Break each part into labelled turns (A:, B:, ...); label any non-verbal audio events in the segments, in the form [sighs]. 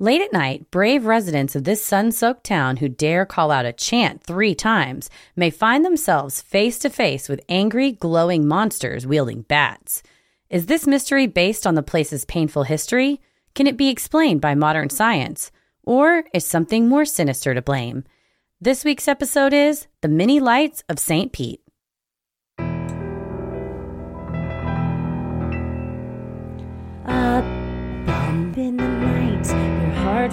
A: Late at night, brave residents of this sun soaked town who dare call out a chant three times may find themselves face to face with angry, glowing monsters wielding bats. Is this mystery based on the place's painful history? Can it be explained by modern science? Or is something more sinister to blame? This week's episode is The Mini Lights of St. Pete.
B: Up, bump in the night, your heart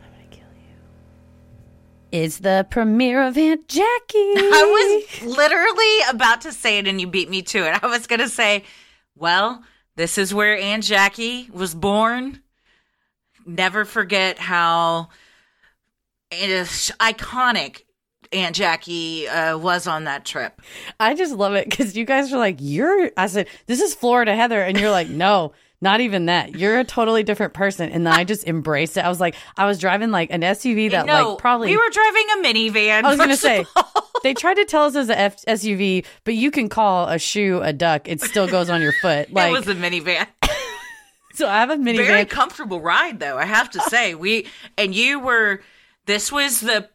B: I'm gonna kill you.
A: Is the premiere of Aunt Jackie?
C: [laughs] I was literally about to say it and you beat me to it. [laughs] I was going to say, well, this is where Aunt Jackie was born. Never forget how it is iconic Aunt Jackie uh, was on that trip.
D: I just love it because you guys are like, you're, I said, this is Florida Heather. And you're like, no, not even that. You're a totally different person. And then I just embraced it. I was like, I was driving like an SUV that,
C: no,
D: like, probably.
C: we were driving a minivan.
D: I was going to
C: first of [laughs]
D: say,
C: all.
D: they tried to tell us as a F- SUV, but you can call a shoe a duck. It still goes on your foot.
C: [laughs]
D: Like,
C: it was a minivan.
D: [laughs] so I have a minivan.
C: Very comfortable ride, though. I have to say, we and you were. This was the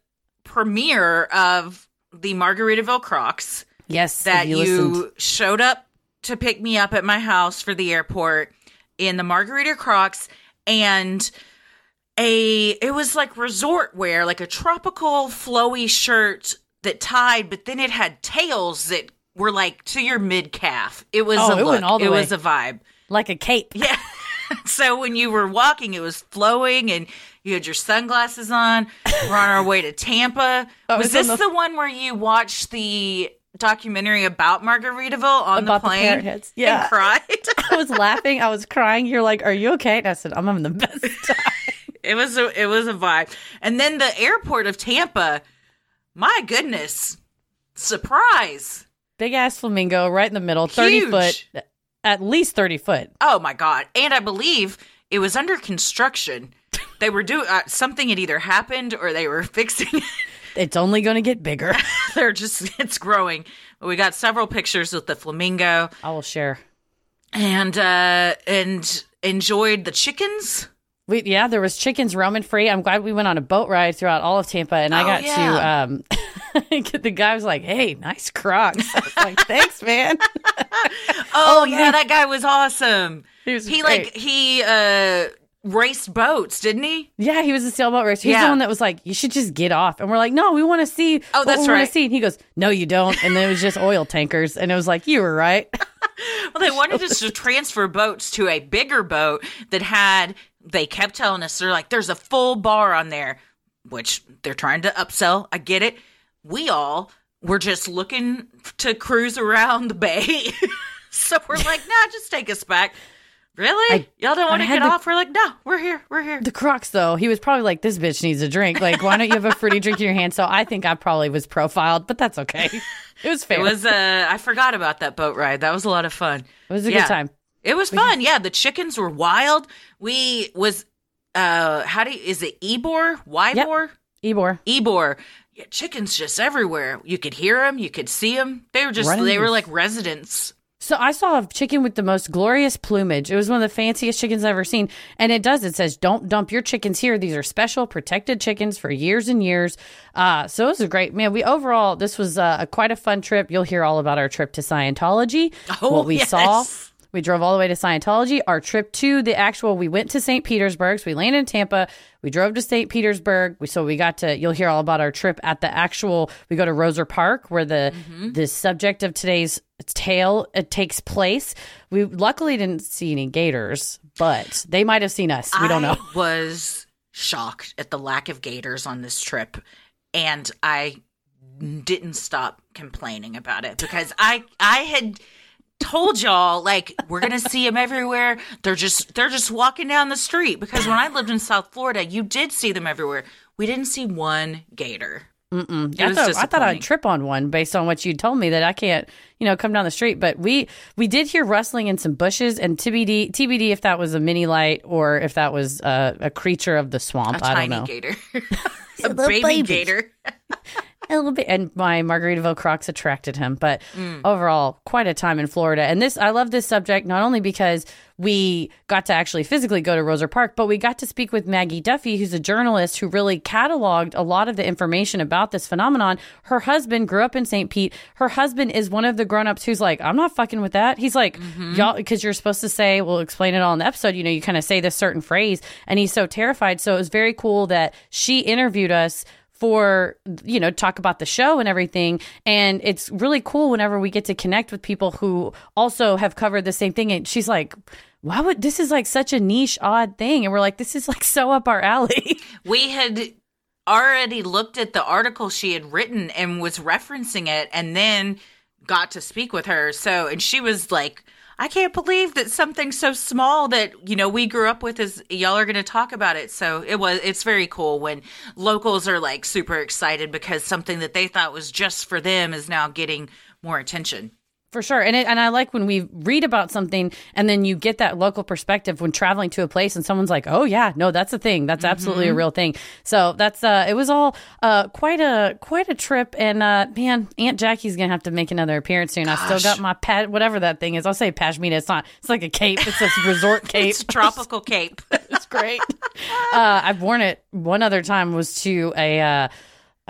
C: premiere of the Margaritaville Crocs
D: yes, if
C: that you,
D: listened.
C: showed up to pick me up at my house for the airport in the Margarita Crocs and a it was like resort wear, like a tropical flowy shirt that tied, but then it had tails that were like to your mid calf. It was
D: Oh,
C: a
D: it went
C: look.
D: all the
C: it
D: way.
C: was a vibe.
D: like a cape.
C: Yeah. [laughs] so when you were walking, it was flowing and you had your sunglasses on. We're on our way to Tampa.
D: I
C: was
D: was on
C: this
D: the-
C: the one where you watched the documentary about Margaritaville on
D: About
C: the
D: the
C: plane
D: parrot heads. Yeah.
C: and cried?
D: [laughs] I was laughing. I was crying. You're like, are you okay? And I said, I'm having the best time.
C: it was a it was a vibe. And then the airport of Tampa. My goodness. Surprise.
D: Big ass flamingo right in the middle, 30
C: Huge.
D: foot, at least 30 foot.
C: Oh my god! And I believe it was under construction. They were doing uh, something had either happened or they were [laughs] fixing it.
D: It's only going to get bigger.
C: they're just it's growing but we got several pictures with the flamingo
D: I will share.
C: [laughs] and uh and enjoyed the chickens
D: We, yeah, there was chickens roaming free. I'm glad we went on a boat ride throughout all of Tampa, and I
C: Oh,
D: got
C: yeah.
D: to um, [laughs] [laughs] the guy was like, "Hey, nice Crocs." I was like, "Thanks, man."
C: [laughs] oh, yeah that guy was awesome
D: He was
C: he
D: great.
C: like he uh raced boats didn't he
D: yeah, he was a sailboat racer. He's
C: Yeah.
D: the one that was like, "You should just get off," and we're like, "No, we want to see."
C: Oh,
D: what
C: that's
D: we wanna
C: right.
D: See, and he goes, "No, you don't." And then it was just oil tankers, and it was like, "You were right."
C: well they wanted us to transfer boats to a bigger boat that had they kept telling us they're like there's a full bar on there which they're trying to upsell i get it we all were just looking to cruise around the bay [laughs] so we're like nah just take us back really
D: I-
C: y'all [laughs] don't want
D: I
C: to
D: had
C: get
D: the-
C: off we're like no we're here we're here
D: The Crocs, though, he was probably like, "This bitch needs a drink. Like, why don't you have a fruity drink in your hand?" So I think I probably was profiled, but that's okay. [laughs] It was fair.
C: it was uh i forgot about that boat ride that was a lot of fun
D: It was a
C: Yeah.
D: good time.
C: It was fun. Yeah, the chickens were wild. We was uh how do you, is it Ebor? Wybor?
D: Ebor.
C: Ebor. Yeah, chickens just everywhere. You could hear them, you could see them. They were just they were
D: Right.
C: like residents.
D: So I saw a chicken with the most glorious plumage. It was one of the fanciest chickens I've ever seen. And it does, it says, don't dump your chickens here. These are special protected chickens for years and years. Uh, so it was a great, man, we overall, this was uh, a, quite a fun trip. You'll hear all about our trip to Scientology,
C: Oh,
D: what we
C: [laughs]
D: saw.
C: yes.
D: We drove all the way to Scientology. Our trip to the actual, we went to St. Petersburg. So we landed in Tampa. We drove to St. Petersburg. We, so we got to, you'll hear all about our trip at the actual, we go to Roser Park where the, the subject of today's tale uh takes place. We luckily didn't see any gators, but they might have seen us. We don't
C: I
D: know.
C: was shocked at the lack of gators on this trip, and I didn't stop complaining about it because I I had told y'all like we're gonna see them everywhere. They're just they're just walking down the street because when I lived in South Florida, you did see them everywhere. We didn't see one gator.
D: Mm-mm.
C: It
D: I
C: was
D: thought I thought
C: disappointing.
D: I'd trip on one based on what you told me that I can't, you know, come down the street. But we we did hear rustling in some bushes and TBD TBD if that was a mini light or if that was uh, a creature of the
C: A
D: swamp. I
C: tiny
D: don't know.
C: gator, [laughs] a
D: little
C: baby,
D: baby.
C: gator.
D: A little bit, and my Margaritaville Crocs attracted him. But overall, quite a time in Florida. And this, I love this subject not only because we got to actually physically go to Roser Park, but we got to speak with Maggie Duffy, who's a journalist who really cataloged a lot of the information about this phenomenon. Her husband grew up in St. Pete. Her husband is one of the grown-ups who's like, "I'm not fucking with that." He's like, "Y'all," because you're supposed to say, "We'll explain it all in the episode." You know, you kind of say this certain phrase, and he's so terrified. So it was very cool that she interviewed us for you know talk about the show and everything and it's really cool whenever we get to connect with people who also have covered the same thing and she's like why would this is like such a niche odd thing and we're like this is like so up our alley
C: we had already looked at the article she had written and was referencing it and then got to speak with her so and she was like i can't believe that something so small that you know we grew up with is y'all are going to talk about it so it was it's very cool when locals are like super excited because something that they thought was just for them is now getting more attention
D: For sure. And it, and I like when we read about something and then you get that local perspective when traveling to a place and someone's like, "Oh yeah, no, that's a thing. That's absolutely
C: Mm-hmm.
D: a real thing." So, that's uh it was all uh quite a quite a trip and uh man, Aunt Jackie's going to have to make another appearance soon. I still got my pet whatever that thing is. I'll say pashmina. It's not. It's like a cape.
C: [laughs]
D: It's a resort cape.
C: it's a tropical cape
D: It's great. uh, I've worn it one other time was to a. Uh,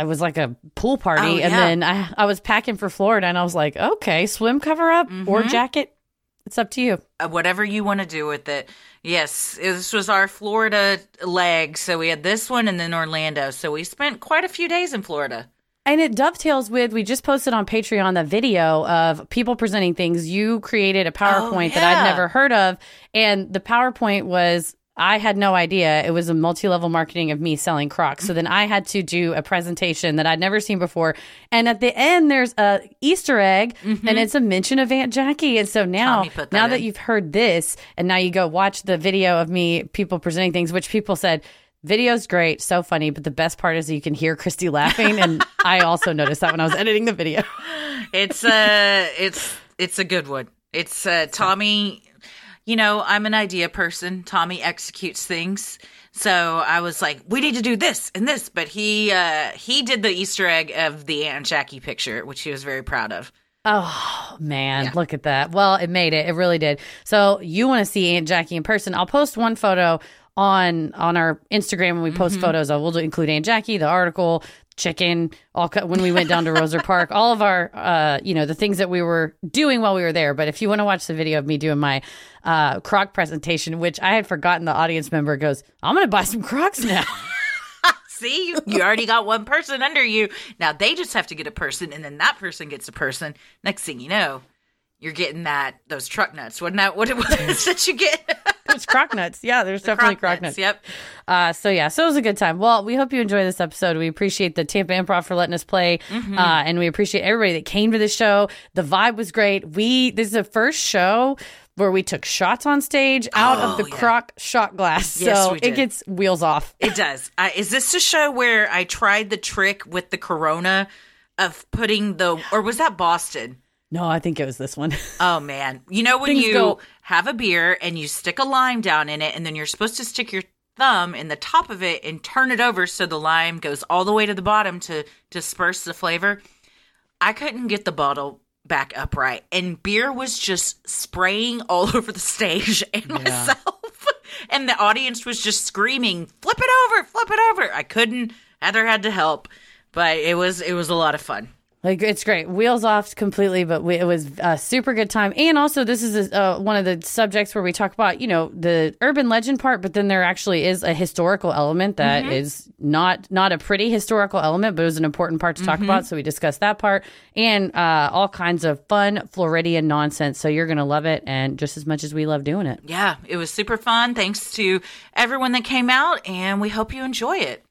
D: I was like a pool party,
C: Oh,
D: and
C: yeah.
D: then I, I was packing for Florida, and I was like, okay, swim cover up or
C: Mm-hmm.
D: jacket. It's up to you.
C: Uh, whatever you want to do with it. Yes, this was our Florida leg. So we had this one and then Orlando. So we spent quite a few days in Florida.
D: And it dovetails with we just posted on Patreon the video of people presenting things. You created a PowerPoint that
C: Oh,
D: I'd
C: yeah.
D: never heard of, and the PowerPoint was I had no idea. It was a multi-level marketing of me selling Crocs. So then I had to do a presentation that I'd never seen before. And at the end there's a Easter egg
C: Mm-hmm.
D: and it's a mention of Aunt Jackie. And so now
C: Tommy put that
D: now
C: in.
D: that you've heard this and now you go watch the video of me people presenting things which people said Video's great, so funny, but the best part is that you can hear Christy laughing,
C: [laughs]
D: and I also noticed that when I was editing the video.
C: It's uh it's it's a good one. It's uh Tommy you know, I'm an idea person. Tommy executes things. So I was like, we need to do this and this, but he uh he did the Easter egg of the Aunt Jackie picture, which he was very proud of.
D: Oh man, look at that! Well, it made it. It really did. So you want to see Aunt Jackie in person? I'll post one photo on on our Instagram when we post photos. I will include Aunt Jackie, the article, chicken, all cut when we went down to Roser Park, all of our uh, you know the things that we were doing while we were there. But if you want to watch the video of me doing my uh, Croc presentation, which I had forgotten, the audience member goes, "I'm going to buy some Crocs now."
C: See, you, you already got one person under you. Now they just have to get a person, and then that person gets a person. Next thing you know, you're getting that those truck nuts. Wasn't that what [laughs] it was that you get?
D: There's crock nuts. Yeah, there's definitely crock nuts.
C: Yep.
D: Uh, so yeah, so it was a good time. Well, we hope you enjoy this episode. We appreciate the Tampa Improv for letting us play,
C: Mm-hmm.
D: uh, and we appreciate everybody that came to the show. The vibe was great. We this is the first show where we took shots on stage out of the crock shot glass.
C: Oh, Yes,
D: so
C: we
D: it
C: did.
D: gets wheels off.
C: [laughs] It does. I, is this a show where I tried the trick with the Corona of putting the, or was that Boston?
D: No, I think it was this one. [laughs]
C: Oh man, you know when
D: Things
C: you
D: go-
C: have a beer and you stick a lime down in it, and then you're supposed to stick your
E: thumb in the top of it and turn it over so the lime goes all the way to the bottom to disperse the flavor. I couldn't get the bottle back upright, and beer was just spraying all [laughs] over the stage and myself. [laughs] And the audience was just screaming, "Flip it over! Flip it over!" I couldn't. Heather had to help, but it was it was a lot of fun.
D: Like it's great, wheels off completely, but we, it was a super good time. And also, this is uh, one of the subjects where we talk about, you know, the urban legend part, but then there actually is a historical element that is not not a pretty historical element, but it was an important part to talk about. So we discussed that part and uh, all kinds of fun Floridian nonsense. So you're gonna love it, and just as much as we love doing it.
E: Yeah, it was super fun. Thanks to everyone that came out, and we hope you enjoy it.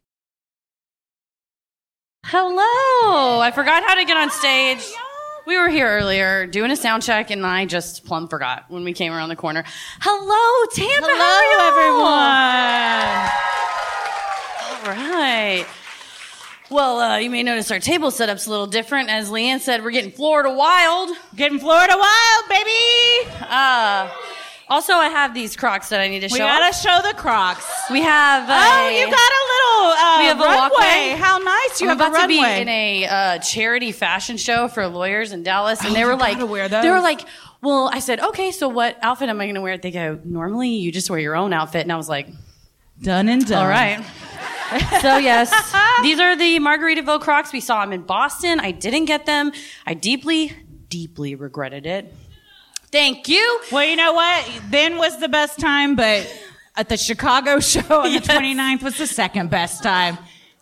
D: Hello, Oh, I forgot how to get on stage. We were here earlier doing a sound check, and I just plumb forgot when we came around the corner. Hello, Tampa. Hello, everyone. All right. Well, uh, you may notice our table setup's a little different. As Leanne said, we're getting Florida wild. Getting Florida wild, baby. Uh, also, I have these Crocs that I need to show.
C: We gotta
D: off.
C: show the Crocs.
D: we have.
C: Oh,
D: a-
C: you got a little. Uh,
D: We have a
C: runway.
D: walkway.
C: How nice! You
D: I'm
C: have
D: about
C: a
D: to be
C: runway.
D: in a uh, charity fashion show for lawyers in Dallas, and they
C: Oh, you
D: were like,
C: gotta wear
D: they were
C: those.
D: like, well, I said, okay, so what outfit am I going to wear? They go, normally you just wear your own outfit, and I was like,
C: done and done.
D: all
C: [laughs]
D: right. so yes, these are the Margaritaville Crocs. We saw them in Boston. I didn't get them. I deeply, deeply regretted it. Thank you.
C: Well, you know what? Then was the best time, but at the Chicago [laughs] show on
D: Yes.
C: the 29th was the second best time.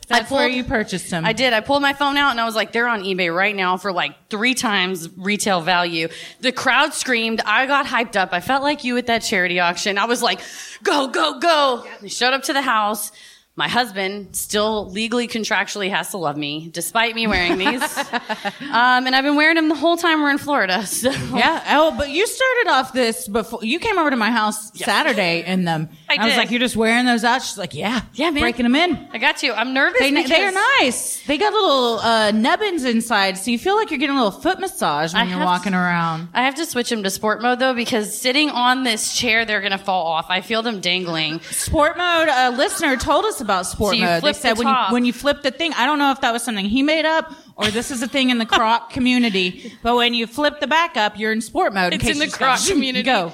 C: That's where
D: pulled-
C: you purchased them.
D: I did. I pulled my phone out and I was like, they're on eBay right now for like three times retail value. The crowd screamed. I got hyped up. I felt like you at that charity auction. I was like, go, go, go. We showed up to the house. My husband still legally contractually has to love me despite me
C: [laughs]
D: wearing these. um, and I've been wearing them the whole time we're in Florida. [laughs] So
C: Yeah. Oh, but you started off this before you came over to my house Saturday in them.
D: I
C: was
D: did.
C: like, you're just wearing those out. She's like, yeah,
D: Yeah, man.
C: breaking them in.
D: I got you. I'm nervous.
C: They, they are
D: because-
C: nice. They got little uh, nubbins inside, so you feel like you're getting a little foot massage when
D: I
C: you're
D: have-
C: walking around.
D: I have to switch them to sport mode though because sitting on this chair, they're going to fall off. I feel them dangling.
C: Sport mode. uh, A listener told us about sport
D: So you
C: mode. They
D: flip
C: said
D: the
C: when you
D: top.
C: when you flip the thing. I don't know if that was something he made up or this is a thing in the
D: [laughs]
C: Croc community. But when you flip the back up, you're in sport mode.
D: It's
C: case
D: in the
C: you just
D: Croc
C: go, "Zoom," you
D: community. Uh,
C: Go.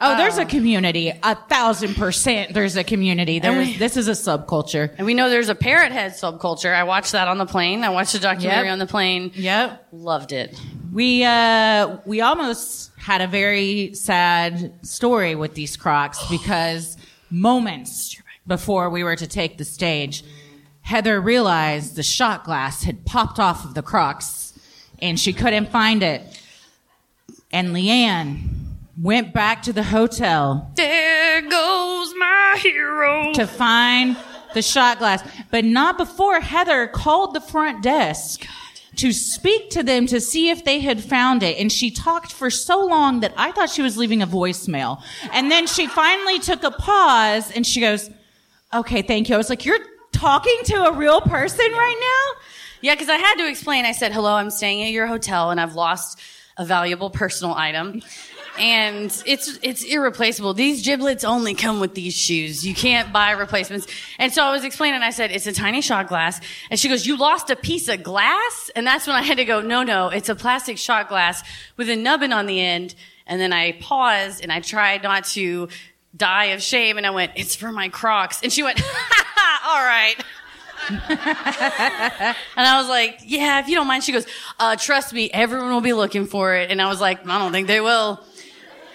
C: Oh, there's a community. A thousand percent. There's a community. There is. This is a subculture.
D: And we know there's a parrot head subculture. I watched that on the plane. I watched the documentary
C: Yep.
D: on the plane.
C: Yep.
D: Loved it.
C: We uh we almost had a very sad story with these Crocs because moments before we were to take the stage, Heather realized the shot glass had popped off of the Crocs and she couldn't find it. And Leanne went back to the hotel
D: There goes my hero.
C: to find the shot glass, but not before Heather called the front desk to speak to them to see if they had found it. And she talked for so long that I thought she was leaving a voicemail. And then she finally took a pause and she goes, Okay, thank you. I was like, You're talking to a real person right now?
D: Yeah, because I had to explain. I said, "Hello, I'm staying at your hotel, and I've lost a valuable personal item, and it's it's irreplaceable. These giblets only come with these shoes. You can't buy replacements." And so I was explaining. I said, "It's a tiny shot glass," and she goes, "You lost a piece of glass?" And that's when I had to go, "No, no, it's a plastic shot glass with a nubbin on the end." And then I paused and I tried not to die of shame, and I went, "It's for my Crocs," and she went, [laughs] "Ha [laughs] ha, all right." And I was like, yeah, if you don't mind. She goes, uh, trust me, everyone will be looking for it. And I was like, I don't think they will.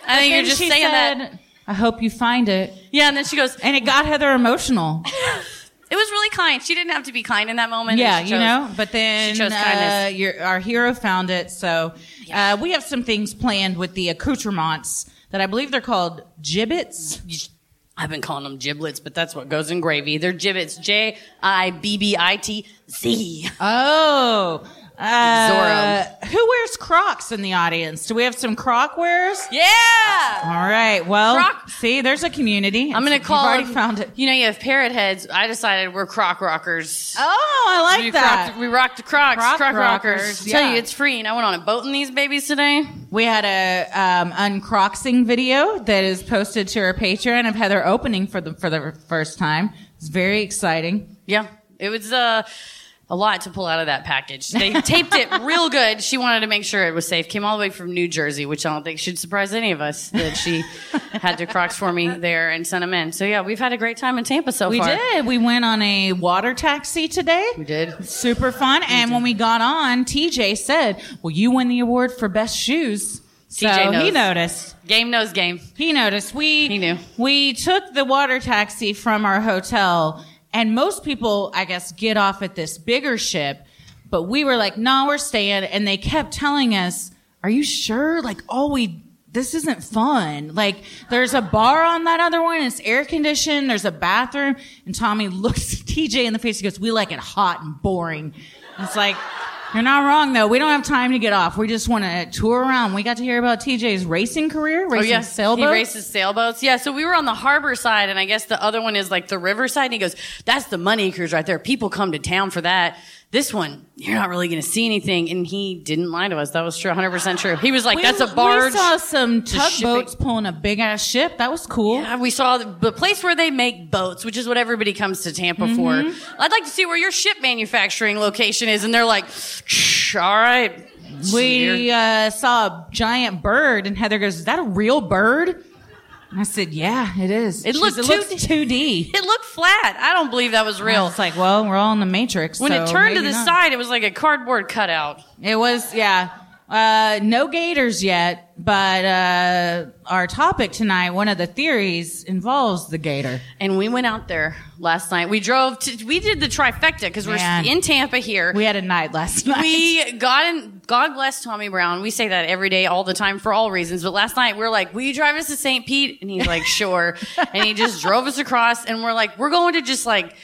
D: I think you're
C: And
D: just
C: she
D: saying that.
C: said, I hope you find it.
D: Yeah. And then she goes, it
C: And it got Heather emotional.
D: was really kind. She didn't have to be kind in that moment.
C: Yeah,
D: And she
C: you
D: chose-
C: know. But then
D: she chose kindness.
C: uh, your, our hero found it. So uh, we have some things planned with the accoutrements that I believe they're called gibbets.
D: I've been calling them giblets, but that's what goes in gravy. They're gibbets. J I B B I T Z.
C: Oh, Uh, who wears Crocs in the audience? Do we have some Croc wearers?
D: Yeah.
C: All right. Well,
D: Crocs.
C: see, there's a community.
D: I'm gonna
C: You've
D: call.
C: already
D: them-
C: found it.
D: You know, you have parrot heads. I decided we're croc rockers.
C: Oh, I like
D: we
C: that.
D: Crocked, we rocked the crocs.
C: Croc
D: Croc, rockers.
C: rockers,
D: Tell
C: yeah.
D: you, it's free. And I went on a boat in these babies today.
C: We had a um, uncroxing video that is posted to our Patreon of Heather opening for the for the first time. It's very exciting.
D: Yeah, it was uh, [laughs] a lot to pull out of that package. They taped it real good. She wanted to make sure it was safe. Came all the way from New Jersey, which I don't think should surprise any of us that
C: [laughs]
D: she had to Crocs for me there and sent them in. So yeah, we've had a great time in Tampa so
C: We
D: far.
C: did. We went on a water taxi today.
D: We did.
C: Super fun. and when we got on, TJ said, "Well, you won the award for best shoes." So
D: TJ knows.
C: he noticed.
D: Game knows game.
C: He noticed. We
D: He knew.
C: We took the water taxi from our hotel, and most people, I guess, get off at this bigger ship, but we were like, "No, we're staying." And they kept telling us, "Are you sure? Like, all we." This isn't fun. Like, there's a bar on that other one. It's air conditioned. There's a bathroom. And Tommy [laughs] looks at TJ in the face. He goes, We like it hot and boring. It's like, you're not wrong though. We don't have time to get off. We just want to tour around. We got to hear about TJ's racing career,
D: Oh
C: racing
D: yeah,
C: sailboat.
D: he races sailboats. Yeah, so we were on the harbor side, and I guess the other one is like the riverside. And he goes, "That's the money cruise right there. People come to town for that. This one, you're not really going to see anything." And he didn't lie to us. That was true, 100 percent true. He was like, "That's a barge."
C: We saw some
D: shipping-
C: tugboats pulling a big ass ship. That was cool.
D: Yeah, we saw the, the place where they make boats, which is what everybody comes to Tampa
C: Mm-hmm.
D: for. I'd like to see where your ship manufacturing location is, and they're like, "Shh, "All right."
C: We uh, saw a giant bird, and Heather goes, "Is that a real bird?" And I said, "Yeah, it is.
D: It
C: She
D: looked
C: goes,
D: two-
C: it looks two D."
D: It looked flat. I don't believe that was real.
C: It's like, well, we're all in the matrix.
D: when it
C: so
D: turned to
C: maybe
D: the
C: not.
D: side, it was like a cardboard cutout.
C: It was, yeah. Uh, no gators yet, but uh, our topic tonight, one of the theories involves the gator.
D: And we went out there last night. We drove to, we did the trifecta because we're
C: Man.
D: in Tampa here.
C: We had a night last night.
D: We got in, God bless Tommy Brown. We say that every day, all the time for all reasons. But last night we are like, will you drive us to St. Pete? And he's like, sure. and he just drove us across and we're like, we're going to just like,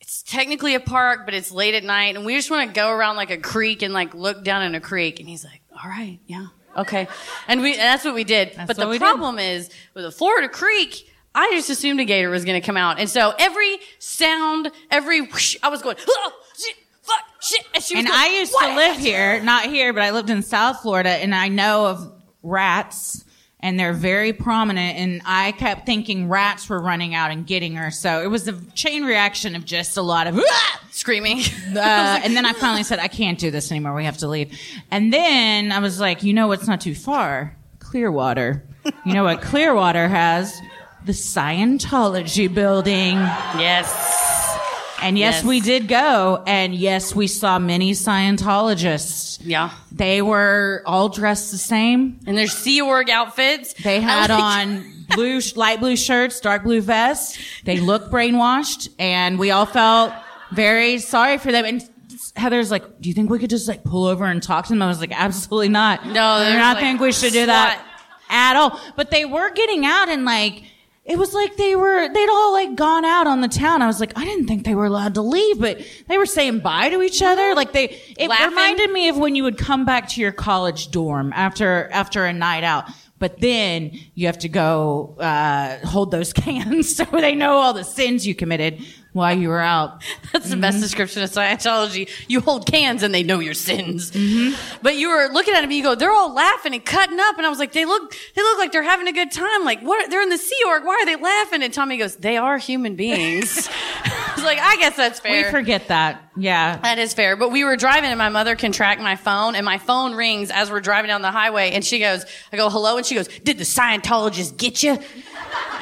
D: it's technically a park, but it's late at night. And we just want to go around like a creek and like look down in a creek. And he's like, all right, yeah, okay. And we, and that's what we did. but
C: what
D: the
C: we did.
D: problem is with a Florida creek, I just assumed a gator was going to come out. And so every sound, every whoosh, I was going, oh, shit, fuck, shit. And, she was
C: and
D: going,
C: I used
D: "What?"
C: to live here, not here, but I lived in South Florida, and I know of rats, and they're very prominent. And I kept thinking rats were running out and getting her, so it was a chain reaction of just a lot of. "Ah!" [laughs]
D: [laughs] Screaming.
C: Uh, and then I finally said, I can't do this anymore. We have to leave. And then I was like, you know what's not too far? Clearwater. You know what Clearwater has? The Scientology building.
D: yes.
C: And yes,
D: Yes.
C: we did go. And yes, we saw many Scientologists.
D: Yeah.
C: They were all dressed the same.
D: And their Sea Org outfits.
C: They had
D: I [laughs] like-
C: on blue, sh- light blue shirts, dark blue vests. They looked brainwashed, and we all felt very sorry for them. And Heather's like, "Do you think we could just like pull over and talk to them?" I was like, "Absolutely not.
D: No,
C: I do
D: there's,
C: not
D: like,
C: think we should do that at all." But they were getting out and like. It was like they were, they'd all like gone out on the town. I was like, I didn't think they were allowed to leave, but they were saying bye to each other. Like they, it
D: Laughing.
C: reminded reminded me of when you would come back to your college dorm after after a night out. But then you have to go uh, hold those [laughs] cans so they know all the sins you committed while you were out. Mm.
D: That's the best description of Scientology. You hold cans and they know your sins.
C: Mm-hmm.
D: But you were looking at them and you go, they're all laughing and cutting up. And I was like, they look, they look like they're having a good time. Like, what? They're in the Sea Org. Why are they laughing? And Tommy goes, they are human beings. [laughs] I was like, I guess that's fair.
C: We forget that. Yeah.
D: That is fair. But we were driving and my mother can track my phone and my phone rings as we're driving down the highway and she goes, I go, hello. And she goes, did the Scientologist get you?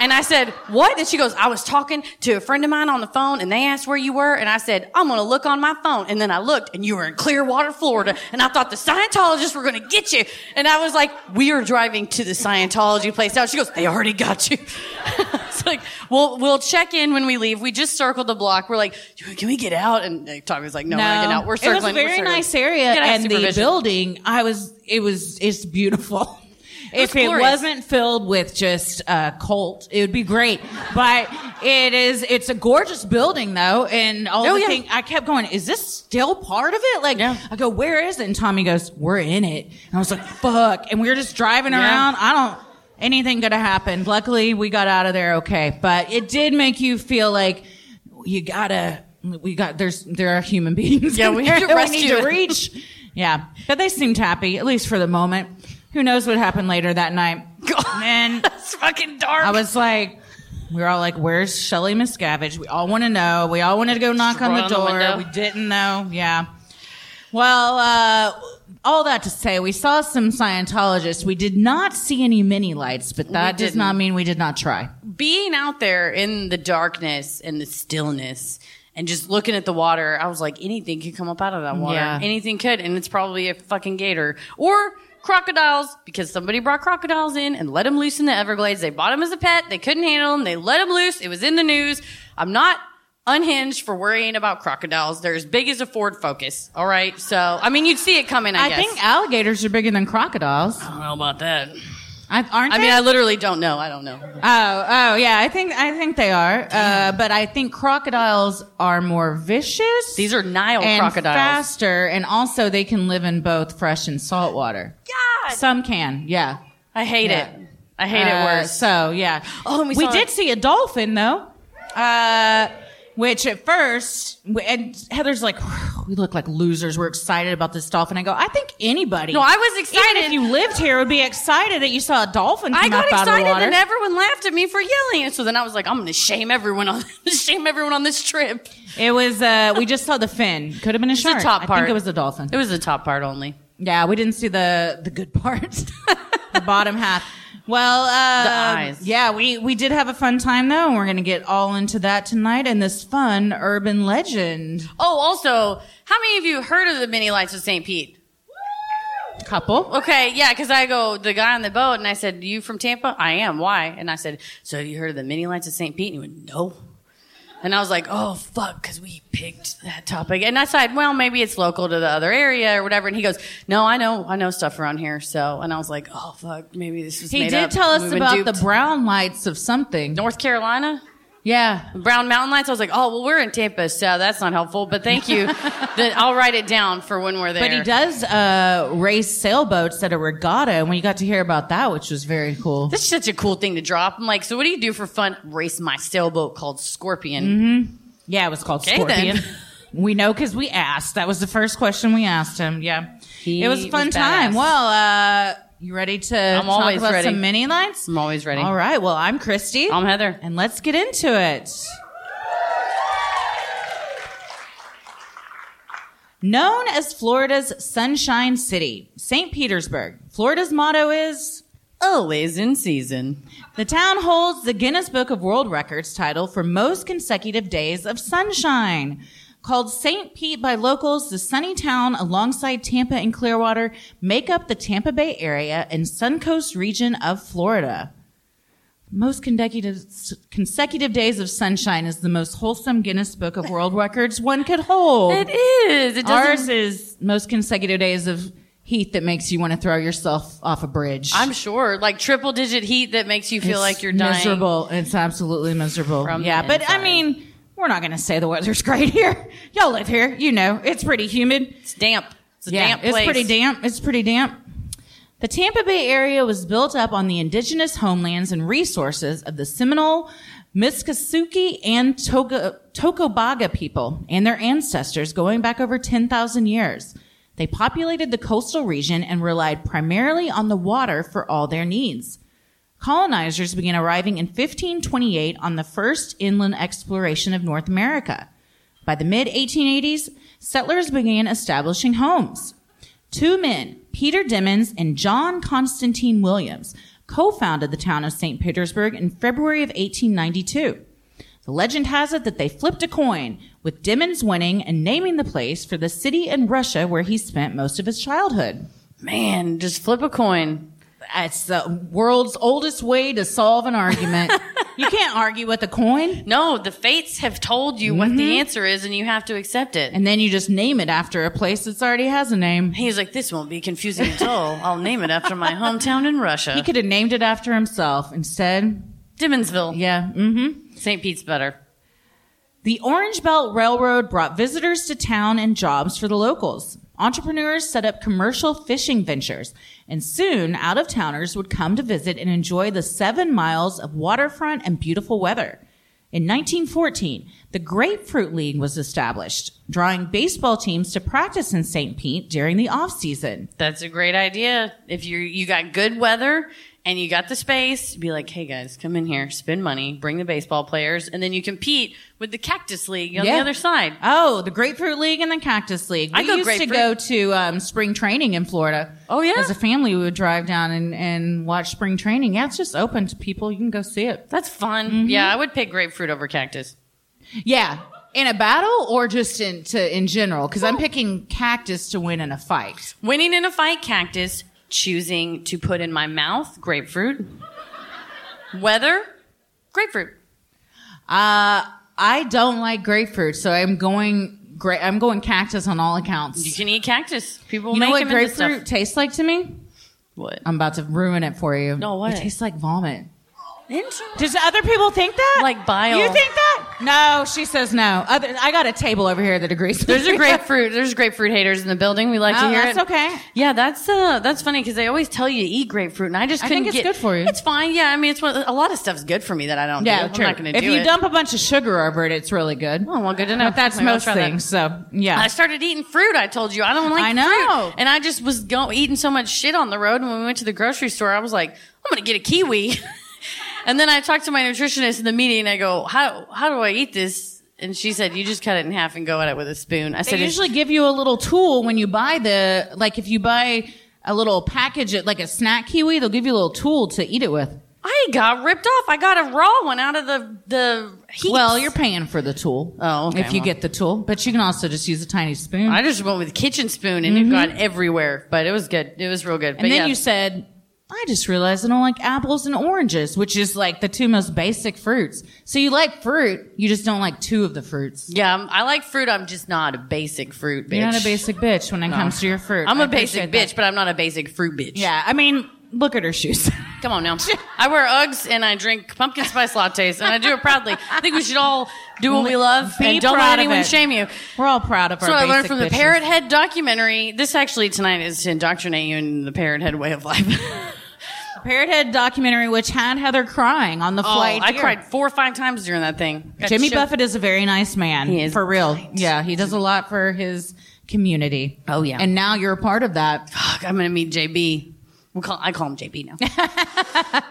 D: And I said, what? And she goes, I was talking to a friend of mine on the phone and they asked where you were. And I said, I'm going to look on my phone. And then I looked and you were in Clearwater, Florida. And I thought the Scientologists were going to get you. And I was like, we are driving to the Scientology place now. She goes, they already got you. [laughs] it's like, we'll, we'll check in when we leave. We just circled the block. We're like, can we get out? And uh, Tommy was like, no, no, we're not getting out. We're circling.
C: It was a
D: we're
C: very
D: circling.
C: nice area,
D: Gotta have
C: and the
D: supervision.
C: building. I was. It was. It's beautiful. [laughs]
D: was
C: if it
D: glorious.
C: uh, wasn't filled with just a cult, it would be great. But It is. It's a gorgeous building, though, and all
D: Oh,
C: the
D: yeah.
C: thing. I kept going. Is this still part of it? Like, I go, where is it? And Tommy goes, we're in it. And I was like, fuck. And we were just driving around. I don't. Anything could have happened. Luckily, we got out of there okay. But it did make you feel like you gotta. We got there's there are human beings.
D: [laughs] Yeah,
C: in
D: we
C: there
D: have to
C: that
D: rescue
C: need to
D: them.
C: reach. Yeah, but they seemed happy at least for the moment. Who knows what happened later that night?
D: [laughs]
C: Man,
D: It's fucking dark.
C: I was like, we were all like, where's Shelly Miscavige? We all want to know. We all wanted to go knock on the
D: run on the
C: door.
D: window.
C: we didn't know. Yeah. Well, uh, all that to say, we saw some Scientologists. We did not see any mini lights, but that does not mean we did not try.
D: being out there in the darkness and the stillness and just looking at the water, I was like, anything could come up out of that water.
C: Yeah.
D: Anything could. And it's probably a fucking gator or crocodiles because somebody brought crocodiles in and let them loose in the Everglades. They bought them as a pet. They couldn't handle them. They let them loose. It was in the news. I'm not unhinged for worrying about crocodiles. They're as big as a Ford Focus. All right. So, I mean, you'd see it coming, I,
C: I,
D: guess.
C: think alligators are bigger than crocodiles.
D: I don't know about that.
C: I, aren't
D: I
C: they?
D: mean, I literally don't know. I don't know.
C: oh, oh, yeah. I think I think they are, uh, but I think crocodiles are more vicious.
D: These are Nile
C: and
D: crocodiles.
C: faster, and also they can live in both fresh and salt water. Yeah, some can. Yeah,
D: I hate
C: Yeah.
D: it. I hate
C: Uh,
D: it worse.
C: So yeah.
D: Oh, and we saw-
C: did see a dolphin though, uh, which at first, and Heather's like, we look like losers. We're excited about this dolphin. I go, I think anybody.
D: No, I was
C: Even
D: excited.
C: if you lived here, would be excited that you saw a dolphin. Come
D: I
C: up out
D: got
C: of the
D: excited
C: water.
D: and everyone laughed at me for yelling. And so then I was like, I'm going to shame everyone on [laughs] shame everyone on this trip.
C: It was. Uh, we just saw the fin. Could have been a
D: the
C: shark.
D: top
C: I
D: part.
C: think it was a dolphin.
D: It was the top part only.
C: Yeah, we didn't see the the
D: [laughs]
C: good part, the bottom half. Well, uh,
D: eyes.
C: Yeah, we we did have a fun time though, and we're gonna get all into that tonight and this fun urban legend
D: Oh, also, how many of you heard of the mini lights of St. Pete?
C: couple.
D: Okay, yeah, because I go the guy on the boat and I said, "You from Tampa?" I am. Why? And I said, "So have you heard of the mini lights of St. Pete?" And he went, "No." And I was like, "Oh fuck," because we picked that topic. And I said, "Well, maybe it's local to the other area or whatever." And he goes, "No, I know, I know stuff around here." So, and I was like, "Oh fuck, maybe this is."
C: He
D: made
C: did
D: up.
C: tell us
D: We've been
C: about
D: duped.
C: the brown lights of something.
D: North Carolina.
C: Yeah,
D: Brown Mountain Lights. I was like, oh, well, we're in Tampa, so that's not helpful. But thank [laughs] you. that I'll write it down for when we're there.
C: but he does uh, race sailboats at a regatta, and we got to hear about that, which was very cool.
D: This is such a cool thing to drop. I'm like, so what do you do for fun? Race my sailboat called Scorpion.
C: Yeah, it was called
D: Okay,
C: Mm-hmm. Scorpion.
D: then. [laughs]
C: We know because we asked. That was the first question we asked him. Yeah,
D: He
C: it was a fun
D: was
C: time.
D: badass.
C: Well, uh, you ready to? I'm talk
D: always
C: about
D: ready.
C: Some mini lights.
D: I'm always ready.
C: All right. Well, I'm Christy,
D: I'm Heather.
C: and let's get into it. Known as Florida's Sunshine City, St. Petersburg, Florida's motto is
D: Always in season.
C: the town holds the Guinness Book of World Records title for most consecutive days of sunshine. Called St. Pete by locals, the sunny town alongside Tampa and Clearwater make up the Tampa Bay area and Suncoast region of Florida. Most consecutive, consecutive days of sunshine is the most wholesome Guinness Book of World Records one could hold.
D: It is. It doesn't.
C: Ours is most consecutive days of heat that makes you want to throw yourself off a bridge.
D: I'm sure. Like triple digit heat that makes you feel
C: It's
D: like you're dying.
C: Miserable. It's absolutely miserable.
D: From
C: yeah,
D: the
C: but I
D: inside.
C: mean, we're not going to say the weather's [laughs] great here. Y'all live here, you know. It's pretty humid.
D: It's damp. It's a
C: yeah,
D: damp
C: it's
D: place.
C: pretty damp. It's pretty damp. The Tampa Bay area was built up on the indigenous homelands and resources of the Seminole, Miskasuki, and Toga, Tocobaga people and their ancestors going back over 10,000 years. They populated the coastal region and relied primarily on the water for all their needs. Colonizers began arriving in 1528 on the first inland exploration of North America. By the mid 1880s, settlers began establishing homes. Two men, Peter Dimmons and John Constantine Williams, co-founded the town of St. Petersburg in February of 1892. The legend has it that they flipped a coin, with Dimmons winning and naming the place for the city in Russia where he spent most of his childhood.
D: Man, just flip a coin.
C: That's the world's oldest way to solve an
D: [laughs]
C: argument. you can't argue with a coin.
D: No, the fates have told you what the answer is, and you have to accept it.
C: Mm-hmm. And then you just name it after a place that's already has a name.
D: He was like, "This won't be
C: [laughs]
D: confusing at all. I'll name it after my hometown in Russia."
C: He could have named it after himself. Instead,
D: Dimmonsville.
C: Yeah. Mm-hmm.
D: St. Pete's better.
C: The Orange Belt Railroad brought visitors to town and jobs for the locals. Entrepreneurs set up commercial fishing ventures, and soon out of towners would come to visit and enjoy the seven miles of waterfront and beautiful weather. In 1914, the Grapefruit League was established, drawing baseball teams to practice in St. Pete during the off season.
D: That's a great idea. If you you got good weather and you got the space, be like, hey guys, come in here, spend money, bring the baseball players, and then you compete with the Cactus League on
C: Yeah.
D: the other side.
C: Oh, the Grapefruit League and the Cactus League. We
D: I go
C: used to
D: grapefruit.
C: go to um, spring training in Florida.
D: Oh, yeah?
C: As a family, we would drive down and, and watch spring training. Yeah, it's just open to people. You can go see it. Mm-hmm.
D: That's fun. Yeah, I would pick grapefruit over cactus.
C: Yeah. In a battle or just in, to, in general? Because I'm picking cactus to win in a fight.
D: Winning in a fight, cactus. Choosing to put in my mouth, grapefruit. Weather, grapefruit.
C: Uh, I don't like grapefruit, so I'm going gra- I'm going cactus on all accounts.
D: You can eat cactus. People
C: You
D: make
C: know what
D: them into stuff.
C: grapefruit tastes like to me?
D: What?
C: I'm about to ruin it for you.
D: No, what?
C: It tastes like vomit.
D: Interesting.
C: Does other people think that?
D: Like bile.
C: You think that? No, she says no. Other, I got a table over here that agrees. with
D: There's a
C: me.
D: grapefruit. There's grapefruit haters in the building. We like to
C: Oh,
D: hear
C: that's
D: it.
C: okay.
D: Yeah, that's uh, that's funny because they always tell you to eat grapefruit, and I just
C: I
D: couldn't
C: think it's
D: get.
C: good for you.
D: It's fine. Yeah, I mean, it's one, a lot of stuff's good for me that I
C: [laughs]
D: don't.
C: Yeah,
D: do.
C: true.
D: I'm not going to
C: if
D: do
C: you
D: it.
C: dump a bunch of sugar over it, it's really good.
D: Oh, well, good to know.
C: But that's
D: Maybe I'll
C: most
D: try that.
C: things. So yeah,
D: I started eating fruit. I told you I don't like.
C: I know.
D: fruit. and I just was go- eating so much shit on the road. And when we went to the grocery store, I was like, I'm going to get a kiwi. [laughs] and then I talked to my nutritionist in the meeting. And I go, how how do I eat this? And she said, you just cut it in half and go at it with a spoon. I
C: They
D: said,
C: usually give you a little tool when you buy the like if you buy a little package like a snack kiwi, they'll give you a little tool to eat it with.
D: I got ripped off. I got a raw one out of the the heaps.
C: Well, you're paying for the tool.
D: Oh, okay,
C: if you
D: well.
C: get the tool, but you can also just use a tiny spoon. Mm-hmm.
D: I just went with kitchen spoon and it got everywhere, but it was good. It was real good. But
C: and then
D: yeah.
C: you said, "I just realized I don't like apples and oranges, which is like the two most basic fruits. So you like fruit, you just don't like two of the fruits.
D: yeah, I'm- I like fruit. I'm just not a basic fruit bitch.
C: You're not a basic bitch when it comes to your fruit.
D: I'm
C: I
D: a basic
C: appreciate that.
D: bitch, but I'm not a basic fruit bitch.
C: Yeah, I mean, look at her shoes. [laughs]
D: Come on now. I wear Uggs and I drink pumpkin spice lattes and I do it proudly. I think we should all do what we love
C: Be
D: and don't
C: proud
D: let
C: of
D: anyone
C: it.
D: shame you.
C: We're all proud of
D: That's
C: our.
D: what I learned
C: basic
D: from the
C: bitches.
D: Parrot Head documentary. This actually tonight is to indoctrinate you in the Parrot Head way of life.
C: Parrot Head documentary, which had Heather crying on the
D: [laughs] Oh,
C: flight.
D: I
C: here.
D: cried four or five times during that thing. Got
C: Jimmy
D: shook.
C: Buffett is a very nice man.
D: He is
C: for real. Yeah, he does a lot for his community.
D: Oh, yeah.
C: and now you're a part of that.
D: Fuck, I'm gonna meet JB. We'll call, I call him JB now.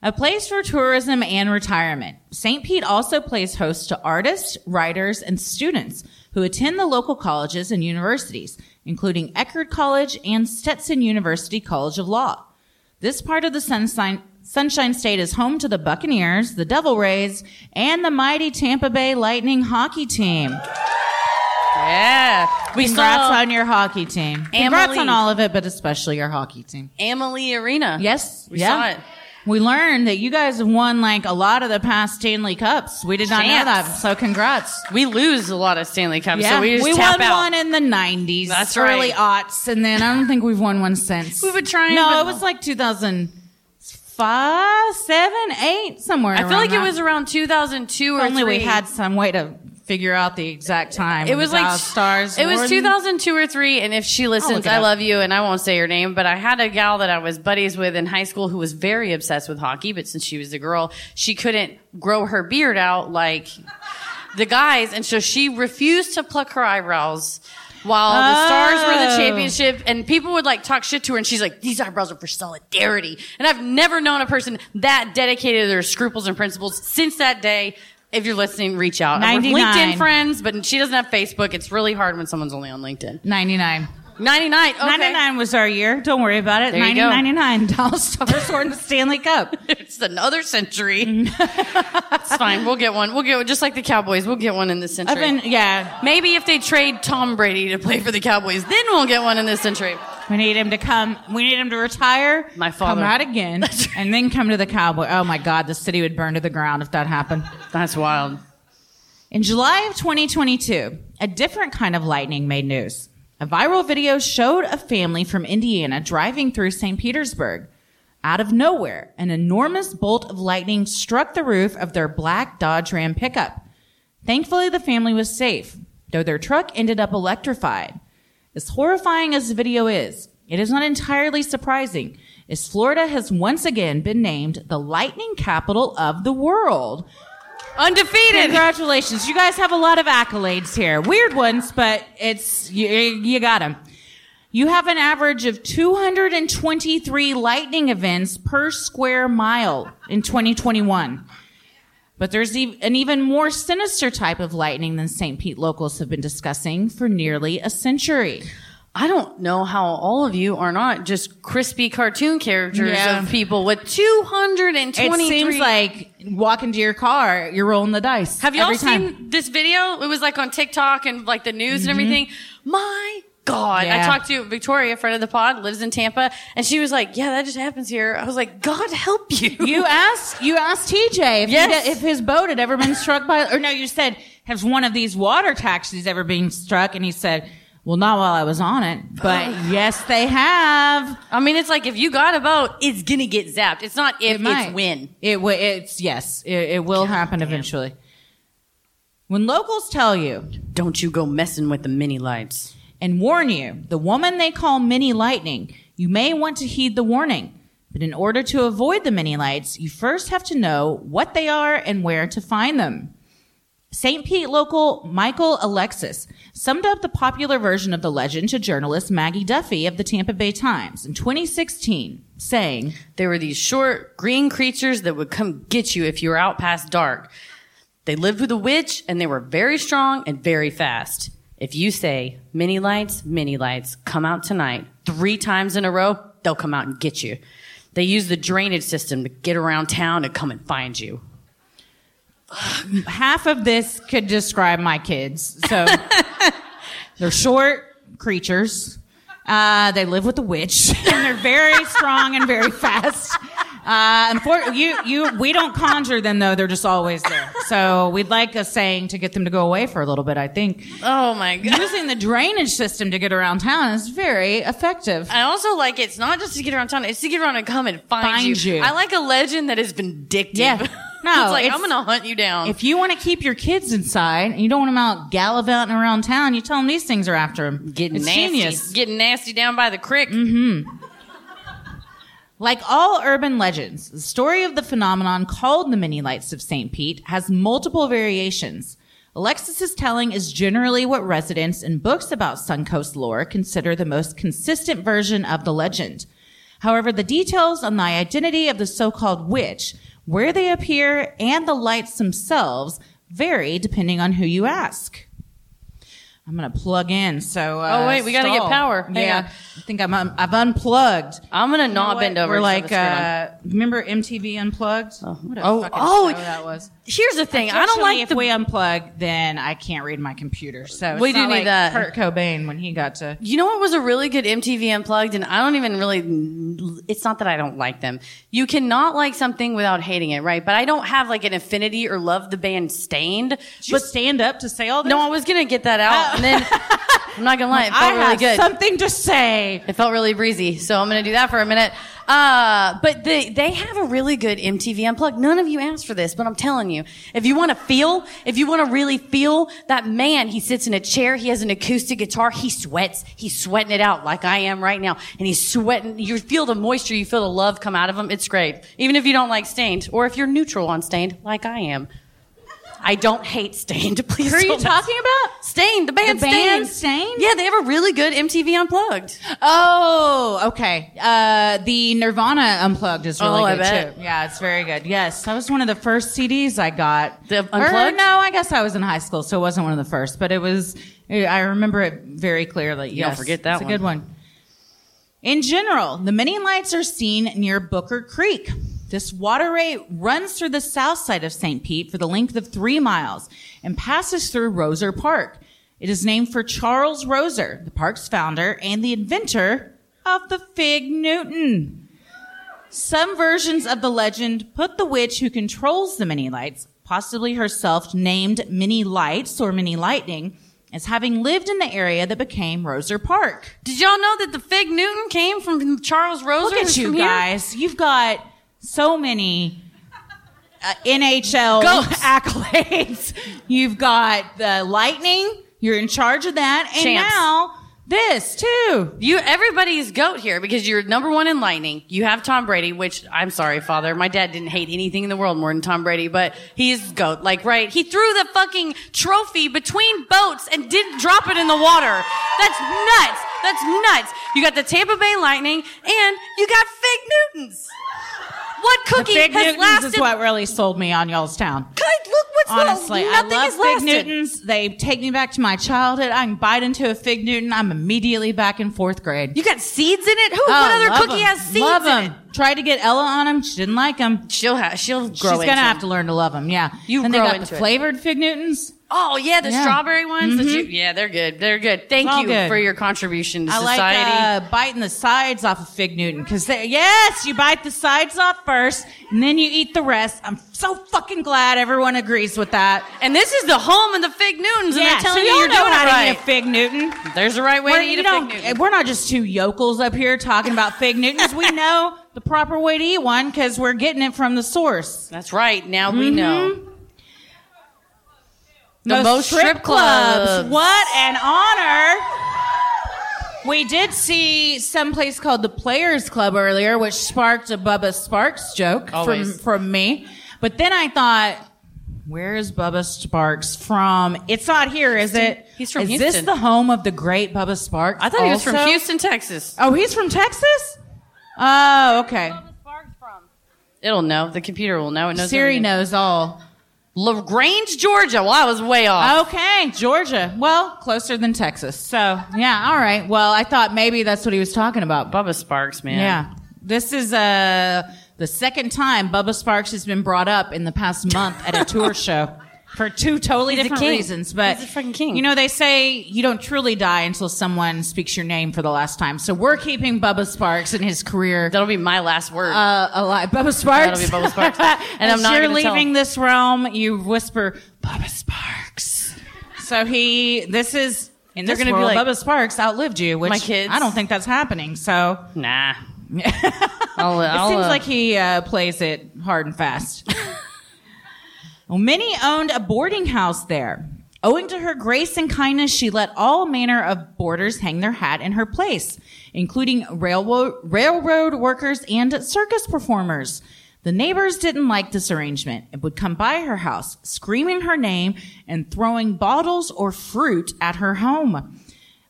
C: A place for tourism and retirement. St. Pete also plays host to artists, writers, and students who attend the local colleges and universities, including Eckerd College and Stetson University College of Law. This part of the Sunshine, Sunshine State is home to the Buccaneers, the Devil Rays, and the mighty Tampa Bay Lightning hockey team.
D: yeah, we
C: Congrats
D: saw
C: on your hockey team. Congrats
D: Emily.
C: on all of it, but especially your hockey team.
D: Emily Arena.
C: Yes,
D: we
C: yeah.
D: saw it.
C: We learned that you guys have won like a lot of the past Stanley Cups. We did not know that,
D: Champs.
C: so congrats.
D: We lose a lot of Stanley Cups,
C: Yeah,
D: so we just tap
C: won
D: out.
C: one in the '90s,
D: That's
C: early
D: right.
C: aughts, and then I don't think we've won one since.
D: We've been trying,
C: No,
D: but-
C: it was like 2005, seven, eight, somewhere.
D: I feel
C: around
D: like it
C: that.
D: was around 2002 or
C: only we
D: three.
C: had some way to figure out the exact time.
D: It was like
C: Dallas stars.
D: It was
C: Warden.
D: 2002 or three, and if she listens,
C: look it
D: I
C: up.
D: love you, and I won't say her name. But I had a gal that I was buddies with in high school who was very obsessed with hockey. But since she was a girl, she couldn't grow her beard out like the guys, and so she refused to pluck her eyebrows. While the stars were the
C: Oh.
D: championship, and people would like talk shit to her, and she's like, "These eyebrows are for solidarity." And I've never known a person that dedicated to their scruples and principles since that day. If you're listening, reach out. Uh, We're
C: 99.
D: LinkedIn friends, but she doesn't have Facebook. It's really hard when someone's only on LinkedIn.
C: 99.
D: 99. Okay.
C: 99 was our year. Don't worry about it.
D: There you go.
C: 1999, Dallas [laughs] Stars won the Stanley Cup.
D: [laughs]
C: Mm-hmm.
D: It's another century. it's fine. We'll get one. We'll get one. Just like the Cowboys, we'll get one in this century.
C: I've been, yeah,
D: Maybe if they trade Tom Brady to play for the Cowboys, then we'll get one in this century.
C: we need him to come. We need him to retire.
D: My father.
C: Come out
D: [laughs]
C: again and then come to the Cowboy. Oh my God, the city would burn to the ground if that happened.
D: That's wild.
C: In July of 2022, a different kind of lightning made news. A viral video showed a family from Indiana driving through St. Petersburg. Out of nowhere, an enormous bolt of lightning struck the roof of their black Dodge Ram pickup. Thankfully, the family was safe, though their truck ended up electrified. As horrifying as the video is, it is not entirely surprising, as Florida has once again been named the lightning capital of the world.
D: Undefeated.
C: Congratulations. You guys have a lot of accolades here. Weird ones, but it's, you, you got them. You have an average of 223 lightning events per square mile in 2021. But there's ev- an even more sinister type of lightning than St. Pete locals have been discussing for nearly a century.
D: I don't know how all of you are not just crispy cartoon characters
C: Yeah.
D: of people with 223.
C: It seems like walking to your car, you're rolling the dice.
D: Have y'all
C: every time. Mm-hmm.
D: seen this video? It was like on TikTok and like the news and everything. My God. I
C: Yeah.
D: talked to Victoria, a friend of the pod, lives in Tampa, and she was like, Yeah, that just happens here. I was like, God help you.
C: You asked you asked TJ if,
D: Yes.
C: he'd- if his boat had ever been struck by or no, you said has one of these water taxis ever been struck? And he said, Well, not while I was on it, [sighs] but yes, they have.
D: I mean, it's like if you got a boat, it's gonna get zapped. It's not if, it's when.
C: It wi- it's yes, it, it will happen eventually. When locals tell you
D: Don't you go messing with the mini lights.
C: and warn you, the woman they call Mini Lightning, you may want to heed the warning. But in order to avoid the mini lights, you first have to know what they are and where to find them. St. Pete local Michael Alexis summed up the popular version of the legend to journalist Maggie Duffy of the Tampa Bay Times in 2016, saying,
D: There were these short green creatures that would come get you if you were out past dark. They lived with a witch and they were very strong and very fast. If you say, mini lights, mini lights, come out tonight, three times in a row, they'll come out and get you. They use the drainage system to get around town and come and find you.
C: half of this could describe my kids.
D: [laughs]
C: So they're short creatures. Uh, they live with a witch, [laughs] and they're very strong and very fast. Uh, unfor- you, you, we don't conjure them though; they're just always there. So we'd like a saying to get them to go away for a little bit. I think
D: Oh my God.
C: using the drainage system to get around town is very effective.
D: I also like it's not just to get around town, it's to get around and come and find,
C: Find you.
D: I like a legend that is vindictive. [laughs]
C: Yeah. No,
D: it's like,
C: it's-
D: I'm going to hunt you down.
C: If you want to keep your kids inside and you don't want them out gallivanting around town, you tell them these things are after them.
D: getting
C: it's
D: nasty.
C: genius. Mm-hmm. Hmm.
D: Getting nasty down by the creek.
C: Like all urban legends, the story of the phenomenon called the mini lights of St. Pete has multiple variations. Alexis's telling is generally what residents in books about Suncoast lore consider the most consistent version of the legend. However, the details on the identity of the so-called witch, where they appear, and the lights themselves vary depending on who you ask. I'm gonna plug in. So uh,
D: Oh, wait, we gotta get
C: stall.
D: power. Hang on.
C: Yeah, I think I'm un- I've unplugged.
D: I'm gonna
C: You know
D: not
C: what?
D: bend over.
C: We're
D: and
C: like,
D: shove the screen on.
C: uh, remember MTV Unplugged? Oh, what a
D: Oh,
C: fucking
D: oh,
C: show that was.
D: here's the thing. I don't
C: Unfortunately,
D: like
C: if
D: the.
C: we unplug, then I can't read my computer. So it's
D: We do
C: not
D: need
C: like
D: that.
C: Kurt Cobain when he got to.
D: you know what was a really good MTV Unplugged, and I don't even really. It's not that I don't like them. You cannot like something without hating it, right? But I don't have like an affinity or love the band Stained.
C: Did you stand up to say all this?
D: No, I was gonna get that out,
C: [laughs]
D: and then I'm not gonna lie, it felt
C: I
D: really
C: have
D: good.
C: something to say.
D: It felt really breezy, so I'm going to do that for a minute. Uh, but they they have a really good MTV Unplugged. None of you asked for this, but I'm telling you, if you want to feel, if you want to really feel that man, he sits in a chair, he has an acoustic guitar, he sweats, he's sweating it out like I am right now, and he's sweating. You feel the moisture, you feel the love come out of him. It's great, even if you don't like Stained, or if you're neutral on Stained, like I am. I don't hate Stained. [laughs] Please,
C: Who are you
D: don't-
C: talking about?
D: Stained, the band,
C: The band
D: Stained.
C: Stained?
D: Yeah, they have a really good MTV Unplugged.
C: Oh, okay. Uh, the Nirvana Unplugged is really
D: Oh, I
C: good
D: bet.
C: too. Yeah, it's very good. Yes, that was one of the first CDs I got.
D: The
C: Or,
D: Unplugged?
C: no, I guess I was in high school, so it wasn't one of the first, but it was. I remember it very clearly.
D: don't
C: Yes,
D: forget that
C: it's a good one. In general, the mini lights are seen near Booker Creek. This waterway runs through the south side of St. Pete for the length of three miles and passes through Roser Park. It is named for Charles Roser, the park's founder and the inventor of the Fig Newton. Some versions of the legend put the witch who controls the mini lights, possibly herself named Mini Lights or Mini Lightning, as having lived in the area that became Roser Park.
D: Did y'all know that the fig Newton came from Charles Roser?
C: Look at
D: who's
C: you
D: from here?
C: guys. You've got so many uh, NHL [laughs]
D: Goats.
C: accolades. You've got the Lightning. You're in charge of that. And
D: Champs.
C: now this too.
D: You everybody's goat here because you're number one in lightning. You have Tom Brady, which I'm sorry, father. My dad didn't hate anything in the world more than Tom Brady, but he's goat. Like right, he threw the fucking trophy between boats and didn't drop it in the water. That's nuts. That's nuts. You got the Tampa Bay Lightning and you got Fig Newtons. What cookie
C: Big
D: has
C: Newtons
D: lasted?
C: is what really sold me on y'all's town.
D: Like, look what's
C: Honestly,
D: nothing
C: I
D: has
C: love Fig
D: lasted.
C: Newtons. They take me back to my childhood. I can bite into a Fig Newton. I'm immediately back in fourth grade.
D: You got seeds in it. Who? what
C: Oh,
D: other
C: love
D: cookie
C: 'em.
D: has seeds
C: Love
D: in it?
C: 'em. Tried to get Ella on them. She didn't like them.
D: She'll have. She'll grow.
C: She's
D: into
C: gonna
D: 'em.
C: have to learn to love them. Yeah.
D: You
C: and they
D: grow
C: got
D: into
C: the
D: it.
C: flavored fig Newtons.
D: Oh yeah, the
C: Yeah. Mm-hmm.
D: strawberry ones. that you- yeah, they're good. They're good. Thank
C: It's all
D: you
C: good.
D: for your contribution to
C: I
D: society.
C: like uh, biting the sides off of fig Newton because yes, you bite the sides off first and then you eat the rest. I'm so fucking glad everyone agrees with that.
D: and this is the home of the fig Newtons, and they're
C: yeah, so
D: telling
C: you
D: you
C: all
D: you're
C: know
D: doing
C: how
D: it
C: to
D: right.
C: eat a fig Newton.
D: There's a right way
C: We're,
D: to eat
C: you
D: a fig
C: don't-
D: Newton.
C: we're not just two yokels up here talking about fig Newtons.
D: [laughs]
C: We know the proper way to eat one because we're getting it from the source. Mm-hmm.
D: That's right. Now we know. The
C: Most,
D: most
C: strip,
D: strip
C: clubs.
D: clubs.
C: What an honor. We did see some place called the Players Club earlier, which sparked a Bubba Sparks joke from,
D: Always.
C: from me. But then I thought, where is Bubba Sparks from? It's not here, is it?
D: He's from
C: Is this
D: Houston.
C: the home of the great Bubba Sparks?
D: I thought he was from
C: also?
D: Houston, Texas.
C: Oh, he's from Texas? Oh, okay.
D: It'll know. The computer will know. It knows.
C: Siri
D: everything.
C: knows all.
D: Lagrange, Georgia. Well, I was way off.
C: Okay, Georgia. Well, closer than Texas. So, yeah, all right. Well, I thought maybe that's what he was talking about. But
D: Bubba Sparks, man.
C: yeah. This is uh the second time Bubba Sparks has been brought up in the past month at a
D: [laughs]
C: tour show for two totally
D: He's a
C: different
D: king.
C: reasons. But
D: He's a freaking king.
C: You know, they say you don't truly die until someone speaks your name for the last time. So we're keeping Bubba Sparks and his career
D: That'll be my last word.
C: uh, alive. Bubba Sparks.
D: That'll be
C: [laughs]
D: Bubba Sparks. And
C: And
D: I'm
C: I'm
D: not
C: you're
D: gonna tell
C: leaving
D: him.
C: this realm, you whisper Bubba Sparks. So he, this is in
D: They're
C: this
D: gonna be
C: world,
D: like,
C: Bubba Sparks outlived you, which
D: "My kids."
C: I don't think that's happening. So
D: nah. [laughs] I'll,
C: it
D: I'll,
C: seems
D: uh,
C: like he uh, plays it hard and
D: [laughs]
C: fast. well, Minnie owned a boarding house there. Owing to her grace and kindness, she let all manner of boarders hang their hat in her place, including railroad, railroad workers and circus performers. The neighbors didn't like this arrangement and would come by her house, screaming her name and throwing bottles or fruit at her home.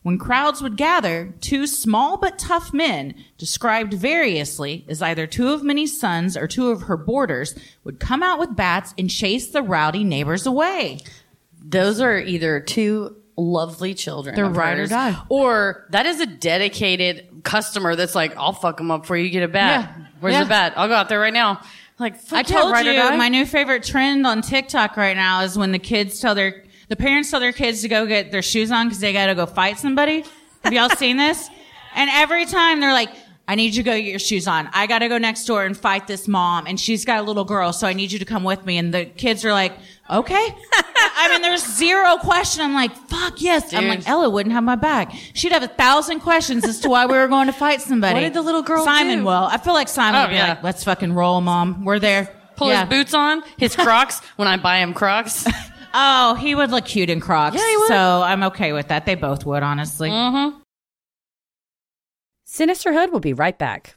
C: When crowds would gather, two small but tough men, described variously as either two of Minnie's sons or two of her boarders, would come out with bats and chase the rowdy neighbors away.
D: Those are either two lovely children.
C: They're
D: of
C: ride or
D: hers,
C: die.
D: Or that is a dedicated customer that's like, I'll fuck them up before you get a bat.
C: Yeah.
D: Where's
C: Yeah.
D: the bat? I'll go out there right now. Like, fuck
C: I
D: yeah,
C: told
D: ride or
C: you
D: die.
C: my new favorite trend on TikTok right now is when the kids tell their the parents tell their kids to go get their shoes on because they got to go fight somebody. Have y'all seen this? And every time they're like, "I need you to go get your shoes on. I got to go next door and fight this mom, and she's got a little girl, so I need you to come with me." And the kids are like, "Okay." I mean, there's zero question. I'm like, "Fuck yes." I'm like,
D: Dude.
C: Ella wouldn't have my back. She'd have a thousand questions as to why we were going to fight somebody.
D: What did the little girl
C: Simon
D: do?
C: will. I feel like Simon
D: Oh,
C: would be
D: yeah.
C: like, "Let's fucking roll, mom. We're there."
D: Pull
C: Yeah.
D: his boots on,
C: [laughs]
D: his Crocs, when I buy him Crocs.
C: Oh, he would look cute in Crocs.
D: Yeah, he would. Mm-hmm.
C: So I'm okay with that. They both would, honestly.
A: Sinisterhood will be right back.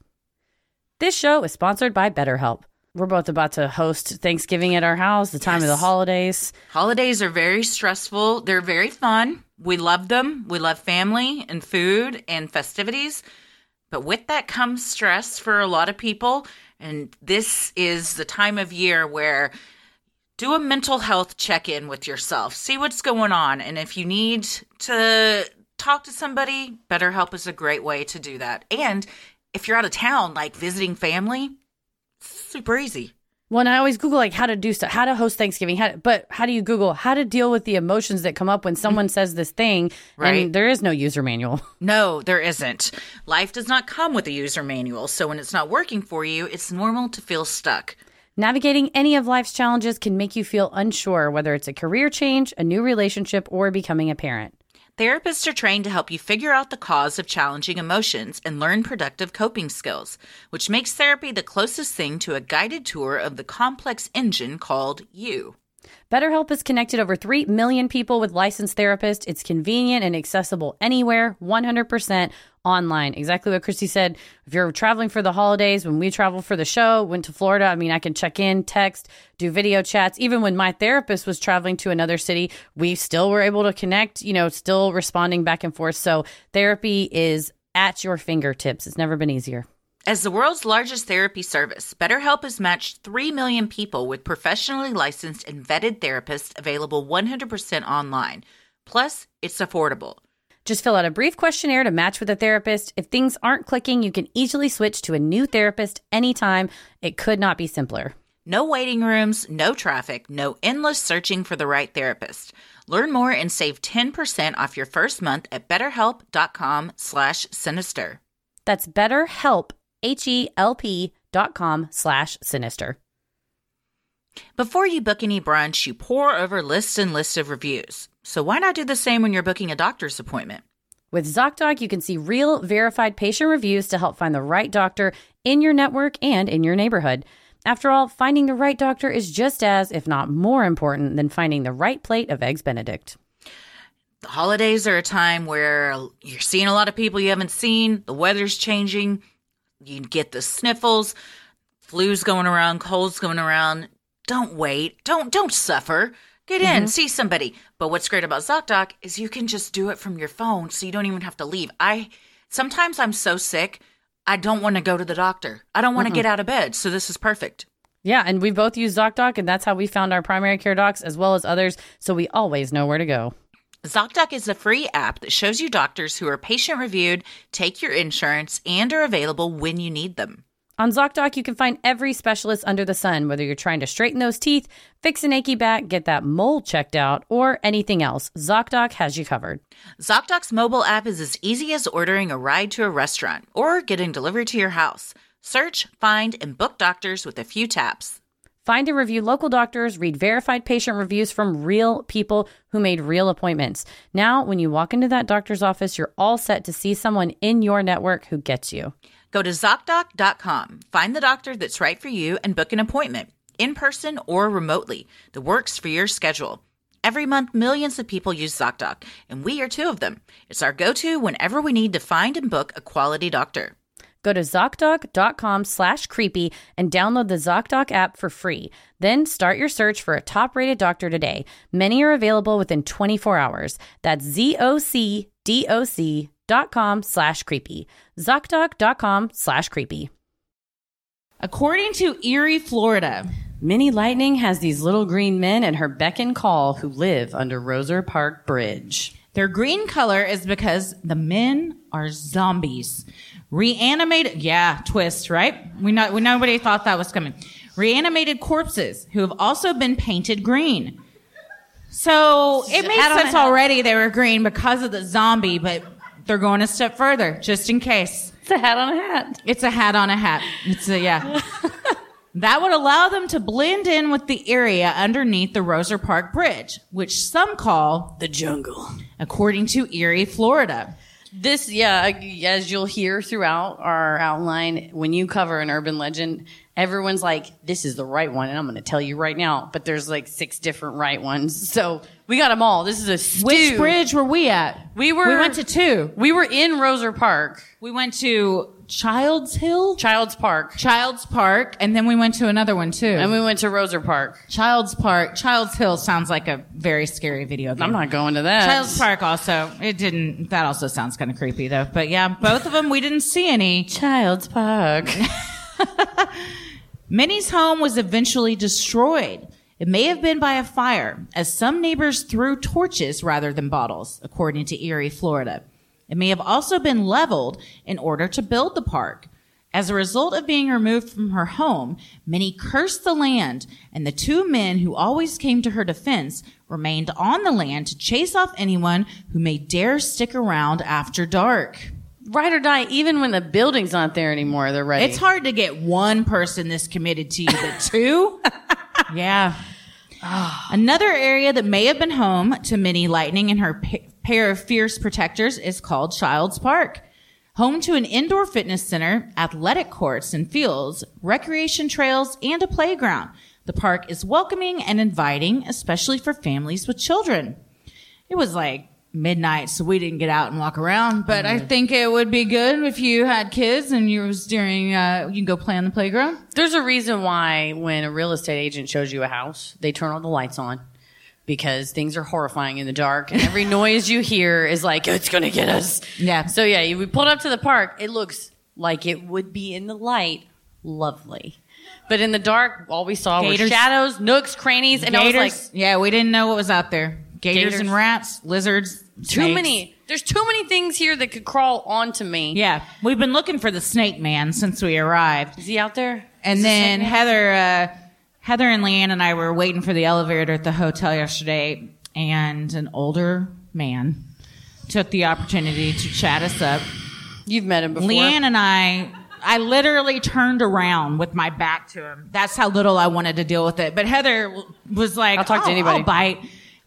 D: This show is sponsored by BetterHelp. We're both about to host Thanksgiving at our house, the time of the holidays.
E: Holidays are very stressful. They're very fun. We love them. We love family and food and festivities. But with that comes stress for a lot of people. And this is the time of year where do a mental health check in with yourself. See what's going on. And if you need to talk to somebody, BetterHelp is a great way to do that. And if you're out of town, like visiting family, super easy.
D: Well, and I always Google like how to do stuff, how to host Thanksgiving, how but how do you Google how to deal with the emotions that come up when someone says this thing?
E: Right.
D: And there is no user manual.
E: No, there isn't. Life does not come with a user manual, so when it's not working for you, it's normal to feel stuck.
D: Navigating any of life's challenges can make you feel unsure whether it's a career change, a new relationship, or becoming a parent.
C: Therapists are trained to help you figure out the cause of challenging emotions and learn productive coping skills, which makes therapy the closest thing to a guided tour of the complex engine called you.
D: BetterHelp has connected over 3 million people with licensed therapists. It's convenient and accessible anywhere, 100% online. Exactly what Christy said. If you're traveling for the holidays, when we traveled for the show, went to Florida, I mean, I can check in, text, do video chats. Even when my therapist was traveling to another city, we still were able to connect, you know, still responding back and forth. So therapy is at your fingertips. It's never been easier.
C: As the world's largest therapy service, BetterHelp has matched 3 million people with professionally licensed and vetted therapists available 100% online. Plus, it's affordable.
D: Just fill out a brief questionnaire to match with a therapist. If things aren't clicking, you can easily switch to a new therapist anytime. It could not be simpler.
C: No waiting rooms, no traffic, no endless searching for the right therapist. Learn more and save 10% off your first month at betterhelp.com slash sinister.
D: That's BetterHelp, H-E-L-P dot com slash sinister.
C: Before you book any brunch, you pore over lists and lists of reviews. So why not do the same when you're booking a doctor's appointment?
D: With ZocDoc, you can see real, verified patient reviews to help find the right doctor in your network and in your neighborhood. After all, finding the right doctor is just as, if not more important, than finding the right plate of Eggs Benedict.
C: The holidays are a time where you're seeing a lot of people you haven't seen, the weather's changing, you get the sniffles, flu's going around, cold's going around. Don't wait. Don't don't suffer. Get in, see somebody. But what's great about ZocDoc is you can just do it from your phone, so you don't even have to leave. I sometimes I'm so sick, I don't want to go to the doctor. I don't want to get out of bed, so this is perfect.
D: Yeah, and we both use ZocDoc, and that's how we found our primary care docs as well as others, so we always know where to go.
C: ZocDoc is a free app that shows you doctors who are patient reviewed, take your insurance, and are available when you need them.
D: On ZocDoc, you can find every specialist under the sun, whether you're trying to straighten those teeth, fix an achy back, get that mole checked out, or anything else. ZocDoc has you covered.
C: ZocDoc's mobile app is as easy as ordering a ride to a restaurant or getting delivery to your house. Search, find, and book doctors with a few taps.
D: Find and review local doctors, read verified patient reviews from real people who made real appointments. Now, when you walk into that doctor's office, you're all set to see someone in your network who gets you.
C: Go to ZocDoc.com, find the doctor that's right for you, and book an appointment, in person or remotely, that works for your schedule. Every month, millions of people use ZocDoc, and we are two of them. It's our go to whenever we need to find and book a quality doctor.
D: Go to ZocDoc.com slash creepy and download the ZocDoc app for free. Then start your search for a top rated doctor today. Many are available within 24 hours. That's ZocDoc.com slash creepy. ZocDoc.com slash creepy.
F: According to Erie, Florida,
G: Minnie Lightning has these little green men at her beck and call who live under Roser Park Bridge.
F: Their green color is because the men are zombies. Reanimated, yeah, twist, right? We not, we, nobody thought that was coming. Reanimated corpses who have also been painted green. So it made
G: add on
F: sense
G: a-
F: already they were green because of the zombie, but they're going a step further just in case.
G: It's a hat on a hat.
F: It's a hat on a hat. It's
G: [laughs]
F: a, yeah. that would allow them to blend in with the area underneath the Roser Park Bridge, which some call the jungle, according to Erie, Florida.
G: This, yeah, as you'll hear throughout our outline, when you cover an urban legend, everyone's like, this is the right one. And I'm going to tell you right now, but there's like six different right ones. So we got them all. This is a stew.
F: Which bridge were we at?
G: We were-
F: We went to two.
G: We were in Roser Park,
F: We went to Child's Hill,
G: Child's Park,
F: Child's Park, and then we went to another one too.
G: and we went to Roser Park.
F: Child's Park, Child's Hill sounds like a very scary video game.
G: I'm not going to that.
F: Child's Park also. It didn't. That also sounds kind of creepy though. But yeah, both of them we didn't see any.
G: Child's Park. [laughs]
F: Minnie's home was eventually destroyed. It may have been by a fire, as some neighbors threw torches rather than bottles, according to Erie, Florida. It may have also been leveled in order to build the park. As a result of being removed from her home, Minnie cursed the land, and the two men who always came to her defense remained on the land to chase off anyone who may dare stick around after dark.
D: ride or die, even when the building's not there anymore, they're ready.
C: It's hard to get one person this committed to you, but
D: [laughs]
C: two? yeah. Ah. Another area that may have been home to Minnie Lightning and her pa- pair of fierce protectors is called Child's Park. Home to an indoor fitness center, athletic courts and fields, recreation trails, and a playground. The park is welcoming and inviting, especially for families with children. It was like midnight, so we didn't get out and walk around. But
D: Mm-hmm.
C: I think it would be good if you had kids and you was during, uh, you can go play on the playground.
D: There's a reason why when a real estate agent shows you a house, they turn all the lights on because things are horrifying in the dark and
C: [laughs]
D: every noise you hear is like, it's going to get us.
C: Yeah.
D: So yeah, we pulled up to the park. It looks like it would be in the light. Lovely. But in the dark, all we saw
C: Gators.
D: were shadows, nooks, crannies, and I was like,
C: Gators. yeah, we didn't know what was out there. Gators,
D: Gators.
C: and rats, lizards,
D: too
C: snakes.
D: many. There's too many things here that could crawl onto me.
C: Yeah, we've been looking for the snake man since we arrived,
D: Is he out there?
C: and then Heather, uh, Heather and Leanne and I were waiting for the elevator at the hotel yesterday, and an older man took the opportunity to chat us up.
D: You've met him before.
C: Leanne and I, I literally turned around with my back to him. That's how little I wanted to deal with it. But Heather w- was like,
D: I'll talk to anybody."
C: I'll Oh, bite.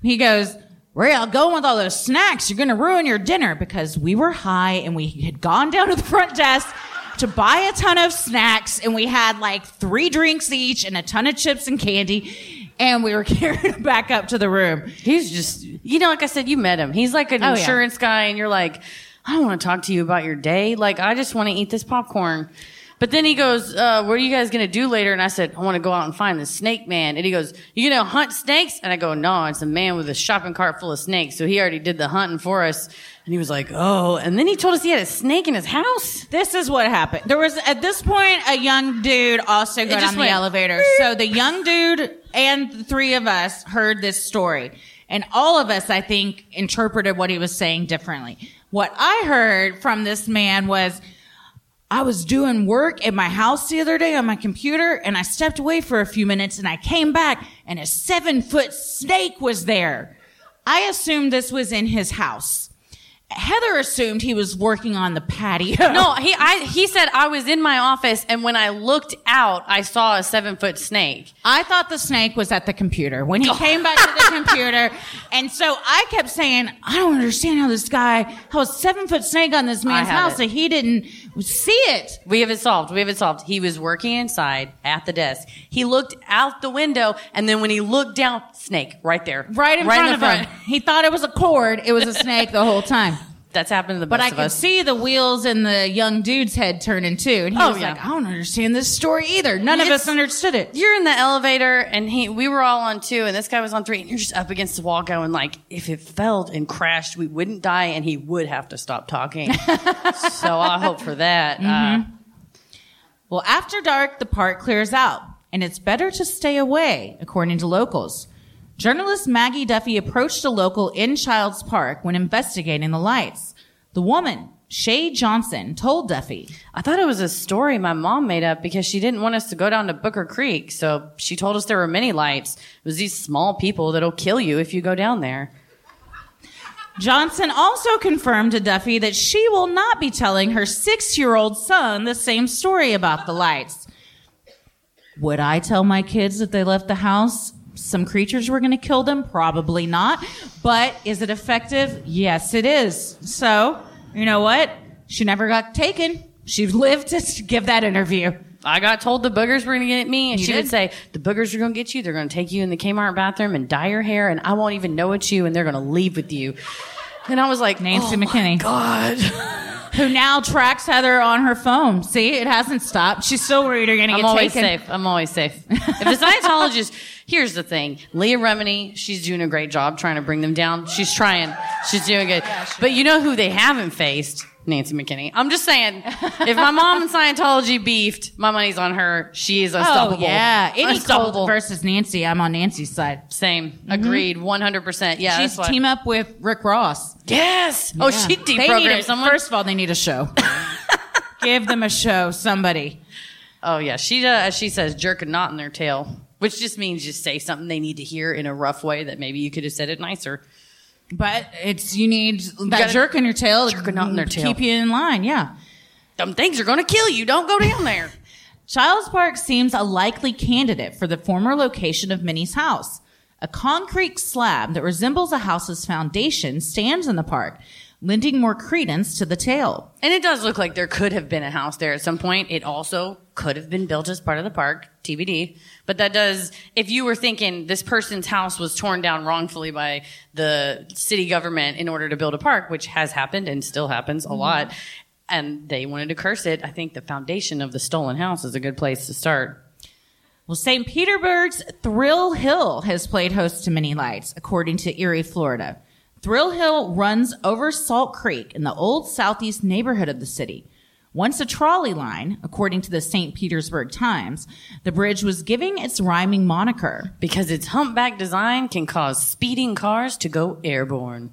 C: He goes, where y'all going with all those snacks? You're going to ruin your dinner because we were high and we had gone down to the front desk to buy a ton of snacks and we had like three drinks each and a ton of chips and candy. And we were [laughs] carrying them back up to the room.
D: He's just, you know, like I said, you met him. He's like an
C: Oh, yeah.
D: insurance guy, and you're like, I don't want to talk to you about your day. Like, I just want to eat this popcorn. But then he goes, uh, What are you guys going to do later? And I said, I want to go out and find the snake man. And he goes, You going to hunt snakes? And I go, No, it's a man with a shopping cart full of snakes. So he already did the hunting for us. And he was like, Oh. And then he told us he had a snake in his house.
C: This is what happened. There was at this point a young dude also got
D: just
C: on the
D: went,
C: elevator. So the young dude and the three of us heard this story. And all of us, I think, interpreted what he was saying differently. What I heard from this man was, I was doing work at my house the other day on my computer and I stepped away for a few minutes and I came back and a seven foot snake was there. I assumed this was in his house. Heather assumed he was working on the
D: [laughs]
C: patio.
D: No, he I he said I was in my office and when I looked out, I saw a seven foot snake.
C: I thought the snake was at the computer when he
D: Oh.
C: came back to
D: [laughs]
C: the computer. And so I kept saying, I don't understand how this guy, how a seven foot snake on this man's
D: have
C: house
D: it.
C: that he didn't see it.
D: We have it solved. We have it solved. He was working inside at the desk. He looked out the window, and then when he looked down, snake right there,
C: Right in front
D: the
C: of him. He thought it was a cord. It was a snake the whole time.
D: [laughs] That's happened to the
C: But
D: best
C: I
D: of
C: could
D: us.
C: see the wheels in the young dude's head turning too. And he
D: Oh,
C: was
D: yeah.
C: like, I don't understand this story either. None of
D: It's-
C: us understood it.
D: You're in the elevator, and he we were all on two, and this guy was on three, and you're just up against the wall, going like, if it fell and crashed, we wouldn't die, and he would have to stop [laughs] talking. so I hope for that. Uh,
C: Well, after dark, the park clears out, and it's better to stay away, according to locals. Journalist Maggie Duffy approached a local in Childs Park when investigating the lights. The woman, Shay Johnson, told Duffy,
D: I thought it was a story my mom made up because she didn't want us to go down to Booker Creek. So she told us there were many lights. It was these small people that'll kill you if you go down there.
C: Johnson also confirmed to Duffy that she will not be telling her six year old son the same story about the lights. Would I tell my kids that they left the house? Some creatures were going to kill them? Probably not. But is it effective? Yes, it is. So, you know what? She never got taken. She lived [laughs] to give that interview.
D: I got told the boogers were going to get me, and
C: You
D: she
C: did?
D: would say, "The boogers are going to get you. They're going to take you in the Kmart bathroom and dye your hair, and I won't even know it's you, and they're going to leave with you." And I was like,
C: Nancy
D: "Oh my
C: McKinney.
D: God,
C: [laughs] Who now tracks Heather on her phone. See, it hasn't stopped. She's still worried you're going to
D: I'm
C: get
D: always
C: taken.
D: safe. I'm always safe." [laughs] If the Scientologist, here's the thing: Leah Remini, she's doing a great job trying to bring them down. She's trying. She's doing good. but you know who they haven't faced? Nancy McKinney. I'm just saying, if my mom and Scientology beefed, my money's on her. She is
C: Oh
D: unstoppable.
C: yeah, any
D: Unstoppable.
C: Colt versus Nancy. I'm on Nancy's side. Mm-hmm.
D: Same. Agreed. One hundred percent. Yeah.
C: She's
D: that's why-
C: team up with Rick Ross.
D: Yes. Oh,
C: Yeah.
D: she
C: They need
D: deprogrammed
C: a-
D: someone.
C: First of all, they need a show. Give them a show, somebody.
D: Oh yeah. She uh, she says jerk a knot in their tail, which just means just say something they need to hear in a rough way that maybe you could have said it nicer.
C: But it's you need that jerk in your tail to
D: jerking out in their tail.
C: keep you in line. Yeah.
D: Them things are going to kill you. Don't go down there.
C: [laughs] Childs Park seems a likely candidate for the former location of Minnie's house. A concrete slab that resembles a house's foundation stands in the park, lending more credence to the tale.
D: And it does look like there could have been a house there at some point. It also could have been built as part of the park, TBD. But that does, if you were thinking this person's house was torn down wrongfully by the city government in order to build a park, which has happened and still happens
C: Mm-hmm.
D: a lot, and they wanted to curse it, I think the foundation of the stolen house is a good place to start.
C: Well, St. Petersburg's Thrill Hill has played host to many lights, according to Erie, Florida. Thrill Hill runs over Salt Creek in the old southeast neighborhood of the city. Once a trolley line, according to the St. Petersburg Times, the bridge was giving its rhyming moniker.
D: Because its humpback design can cause speeding cars to go airborne.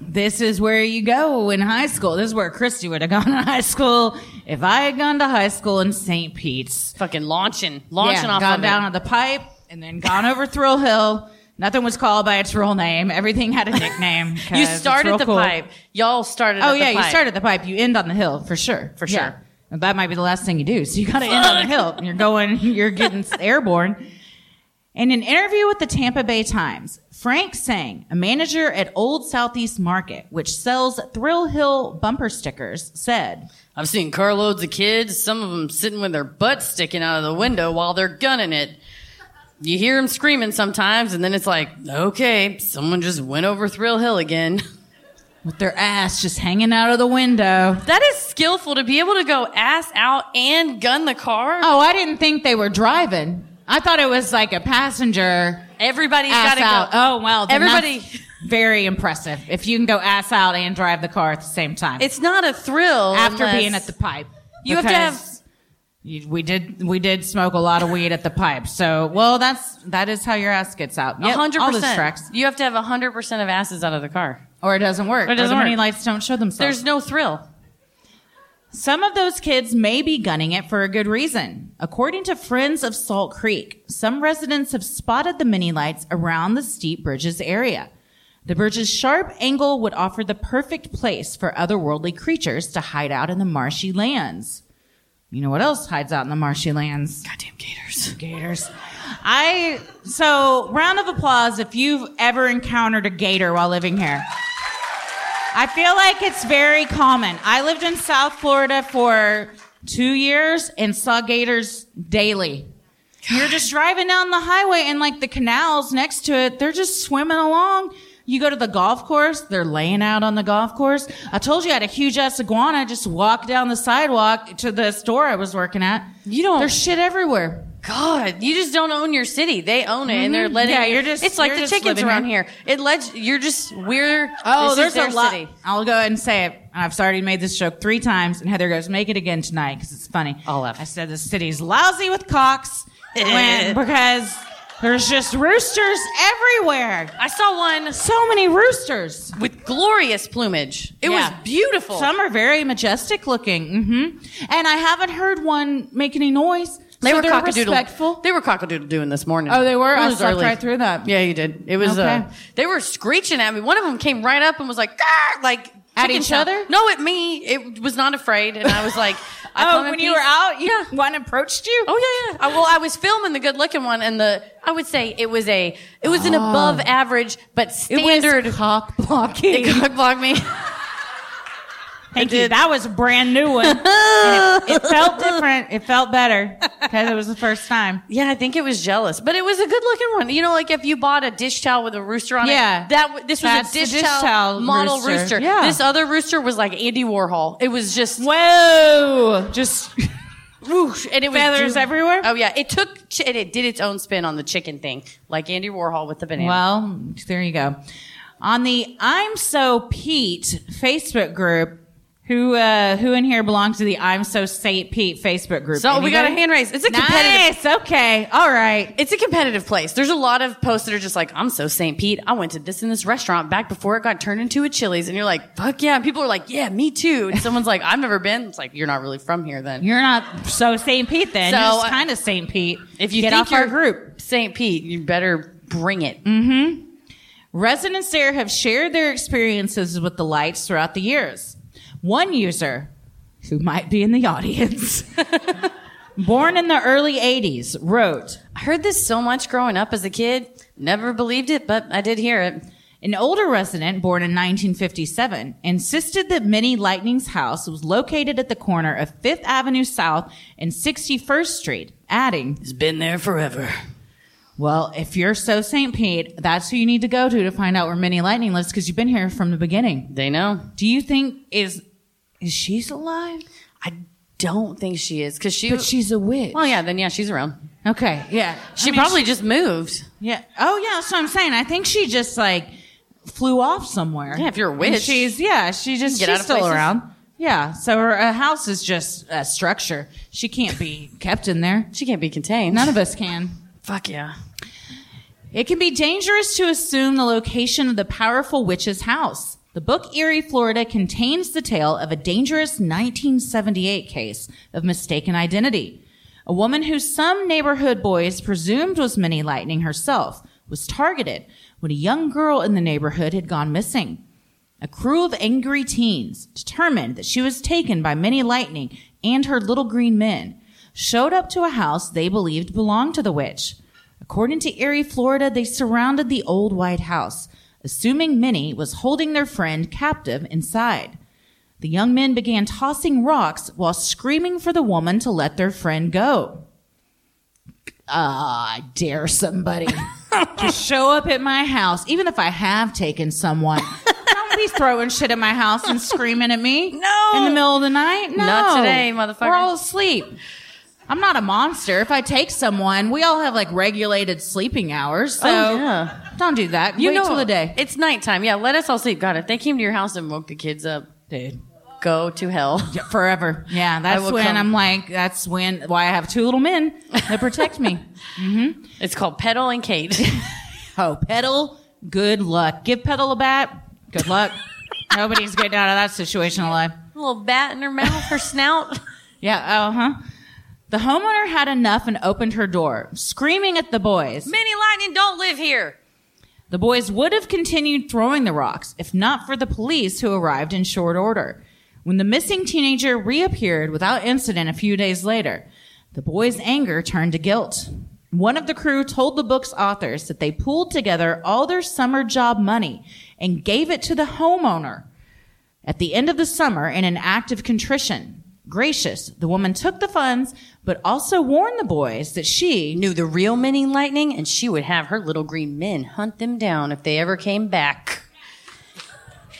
C: This is where you go in high school. This is where Christy would have gone [laughs] to high school if I had gone to high school in St. Pete's.
D: Fucking launching, launching
C: yeah,
D: off
C: gone
D: of it.
C: down on the pipe and then gone over Thrill Hill. Nothing was called by its real name. Everything
D: [laughs]
C: had a nickname. 'cause
D: You
C: it's real
D: started the
C: cool.
D: pipe. Y'all started.
C: Oh
D: at
C: yeah,
D: the
C: you
D: pipe.
C: start at the pipe. You end on the hill for sure. For
D: sure.
C: that might be the last thing you do. So you got to end on the hill. And you're going. [laughs] You're getting airborne. In an interview with the Tampa Bay Times, Frank Sang, a manager at Old Southeast Market, which sells Thrill Hill bumper stickers, said.
D: I've seen carloads of kids, some of them sitting with their butts sticking out of the window while they're gunning it. You hear them screaming sometimes, and then it's like, okay, someone just went over Thrill Hill again. [laughs]
C: With their ass just hanging out of the window.
D: That is skillful to be able to go ass out and gun the car.
C: Oh, I didn't think they were driving. I thought it was like a passenger
D: Everybody's
C: ass
D: got to
C: out.
D: go.
C: Oh well, then
D: Everybody-
C: that's very impressive. If you can go ass out and drive the car at the same time
D: It's not a thrill
C: after
D: unless-
C: being at the pipe,
D: You have to have-
C: Because you- We did. We did smoke a lot of weed at the pipe. So well, that's that is how your ass gets out.
D: A
C: Yep,
D: hundred
C: All this
D: percent.
C: tracks,
D: You have to have a hundred percent of asses out of the car.
C: or it doesn't work.
D: Or it doesn't
C: the many
D: work.
C: lights don't show themselves.
D: There's no thrill.
C: Some of those kids may be gunning it for a good reason. According to friends of Salt Creek, some residents have spotted the mini lights around the steep bridges area. The bridge's sharp angle would offer the perfect place for otherworldly creatures to hide out in the marshy lands. You know what else hides out in the marshy lands?
D: Goddamn gators.
C: Gators. I so round of applause if you've ever encountered a gator while living here. I feel like it's very common. I lived in South Florida for two years and saw gators daily. You're just driving down the highway and like the canals next to it, they're just swimming along. You go to the golf course, they're laying out on the golf course. I told you I had a huge ass iguana just walk down the sidewalk to the store I was working at.
D: You don't-
C: There's shit everywhere.
D: God, you just don't own your city. They own it, and they're
C: Mhm.
D: letting.
C: Yeah, you're just-
D: It's like
C: you're
D: the
C: just
D: chickens
C: living
D: around
C: here.
D: here. It lets you're just we're.
C: Oh,
D: this is
C: there's a
D: their
C: lot.
D: City.
C: I'll go ahead and say it. And I've already made this joke three times, and Heather goes, "Make it again tonight because it's funny."
D: I'll have-
C: I said the city's lousy with cocks
D: [laughs]
C: when, because there's just roosters everywhere.
D: I saw one
C: So many roosters.
D: with glorious plumage. It
C: Yeah.
D: was beautiful.
C: Some are very majestic looking. hmm And I haven't heard one make any noise.
D: they
C: so
D: were
C: they're
D: cockadoodle.
C: respectful.
D: They were cockadoodle doing this morning.
C: Oh, they were?
D: It
C: I
D: was
C: slept
D: early.
C: right through that.
D: Yeah, you did. It was.
C: Okay.
D: Uh, they were screeching at me. One of them came right up and was like, "Grr," like
C: At
D: chicken
C: each
D: sound.
C: other?
D: No, at me. It was not afraid, and I
C: [laughs]
D: was like, I
C: oh,
D: come in
C: when you
D: peace.
C: were out, you,
D: Yeah.
C: one approached you.
D: Oh yeah, yeah. I, well, I was filming the good looking one, and the I would say it was a it was an above average but standard.
C: Oh. It was cock blocking.
D: It [laughs] cock blocked me.
C: Thank you. That was a brand new one. And it, it [laughs] felt different. It felt better because it was the first time.
D: Yeah, I think it was jealous, but it was a good looking one. You know, like if you bought a dish towel with a rooster on
C: Yeah.
D: it. that w- this was
C: That's
D: a
C: the
D: dish,
C: dish
D: towel,
C: towel
D: model
C: rooster.
D: rooster.
C: Yeah.
D: This other rooster was like Andy Warhol. It was just
C: Whoa! Just
D: [laughs] whoosh, and it was
C: Feathers
D: doom.
C: everywhere?
D: Oh yeah, it took ch- and it did its own spin on the chicken thing, like Andy Warhol with the banana.
C: well, there you go. On the I'm So Pete Facebook group, who uh, who in here belongs to the I'm So Saint Pete Facebook group?
D: so we got a hand raise. It's a competitive.
C: Nice. Okay. All right.
D: it's a competitive place. There's a lot of posts that are just like, I'm so St. Pete. I went to this and this restaurant back before it got turned into a Chili's. And you're like, fuck yeah. And people are like, yeah, me too. And someone's like, I've never been. It's like, you're not really from here then.
C: You're not so Saint Pete then.
D: So,
C: you're just
D: uh,
C: kind of Saint Pete.
D: If you
C: get
D: think
C: off our
D: you're
C: group.
D: Mm-hmm. St. Pete, you better bring it.
C: Residents there have shared their experiences with the lights throughout the years. One user, who might be in the audience, [laughs] born in the early 80s, wrote,
D: I heard this so much growing up as a kid. Never believed it, but I did hear it.
C: An older resident born in 1957 insisted that Minnie Lightning's house was located at the corner of 5th Avenue South and 61st Street, adding,
D: It's been there forever.
C: Well, if you're so St. Pete, that's who you need to go to to find out where Minnie Lightning lives because you've been here from the beginning.
D: They know.
C: Do you think is is she's alive?
D: I don't think she is because she.
C: But she's a witch.
D: well, yeah, then yeah, she's around.
C: Okay. Yeah.
D: She
C: I mean,
D: probably just moved.
C: Yeah. Oh yeah. That's what I'm saying. I think she just like flew off somewhere.
D: Yeah, if you're a
C: And
D: witch.
C: she's yeah. She just
D: Get
C: she's
D: out of
C: still
D: places.
C: around. Yeah. So her uh, house is just a structure. She can't be kept in there.
D: She can't be contained.
C: None of us can.
D: Fuck yeah.
C: It can be dangerous to assume the location of the powerful witch's house. The book Erie, Florida contains the tale of a dangerous 1978 case of mistaken identity. A woman who some neighborhood boys presumed was Minnie Lightning herself was targeted when a young girl in the neighborhood had gone missing. A crew of angry teens, determined that she was taken by Minnie Lightning and her little green men, showed up to a house they believed belonged to the witch. According to Erie, Florida, they surrounded the old White House, assuming Minnie was holding their friend captive inside. The young men began tossing rocks while screaming for the woman to let their friend go. Ah, dare somebody [laughs] to show up at my house, even if I have taken someone. Don't be throwing shit at my house and screaming at me. No. In the middle of the night? No.
D: Not today, motherfucker.
C: We're all asleep. I'm not a monster. If I take someone, we all have like regulated sleeping hours. So
D: Oh, yeah.
C: don't do that. You Wait till the day.
D: It's nighttime. Yeah, let us all sleep. God, if they came to your house and woke the kids up, dude, go to hell. [laughs]
C: forever. Yeah, that's
D: will
C: when
D: come.
C: I'm like, that's when why I have two little men that protect me.
D: [laughs] It's called Pedal and Kate.
C: [laughs] oh, pedal, good luck. Give pedal a bat, good
D: [laughs]
C: luck. Nobody's getting out of that situation alive.
D: a little bat in her mouth, [laughs] her snout.
C: Yeah, uh huh. The homeowner had enough and opened her door, screaming at the boys.
D: Minnie Lightning don't live here.
C: The boys would have continued throwing the rocks if not for the police who arrived in short order. When the missing teenager reappeared without incident a few days later, the boys' anger turned to guilt. One of the crew told the book's authors that they pooled together all their summer job money and gave it to the homeowner. At the end of the summer, in an act of contrition, gracious, the woman took the funds, but also warned the boys that she
D: Knew the real Minnie Lightning, and she would have her little green men hunt them down if they ever came back.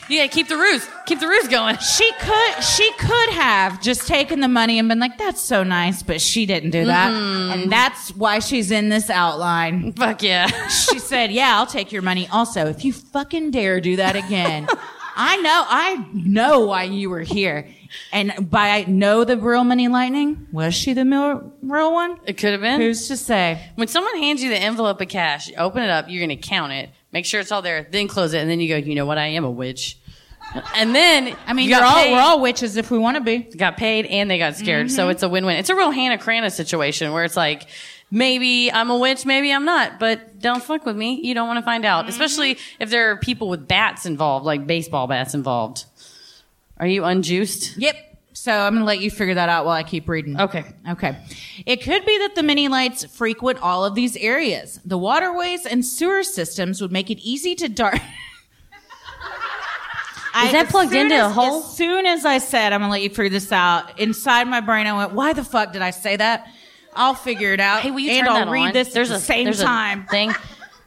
D: You gotta keep the ruse. Keep the ruse going.
C: She could she could have just taken the money and been like, that's so nice, but she didn't do that. And that's why she's in this outline.
D: Mm-hmm. Fuck yeah.
C: [laughs] She said, Yeah, I'll take your money. Also, if you fucking dare do that
D: [laughs]
C: again, I know I know why you were here. And by I know the real money lightning, was she the mil- real one?
D: It could have been.
C: Who's to say?
D: When someone hands you the envelope of cash, you open it up, you're going to count it, make sure it's all there, then close it, and then you go, you know what, I am a witch. And then,
C: I mean,
D: you
C: you're
D: got
C: all,
D: paid,
C: we're all witches if we want to be. Mm-hmm.
D: got paid and they got scared. So it's a win-win. It's a real Hannah Crana situation where it's like, maybe I'm a witch, maybe I'm not, but don't fuck with me. You don't want to find
C: Mm-hmm.
D: out, especially if there are people with bats involved, like baseball bats involved. Are you unjuiced?
C: Yep. So I'm going to let you figure that out while I keep reading.
D: Okay.
C: Okay. It could be that the mini lights frequent all of these areas. The waterways and sewer systems would make it easy to [laughs] dart. Is
D: that plugged into a hole?
C: As soon as I said, I'm going to let you figure this out, inside my brain, I went, why the fuck did I say that? I'll figure it out.
D: Hey, will you
C: Uh, and
D: turn
C: I'll
D: that
C: read
D: on?
C: this
D: there's
C: at the
D: a,
C: same
D: there's a
C: time.
D: thing.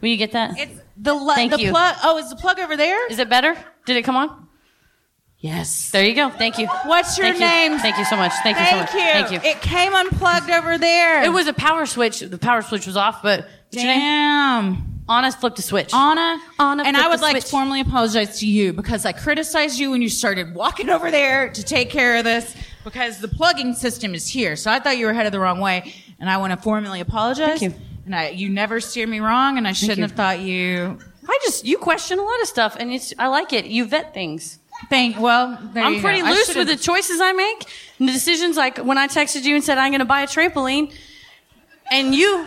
D: Will you get that? Is
C: It's the, li-
D: Thank
C: the
D: you.
C: plug. Oh, is the plug over there?
D: it better? Did it come on?
C: yes.
D: There you go. Thank you.
C: What's your
D: Thank you.
C: name?
D: Thank you so much. Thank, you so much. Thank you. It,
C: It came unplugged over there.
D: was a power switch. The power switch was off, but what's your name?
C: Damn.
D: Anna flipped a switch.
C: Anna,
D: Anna
C: and I
D: flipped
C: would
D: the
C: like to
D: switch.
C: formally apologize to you because I criticized you when you started walking over there to take care of this because the plugging system is here. So I thought you were headed the wrong way, and I want to formally apologize.
D: Thank you.
C: And I, you never steer me wrong, and I shouldn't
D: you.
C: have thought you.
D: I just you question a lot of stuff, and it's I like it. You vet things.
C: Thank. Well, there
D: I'm
C: you
D: pretty
C: go. I
D: loose
C: should've-
D: with the choices I make and the decisions. Like when I texted you and said I'm going to buy a trampoline, and you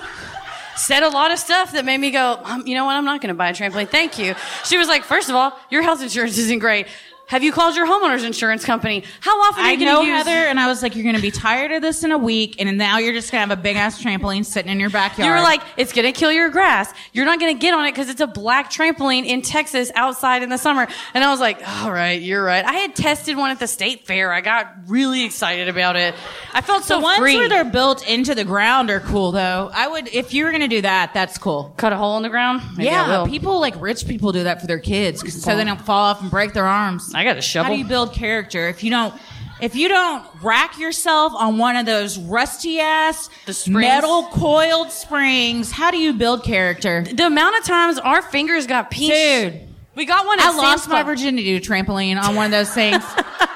D: said a lot of stuff that made me go, um, you know what? I'm not going to buy a trampoline. Thank you. She was like, first of all, your health insurance isn't great. Have you called your homeowner's insurance company? How often are
C: I
D: you going
C: know
D: to use?
C: Heather, and I was like, "You're going to be tired of this in a week, and now you're just going to have a big ass trampoline sitting in your backyard."
D: You were like, it's gonna kill your grass. You're not gonna get on it because it's a black trampoline in Texas outside in the summer. And I was like, all right, you're right. I had tested one at the state fair. I got really excited about it. I felt so
C: "The ones
D: free.
C: where they're built into the ground are cool, though. I would, if you were going to do that, that's cool."
D: Cut a hole in the ground. Maybe I
C: yeah,
D: will.
C: people like rich people do that for their kids 'cause- so they don't fall off and break their arms.
D: I got a shovel.
C: How do you build character if you don't? If you don't rack yourself on one of those rusty ass
D: The springs.
C: metal coiled springs, how do you build character?
D: the amount of times our fingers got pinched.
C: Dude.
D: we got one. At
C: I lost
D: Sam's
C: my
D: Club.
C: virginity to trampoline on one of those
D: [laughs]
C: things.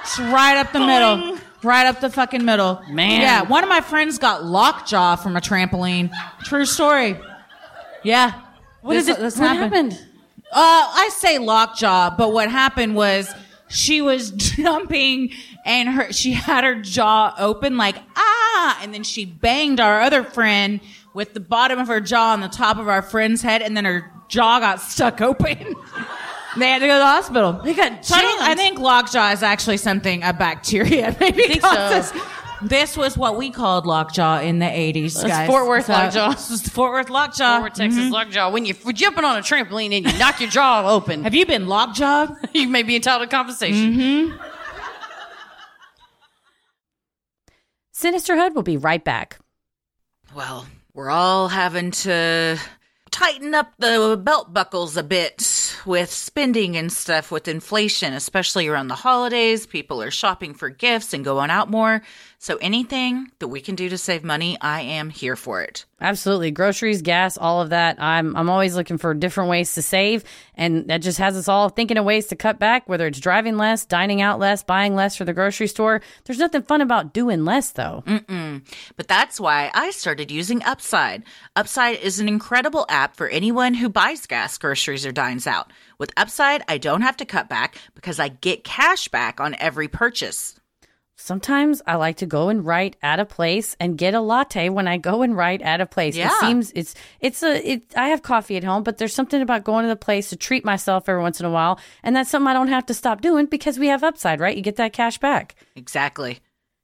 C: It's right up the middle. Right up the fucking middle.
D: Man.
C: Yeah, one of my friends got lockjaw from a trampoline. True story. Yeah.
D: What
C: This-
D: is it?
C: this
D: what happened?
C: uh, I say lockjaw, but what happened was she was [laughs] jumping and her she had her jaw open like ah, and then she banged our other friend with the bottom of her jaw on the top of our friend's head, and then her jaw got stuck [laughs] open. They had to go to the hospital. They
D: got
C: so I, don't- I
D: jammed.
C: think lockjaw is actually something a bacteria [laughs] maybe
D: think
C: causes.
D: so.
C: This was what we called lockjaw in the eighties.
D: That's Fort Worth lockjaw.
C: This is Fort Worth Mm-hmm. lockjaw.
D: Forward Texas lockjaw. When you- you're jumping on a trampoline and you knock your jaw open,
C: Have you been Mm-hmm. lockjaw?
D: [laughs] you may be entitled to compensation.
A: Sinisterhood will be right back.
E: Well, we're all having to tighten up the belt buckles a bit with spending and stuff with inflation, especially around the holidays. People are shopping for gifts and going out more. So anything that we can do to save money, I am here for it.
A: Absolutely. Groceries, gas, all of that. I'm I'm always looking for different ways to save and that just has us all thinking of ways to cut back whether it's driving less, dining out less, buying less for the grocery store. There's nothing fun about doing less though.
E: But that's why I started using Upside. Upside is an incredible app for anyone who buys gas, groceries, or dines out. With Upside, I don't have to cut back because I get cash back on every purchase.
A: Sometimes I like to go and write at a place and get a latte when I go and write at a place.
E: Yeah.
A: It seems it's it's a it I have coffee at home, but there's something about going to the place to treat myself every once in a while, and that's something I don't have to stop doing because we have upside, right? You get that cash back.
E: Exactly.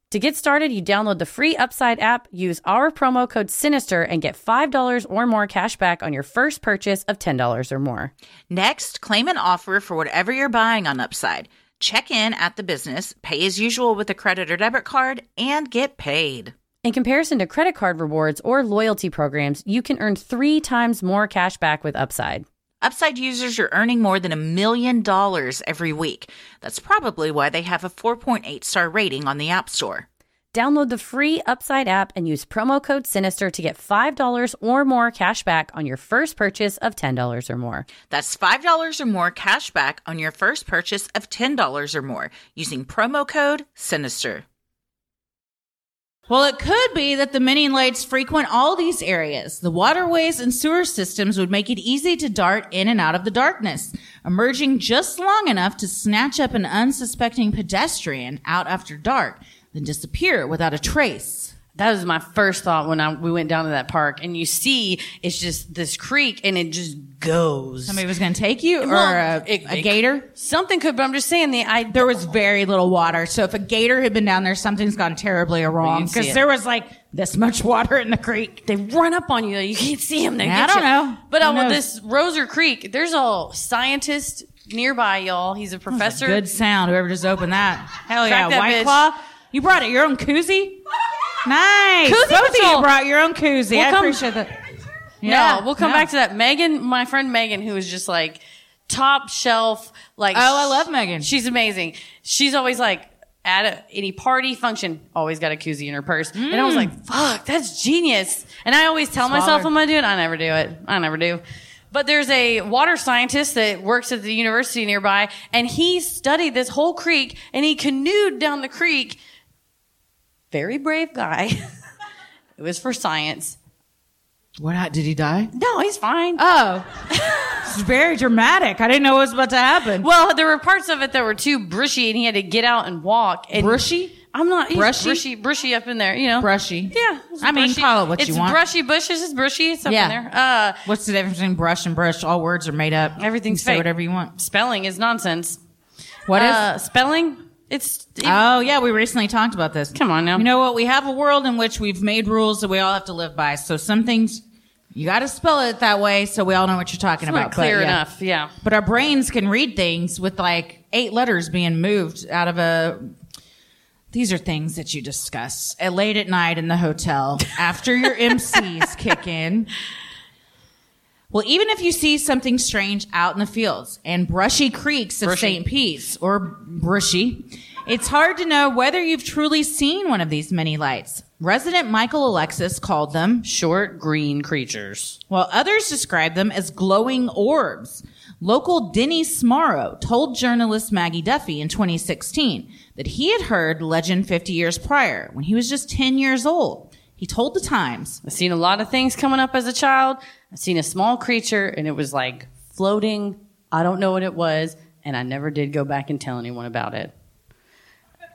A: To get started, you download the free Upside app, use our promo code SINISTER, and get $5 or more cash back on your first purchase of $10 or more.
E: Next, claim an offer for whatever you're buying on Upside. Check in at the business, pay as usual with a credit or debit card, and get paid.
A: In comparison to credit card rewards or loyalty programs, you can earn three times more cash back with Upside.
E: Upside users are earning more than a million dollars every week. That's probably why they have a 4.8 star rating on the App Store.
A: Download the free Upside app and use promo code SINISTER to get $5 or more cash back on your first purchase of $10 or more.
E: That's $5 or more cash back on your first purchase of $10 or more using promo code SINISTER.
C: Well, it could be that the mini lights frequent all these areas. The waterways and sewer systems would make it easy to dart in and out of the darkness, emerging just long enough to snatch up an unsuspecting pedestrian out after dark, then disappear without a trace.
D: That was my first thought when I, we went down to that park, and you see it's just this creek, and it just goes.
C: Somebody was going to take you, or
D: Well,
C: a,
D: it-
C: a
D: it-
C: gator.
D: Something could, but I'm just saying the I
C: There was very little water, so if a gator had been down there, something's gone terribly wrong
D: you'd see
C: because
D: it.
C: there was like this much water in the creek.
D: they run up on you. You can't see them. They
C: Yeah, I
D: get
C: don't
D: you.
C: know.
D: But
C: Who
D: um, with
C: knows?
D: this Roser Creek, there's a scientist nearby, y'all. He's a professor.
C: Good sound. Whoever just opened that. Hell
D: Crack
C: yeah.
D: that
C: White
D: bitch.
C: Claw. You brought it. Your own koozie? Nice.
D: Koozie
C: Both of
D: patrol.
C: you brought your own koozie.
D: We'll
C: I
D: come-
C: appreciate that.
D: No, we'll come back to that. Megan, my friend Megan, who is just like top shelf, like
C: Oh, I love Megan.
D: She's amazing. She's always like at a, any party function, always got a koozie in her purse. And
C: Mm.
D: I was like, fuck, that's genius. And I always tell myself
C: Swallowed.
D: I'm gonna do it. I never do it. I never do. But there's a water scientist that works at the university nearby, and he studied this whole creek and he canoed down the creek. Very brave guy. [laughs] it was for science.
C: What hap- Did he die?
D: No, he's fine.
C: [laughs] Oh. it's very dramatic. I didn't know what was about to happen.
D: Well, there were parts of it that were too brushy, and he had to get out and walk. And
C: Brushy?
D: I'm not he's
C: Brushy?
D: brushy, brushy up in there. You know,
C: brushy.
D: Yeah, it's
C: I mean,
D: brushy.
C: call it what
D: it's
C: you want.
D: brushy bushes. It's brushy. It's up
C: Yeah.
D: in there. Uh,
C: What's the difference between brush and brush? All words are made up.
D: Everything's
C: you can say
D: fake.
C: whatever you want.
D: spelling is nonsense.
C: What is?
D: uh, spelling? It's
C: Oh yeah, we recently talked about this.
D: Come on now.
C: You know what? We have a world in which we've made rules that we all have to live by. So some things you got to spell it that way, so we all know what you're talking
D: it's
C: about.
D: not
C: But,
D: clear
C: yeah.
D: enough. Yeah.
C: But our brains can read things with like eight letters being moved out of a. These are things that you discuss at late at night in the hotel after your MCs kick in. Well, even if you see something strange out in the fields and brushy creeks of St. Pete's or brushy, it's hard to know whether you've truly seen one of these many lights. Resident Michael Alexis called them
D: Short green creatures.
C: while others describe them as glowing orbs. Local Denny Smarrow told journalist Maggie Duffy in 2016 that he had heard legend 50 years prior when he was just 10 years old. He told the Times,
D: I've seen a lot of things coming up as a child. I've seen a small creature and it was like floating. I don't know what it was. And I never did go back and tell anyone about it.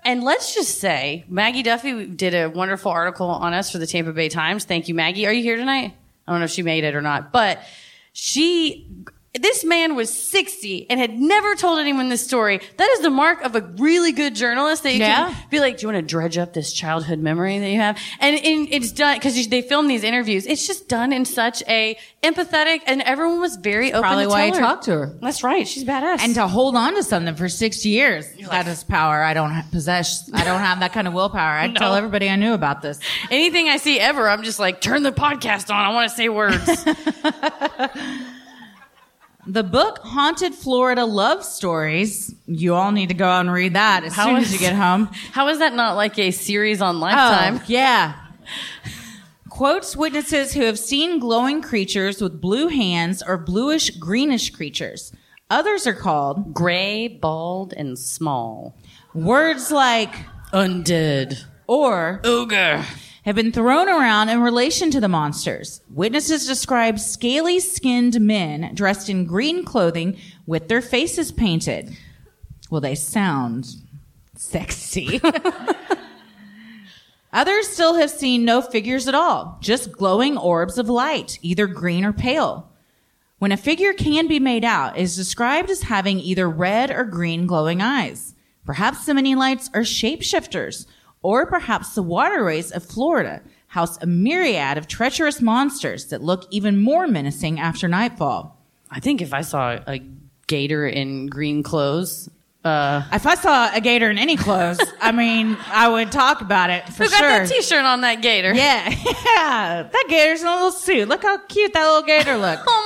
D: And let's just say Maggie Duffy did a wonderful article on us for the Tampa Bay Times. Thank you, Maggie. Are you here tonight? I don't know if she made it or not, but she, this man was 60 and had never told anyone this story. That is the mark of a really good journalist that you
C: Yeah.
D: can be like, do you want to dredge up this childhood memory that you have? And, and it's done because they film these interviews. It's just done in such a empathetic and everyone was very open.
C: probably
D: to
C: why he
D: tell
C: talked to her.
D: That's right. She's badass.
C: And to hold on to something for 60 years, that is power I don't ha- possess. I don't have that kind of willpower.
D: [laughs]
C: I'd tell everybody I knew about this.
D: anything I see ever, I'm just like, turn the podcast on. I want to say words.
C: The book Haunted Florida Love Stories, you all need to go out and read that as
D: How
C: soon
D: is-
C: as you get home.
D: How is that not like a series on Lifetime?
C: Oh,
D: [laughs]
C: yeah. Quotes witnesses who have seen glowing creatures with blue hands or bluish greenish creatures. Others are called
D: Gray, bald, and small.
C: words like
D: Undead.
C: or
D: Ogre.
C: have been thrown around in relation to the monsters. Witnesses describe scaly skinned men dressed in green clothing with their faces painted. Well, they sound sexy. [laughs] Others still have seen no figures at all, just glowing orbs of light, either green or pale. When a figure can be made out, it is described as having either red or green glowing eyes. Perhaps the mini lights are shapeshifters, or perhaps the waterways of Florida house a myriad of treacherous monsters that look even more menacing after nightfall.
D: I think if I saw a gator in green clothes, uh,
C: If I saw a gator in any
D: [laughs]
C: clothes, I mean, I would talk about it for
D: who got
C: sure.
D: that T-shirt on that gator?
C: Yeah, [laughs] yeah. That gator's in a little suit. Look how cute that little gator look.
D: [laughs] Oh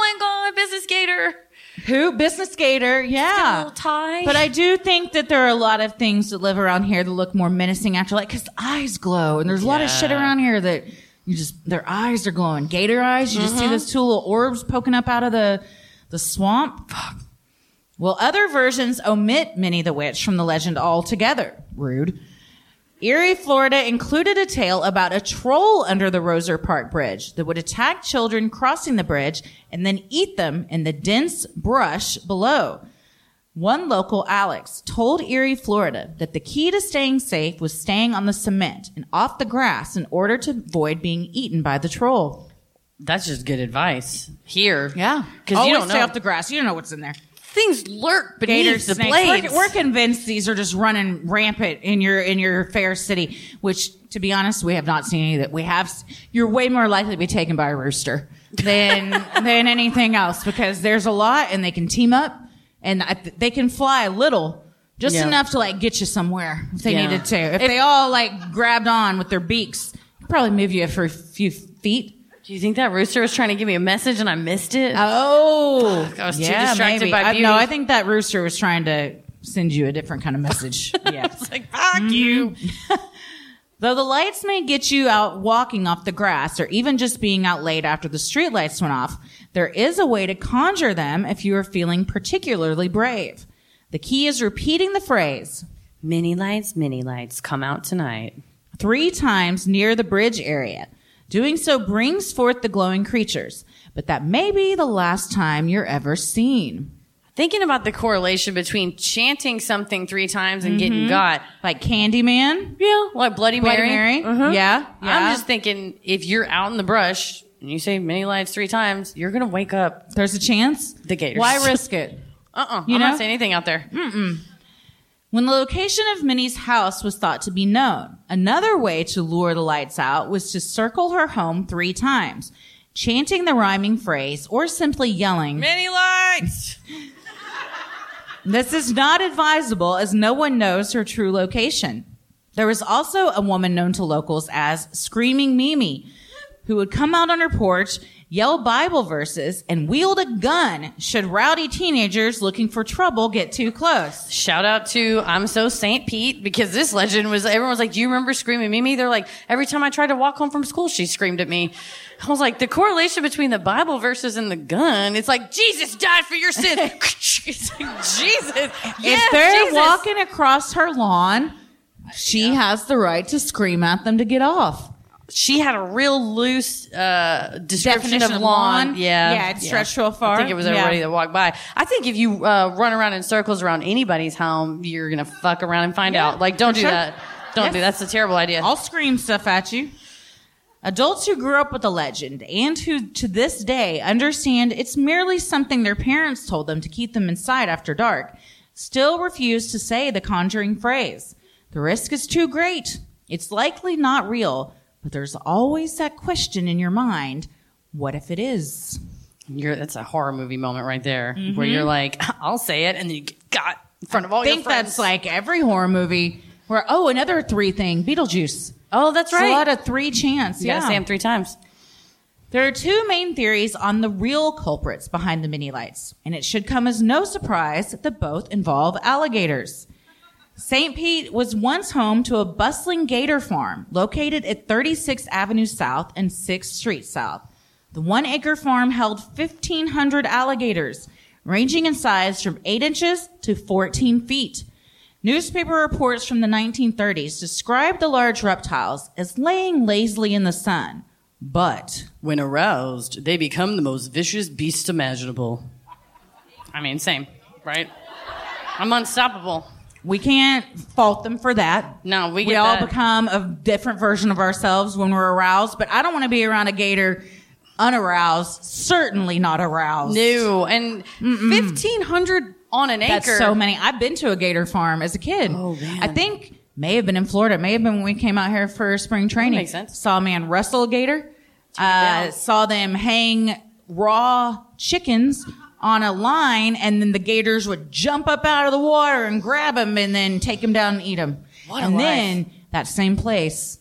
D: my god, business gator.
C: Who? Business gator. Yeah.
D: Little tie.
C: But I do think that there are a lot of things that live around here that look more menacing after like because eyes glow, and there's a lot of shit around here that you just their eyes are glowing. Gator eyes. You just see those two little orbs poking up out of the the swamp. Fuck. Well, other versions omit Minnie the Witch from the legend altogether. Rude. Erie, Florida included a tale about a troll under the Roser Park Bridge that would attack children crossing the bridge and then eat them in the dense brush below. One local, Alex, told Erie, Florida that the key to staying safe was staying on the cement and off the grass in order to avoid being eaten by the troll.
D: That's just good advice. Here, because
C: Always
D: you don't
C: stay
D: know
C: off the grass. You don't know what's in there.
D: things lurk beneath
C: Gators,
D: the
C: snakes.
D: blades.
C: We're, we're convinced these are just running rampant in your in your fair city. Which, to be honest, we have not seen any that we have. s- You're way more likely to be taken by a rooster
D: [laughs]
C: than than anything else because there's a lot, and they can team up, and I, th- they can fly a little. Just
D: Yeah.
C: enough to like get you somewhere if they
D: Yeah.
C: needed to. If, they all like grabbed on with their beaks, probably move you for a few feet.
D: Do you think that rooster was trying to give me a message and I missed it?
C: Oh,
D: I was too distracted by
C: I-
D: beauty.
C: no, I think that rooster was trying to send you a different kind of
D: [laughs]
C: message. Mm-hmm. yeah.
D: it's like fuck you.
C: Though the lights may get you out walking off the grass or even just being out late after the street lights went off, there is a way to conjure them if you are feeling particularly brave. The key is repeating the phrase
D: Mini lights, mini lights, come out tonight.
C: three times near the bridge area. Doing so brings forth the glowing creatures, but that may be the last time you're ever seen.
D: I Thinking about the correlation between chanting something three times and
C: Mm-hmm.
D: getting got,
C: Like Candyman,
D: yeah, like Bloody,
C: Bloody
D: Mary. Uh-huh. Mm-hmm.
C: Mary. Yeah, yeah.
D: I'm just thinking if you're out in the brush and you say many lights three times, you're gonna wake up.
C: there's a chance.
D: The gators.
C: Why risk it?
D: Uh [laughs] uh-uh, uh.
C: You
D: I'm
C: know?
D: not saying anything out there.
C: When the location of Minnie's house was thought to be known, another way to lure the lights out was to circle her home three times, chanting the rhyming phrase or simply yelling,
D: Many lights.
C: This is not advisable as no one knows her true location. There was also a woman known to locals as Screaming Mimi, who would come out on her porch, yell Bible verses, and wield a gun should rowdy teenagers looking for trouble get too close.
D: Shout out to I'm so Saint Pete because this legend was everyone was like, Do you remember screaming Mimi? They're like, every time I tried to walk home from school, she screamed at me. I was like, the correlation between the Bible verses and the gun, it's like Jesus died for your sin. [laughs] it's like Jesus. Yes,
C: if they're
D: Jesus.
C: walking across her lawn, she has the right to scream at them to get off.
D: she had a real loose uh, description
C: Definition
D: of
C: of
D: lawn.
C: lawn.
D: Yeah,
C: Yeah, it stretched real far.
D: I think it was
C: Yeah.
D: everybody that walked by. I think if you uh, run around in circles around anybody's home, you're gonna fuck around and find out. Like, don't do
C: sure.
D: that. Don't do
C: Yes.
D: that's a terrible idea.
C: I'll scream stuff at you. Adults who grew up with the legend and who to this day understand it's merely something their parents told them to keep them inside after dark still refuse to say the conjuring phrase. The risk is too great. It's likely not real, but there's always that question in your mind what if it is?
D: You're, that's a horror movie moment right there,
C: Mm-hmm.
D: where you're like, [laughs] I'll say it, and then you get got in front of all
C: I
D: your
C: think
D: friends.
C: that's like every horror movie where, oh, another three thing Beetlejuice.
D: oh, that's
C: It's a
D: right.
C: lot of three chance.
D: You
C: yeah.
D: gotta say them three times.
C: There are two main theories on the real culprits behind the mini lights, and it should come as no surprise that both involve alligators. St. Pete was once home to a bustling gator farm located at 36th Avenue South and 6th Street South. The one acre farm held 1,500 alligators, ranging in size from 8 inches to 14 feet. Newspaper reports from the 1930s described the large reptiles as laying lazily in the sun, but
D: When aroused, they become the most vicious beast imaginable. I mean, same, right? I'm unstoppable.
C: We can't fault them for that.
D: No, we
C: we
D: get
C: all
D: that.
C: become a different version of ourselves when we're aroused. But I don't want to be around a gator unaroused. Certainly not aroused.
D: No, and fifteen hundred on an
C: That's
D: acre.
C: so many. I've been to a gator farm as a kid. Oh
D: man.
C: I think may have been in Florida. May have been when we came out here for spring training.
D: makes sense.
C: Saw a man wrestle a gator. Uh, saw them hang raw chickens on a line, and then the gators would jump up out of the water and grab them, and then take them down and eat them.
D: What a
C: and
D: life.
C: then that same place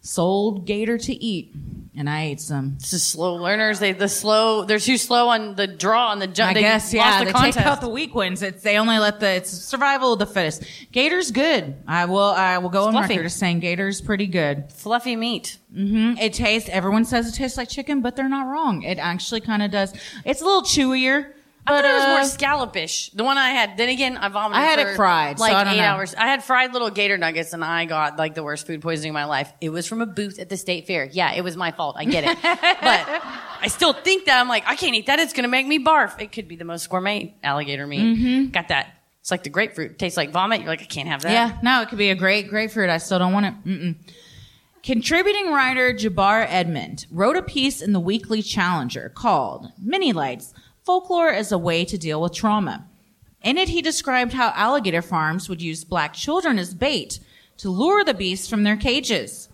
C: sold gator to eat, and I ate some.
D: It's just slow learners. They the slow. They're too slow on the draw on the jump.
C: I
D: they
C: guess
D: lost
C: yeah.
D: The
C: they
D: contest.
C: take out the weak ones. It's they only let the it's survival of the fittest. Gator's good. I will I will go on
D: fluffy.
C: record as saying Gator's pretty good.
D: fluffy meat.
C: Mm, It tastes. Everyone says it tastes like chicken, but they're not wrong. It actually kind of does. It's a little chewier.
D: I
C: But,
D: thought it was more
C: uh,
D: scallopish. The one I had. Then again, I vomited.
C: I had
D: for
C: it fried, so
D: Like
C: I don't
D: eight
C: know.
D: hours. I had fried little gator nuggets, and I got like the worst food poisoning of my life. It was from a booth at the state fair. Yeah, it was my fault.
C: [laughs]
D: I get it, but I still think that I'm like, I can't eat that. It's gonna make me barf. It could be the most gourmet alligator meat. Got that. It's like the grapefruit. Tastes like vomit. You're like, I can't have that.
C: Mm-hmm. Yeah, no, it could be a great grapefruit. I still don't want it. Mm-mm. Contributing writer Jabbar Edmond wrote a piece in the Weekly Challenger called Mini Lights Folklore as a Way to Deal with Trauma. In it, he described how alligator farms would use black children as bait to lure the beasts from their cages.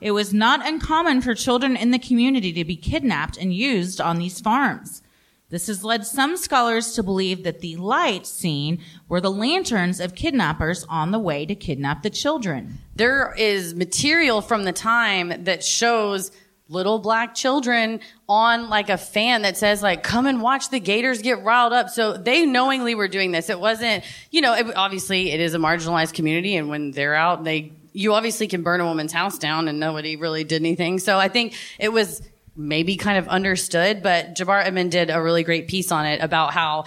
C: It was not uncommon for children in the community to be kidnapped and used on these farms. This has led some scholars to believe that the lights seen were the lanterns of kidnappers on the way to kidnap the children.
D: there is material from the time that shows little black children on like a fan that says like come and watch the gators get riled up so they knowingly were doing this it wasn't you know it, obviously it is a marginalized community and when they're out they you obviously can burn a woman's house down and nobody really did anything so i think it was maybe kind of understood but jabbar edmond did a really great piece on it about how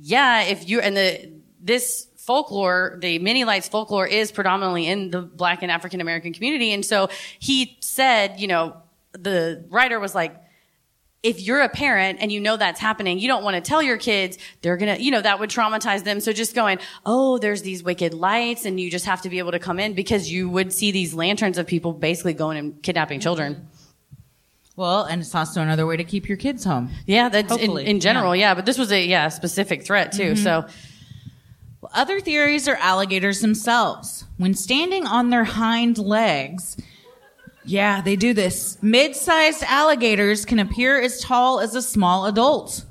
D: yeah if you and the this folklore, the mini lights folklore is predominantly in the black and African American community. And so he said, you know, the writer was like, if you're a parent and you know that's happening, you don't want to tell your kids they're going to, you know, that would traumatize them. So just going, oh, there's these wicked lights and you just have to be able to come in because you would see these lanterns of people basically going and kidnapping children.
C: Well, and it's also another way to keep your kids home.
D: Yeah, that's in,
C: Hopefully, Mm-hmm.
D: in general. Yeah. But this was a, yeah, specific threat too. So
C: Other theories are alligators themselves. When standing on their hind legs, yeah, they do this. Mid sized alligators can appear as tall as a small adult.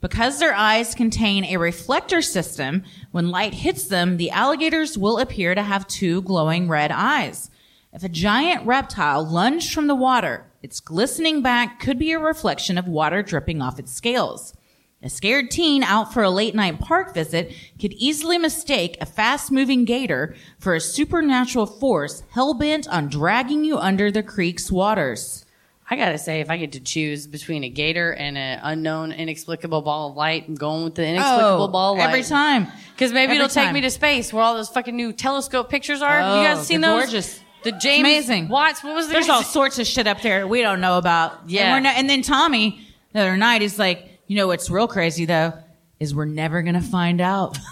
C: Because their eyes contain a reflector system, when light hits them, the alligators will appear to have two glowing red eyes. If a giant reptile lunged from the water, its glistening back could be a reflection of water dripping off its scales. A scared teen out for a late night park visit could easily mistake a fast moving gator for a supernatural force hell bent on dragging you under the creek's waters.
D: I got to say, if I get to choose between a gator and an unknown, inexplicable ball of light, I'm going with the inexplicable ball of light.
C: Oh, every
D: [laughs]
C: time.
D: Because maybe
C: Every
D: it'll take
C: time.
D: me to space where all those fucking new telescope pictures are. Have
C: Oh,
D: you guys seen
C: they're
D: those?
C: gorgeous.
D: The James
C: amazing.
D: Watts. What was the
C: There's
D: guy's-
C: all sorts of shit up there we don't know about.
D: Yeah.
C: And, we're not, and then Tommy, the other night, is like, you know what's real crazy though, is we're never going to find out. [laughs]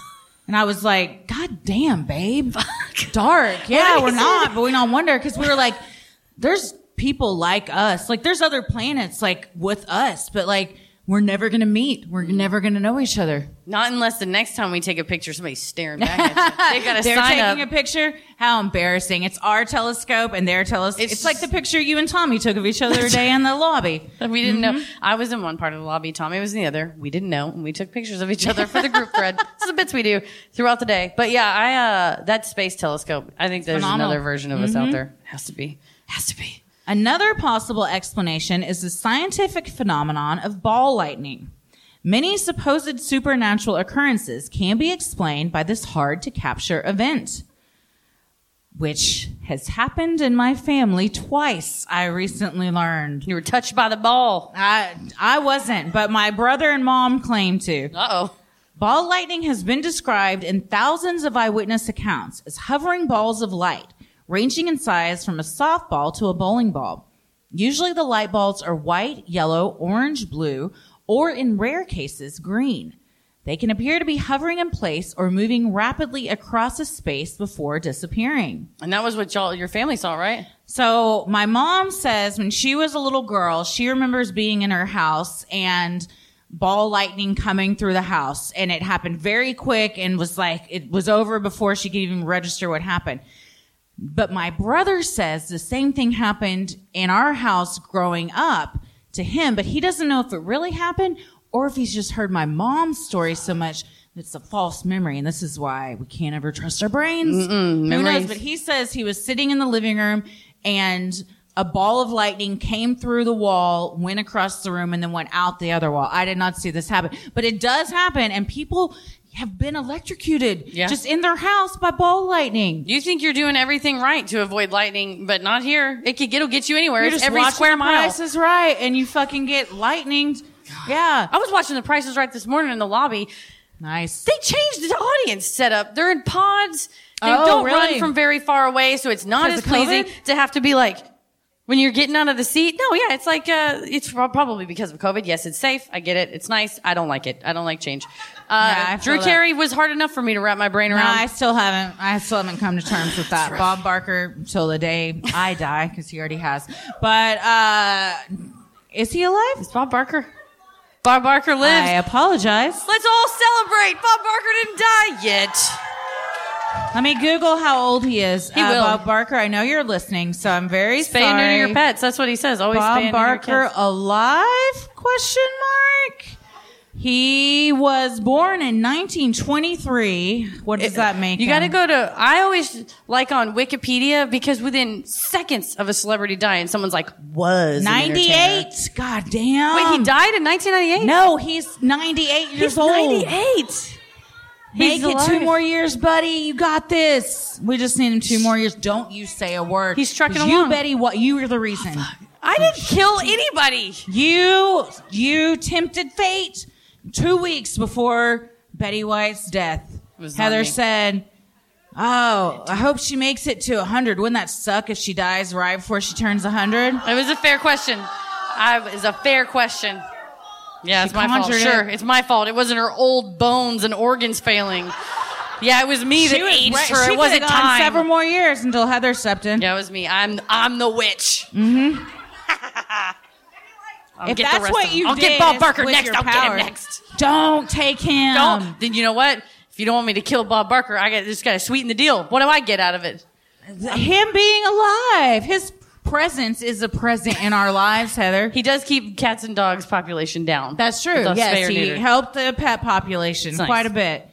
C: And I was like, God damn, babe. Dark. Yeah, we're not, but we don't wonder because we were like, there's people like us. Like there's other planets like with us, but like we're never going to meet. We're never going to know each other.
D: Not unless the next time we take a picture, somebody's staring
C: [laughs]
D: back at you. They got a
C: They're
D: sign
C: taking
D: up.
C: a picture. How embarrassing. It's our telescope and their telescope.
D: It's
C: It's, like the picture you and Tommy took of each other today in the lobby.
D: [laughs]
C: Mm-hmm.
D: we didn't know. I was in one part of the lobby. Tommy was in the other. We didn't know, and we took pictures of each other for the group
C: [laughs]
D: thread. This is the bits we do throughout the day. But yeah, I uh, that space telescope. I think there's
C: phenomenal. Mm-hmm.
D: another version of us out there. Has to be. Has to be.
C: Another possible explanation is the scientific phenomenon of ball lightning. Many supposed supernatural occurrences can be explained by this hard to capture event, which has happened in my family twice, I recently learned.
D: You were touched by the ball.
C: I, I wasn't, but my brother and mom claim to.
D: Uh oh.
C: Ball lightning has been described in thousands of eyewitness accounts as hovering balls of light, ranging in size from a softball to a bowling ball. Usually the light balls are white, yellow, orange, blue, or in rare cases, green. They can appear to be hovering in place or moving rapidly across a space before disappearing.
D: And that was what y'all, your family saw, right?
C: So my mom says when she was a little girl, she remembers being in her house and ball lightning coming through the house and it happened very quick and was like it was over before she could even register what happened. But my brother says the same thing happened in our house growing up to him, but he doesn't know if it really happened or if he's just heard my mom's story so much it's a false memory and this is why we can't ever trust our brains. Who knows? But he says he was sitting in the living room and a ball of lightning came through the wall, went across the room, and then went out the other wall. I did not see this happen, but it does happen, and people have been electrocuted
D: Yeah.
C: just in their house by ball lightning.
D: You think you're doing everything right to avoid lightning, but not here. It could, it'll get you anywhere.
C: You're
D: it's
C: just
D: every
C: watching
D: square
C: The
D: mile.
C: Price is right, and you fucking get lightninged. Yeah,
D: I was watching The Price is Right this morning in the lobby.
C: nice.
D: They changed the audience setup. They're in pods. They
C: Oh,
D: don't run
C: really?
D: from very far away, so it's not
C: 'Cause
D: as
C: of
D: pleasing
C: COVID?
D: to have to be like, when you're getting out of the seat. No, yeah, it's like, uh, it's prob- probably because of COVID. Yes, it's safe. I get it. It's nice. I don't like it. I don't like change. Uh,
C: Yeah, I feel
D: Drew
C: that.
D: Carey was hard enough for me to wrap my brain
C: No,
D: around.
C: I still haven't. I still haven't come to terms with that. Bob Barker till the day I die, because he already has. But uh is he alive?
D: It's Bob Barker. Bob Barker lives.
C: I apologize.
D: Let's all celebrate. Bob Barker didn't die yet.
C: Let me Google how old he is. uh,
D: He will.
C: Bob Barker, I know you're listening, so I'm very
D: Spay and neuter
C: sorry.
D: your pets. That's what he says. Always spay
C: Bob
D: and neuter your
C: Barker
D: kids.
C: alive? Question mark. He was born in 1923. What does that make?
D: You got to
C: him?
D: go to. I always like on Wikipedia because within seconds of a celebrity dying, someone's like was an entertainer.
C: 98. God damn.
D: Wait, he died in 1998.
C: Um, No, he's 98 years
D: he's
C: old.
D: 98.
C: Make
D: He's
C: it
D: alive.
C: two more years, buddy. You got this. We just need him two more years. Don't you say a word.
D: He's trucking
C: 'Cause
D: along. Oh,
C: You, Betty, what you were the reason. Oh,
D: I didn't kill anybody.
C: You, you tempted fate. Two weeks before Betty White's death,
D: was not
C: Heather
D: me.
C: said, "Oh, I hope she makes it to hundred. Wouldn't that suck if she dies right before she turns hundred?
D: It was a fair question. I, is a fair question. Yeah, it's my fault.
C: conjured it.
D: Sure, it's my fault. It wasn't her old bones and
C: [laughs]
D: organs failing. Yeah, it was me that aged
C: right-
D: her.
C: she
D: It wasn't
C: could've gone
D: time.
C: several more years until Heather stepped in. Mm-hmm.
D: yeah, it was me. I'm I'm the witch.
C: if
D: get the
C: that's
D: rest
C: what
D: of 'em.
C: you
D: I'll
C: did
D: get Bob
C: is
D: Barker
C: with
D: next.
C: your
D: I'll get him
C: powers,
D: next.
C: Don't take him.
D: Don't. then you know what? If you don't want me to kill Bob Barker, I got just got to sweeten the deal. What do I get out of it?
C: Him being alive, his presence is a present in our lives, Heather.
D: He does keep cats and dogs population down.
C: That's true.
D: With us
C: yes,
D: spay or
C: he
D: neuter.
C: helped the pet population
D: nice.
C: quite a bit.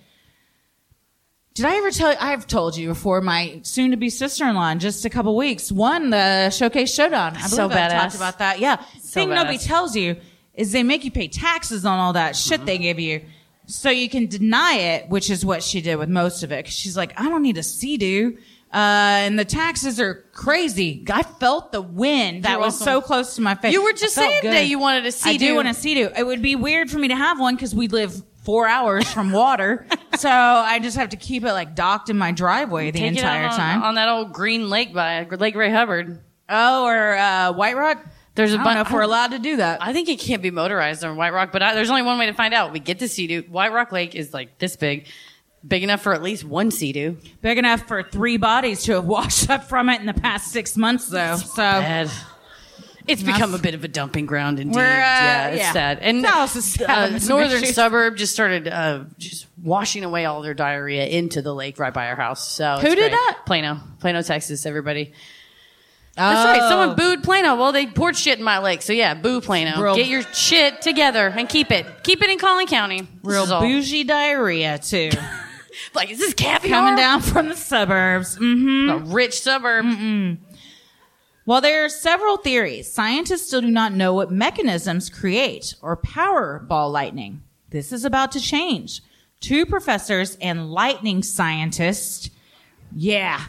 C: Did I ever tell you? I've told you before. My soon-to-be sister-in-law, in just a couple weeks, won the showcase showdown. I believe
D: So
C: I talked
D: badass.
C: about that. Yeah, thing nobody
D: badass. Mm-hmm.
C: tells you is they make you pay taxes on all that shit they give you, so you can deny it, which is what she did with most of it. 'Cause She's like, I don't need a CDU. Uh, and the taxes are crazy. I felt the wind that
D: You're
C: was so
D: welcome.
C: close to my face.
D: You were just
C: I felt
D: saying
C: good.
D: that you wanted a
C: I do
D: Sea-Doo.
C: want a sea It would be weird for me to have one because we live four hours from
D: [laughs]
C: water. so I just have to keep it like docked in my driveway the
D: Take it
C: entire
D: out on,
C: time.
D: on that old green lake by Lake Ray Hubbard.
C: oh, or uh, White Rock?
D: There's a
C: I don't
D: bun-
C: know if
D: I
C: we're
D: don't-
C: allowed to do that.
D: I think it can't be motorized on White Rock, but I, there's only one way to find out. We get the sea doo. White Rock Lake is like this big, big enough for at least one sea doo.
C: Big enough for three bodies to have washed up from it in the past six months, though. So
D: Bad. It's become a bit of a dumping ground indeed.
C: We're, uh,
D: yeah, it's
C: yeah.
D: sad. And
C: Dallas is having
D: uh,
C: some
D: northern
C: issues.
D: suburb just started uh, just washing away all their diarrhea into the lake right by our house. So
C: Who
D: it's
C: did
D: great.
C: that?
D: Plano, Plano, Texas. Everybody.
C: Oh.
D: That's right. Someone booed Plano. Well, they poured shit in my lake. So yeah, boo Plano.
C: Real-
D: Get your shit together and keep it. Keep it in Collin County. This
C: real
D: is all.
C: bougie diarrhea, too.
D: [laughs] Like is this caviar
C: Coming down from the suburbs. Mm-hmm.
D: A rich suburb.
C: While there are several theories, scientists still do not know what mechanisms create or power ball lightning. This is about to change. Two professors and lightning scientists. Yeah.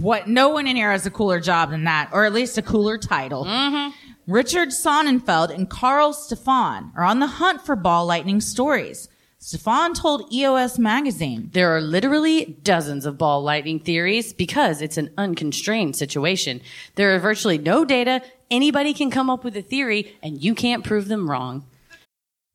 C: What? No one in here has a cooler job than that, or at least a cooler title.
D: Mm-hmm.
C: Richard Sonnenfeld and Carl Stefan are on the hunt for ball lightning stories. Stefan told EOS magazine,
D: There are literally dozens of ball lightning theories because it's an unconstrained situation. There are virtually no data. Anybody can come up with a theory and you can't prove them wrong.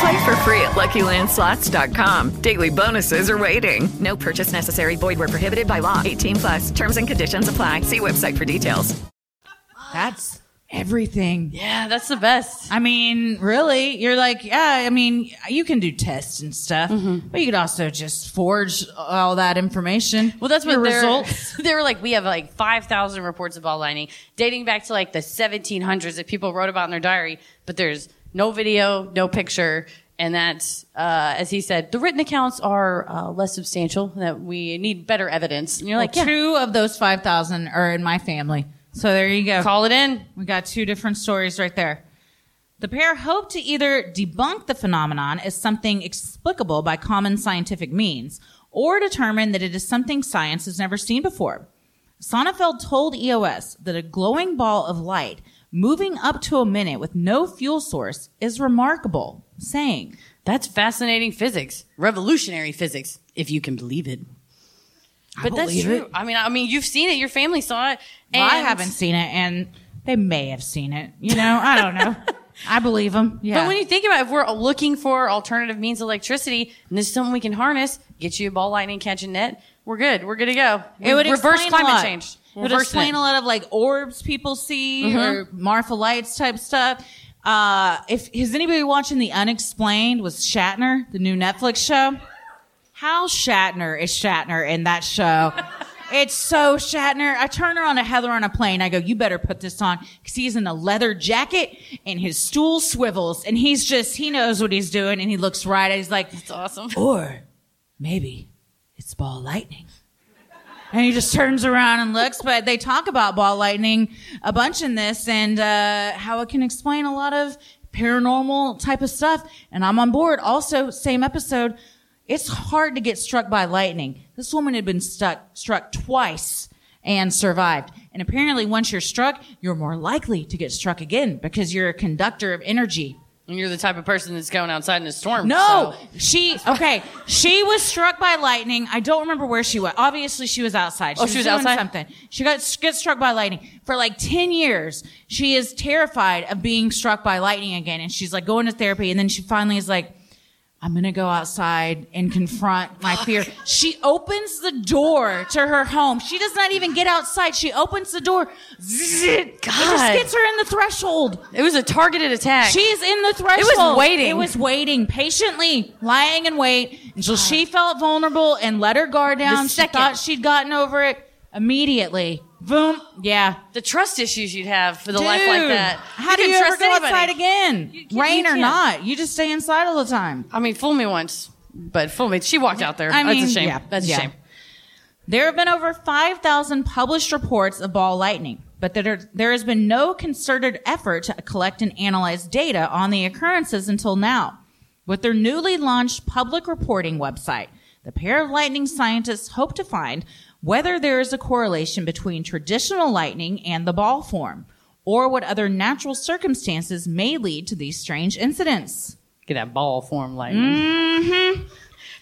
H: Play for free at LuckyLandSlots.com. Daily bonuses are waiting. No purchase necessary. Void where prohibited by law. 18 plus terms and conditions apply. See website for details.
C: That's everything.
D: Yeah, that's the best.
C: I mean, really, you're like, yeah, I mean, you can do tests and stuff,
D: Mm-hmm.
C: but you could also just forge all that information.
D: Well, that's what
C: Your
D: they're,
C: results.
D: [laughs] they were like. We have like 5,000 reports of ball lightning dating back to like the 1700s that people wrote about in their diary, but there's no video, no picture. And that's, uh, as he said, the written accounts are uh, less substantial, that we need better evidence. And you're like,
C: Well,
D: yeah,
C: two of those 5,000 are in my family. So there you go.
D: call it in.
C: We got two different stories right there. The pair hope to either debunk the phenomenon as something explicable by common scientific means or determine that it is something science has never seen before. Sonnefeld told EOS that a glowing ball of light moving up to a minute with no fuel source is remarkable, saying,
D: That's fascinating physics, revolutionary physics, if you can believe it. But that's
C: believe
D: true.
C: it.
D: I mean, I mean, you've seen it. Your family saw it. And
C: Well, I haven't seen it, and they may have seen it. You know, I don't
D: [laughs]
C: know. I believe them. Yeah.
D: But when you think about it, if we're looking for alternative means of electricity, and this is something we can harness, get you a ball lightning catch a net, we're good. We're good to go.
C: it would
D: reverse
C: explain a
D: climate
C: lot.
D: change. Mm-hmm.
C: It would
D: Reverse
C: explain a lot of like orbs people see or Marfa lights type stuff. Uh, if is anybody watching The Unexplained with Shatner, the new Netflix show? How Shatner is Shatner in that
D: [laughs]
C: show? it's so Shatner. I turn her on to Heather on a plane. I go, you better put this on because he's in a leather jacket and his stool swivels and he's just he knows what he's doing and he looks right. He's like, it's awesome. Or maybe it's ball lightning. And he just turns around and looks, but they talk about ball lightning a bunch in this and uh, how it can explain a lot of paranormal type of stuff. And I'm on board. Also, same episode, it's hard to get struck by lightning. This woman had been stuck struck twice and survived. And apparently, once you're struck, you're more likely to get struck again because you're a conductor of energy.
D: And you're the type of person that's going outside in a storm.
C: No,
D: so-
C: she [laughs] okay. She was struck by lightning. I don't remember where she was. Obviously, she was outside. She
D: Oh, she was
C: doing
D: outside?
C: Something. She got gets struck by lightning for like ten years. She is terrified of being struck by lightning again, and she's like going to therapy. And then she finally is like, "I'm gonna go outside and confront my fear." She opens the door to her home. She does not even get outside. She opens the door. Zzz, it just
D: God.
C: gets her in the threshold.
D: It was a targeted attack.
C: She's in the threshold.
D: waiting.
C: It was waiting patiently, lying in wait until she felt vulnerable and let her guard down. She
D: second.
C: thought she'd gotten over it immediately. Boom. Yeah.
D: the trust issues you'd have for the life like
C: Dude,
D: that.
C: How do
D: can
C: you ever
D: trust
C: go
D: anybody.
C: outside again?
D: you
C: Rain or
D: can't.
C: not, you just stay inside all the time.
D: I mean, fool me once, but fool me. She walked out there.
C: I mean,
D: that's a shame.
C: yeah,
D: that's a
C: yeah.
D: shame.
C: There have been over 5,000 published reports of ball lightning, but there, there has been no concerted effort to collect and analyze data on the occurrences until now. With their newly launched public reporting website, the pair of lightning scientists hope to find whether there is a correlation between traditional lightning and the ball form, or what other natural circumstances may lead to these strange incidents. Mm-hmm.
D: Get that ball form lightning.
C: Mm.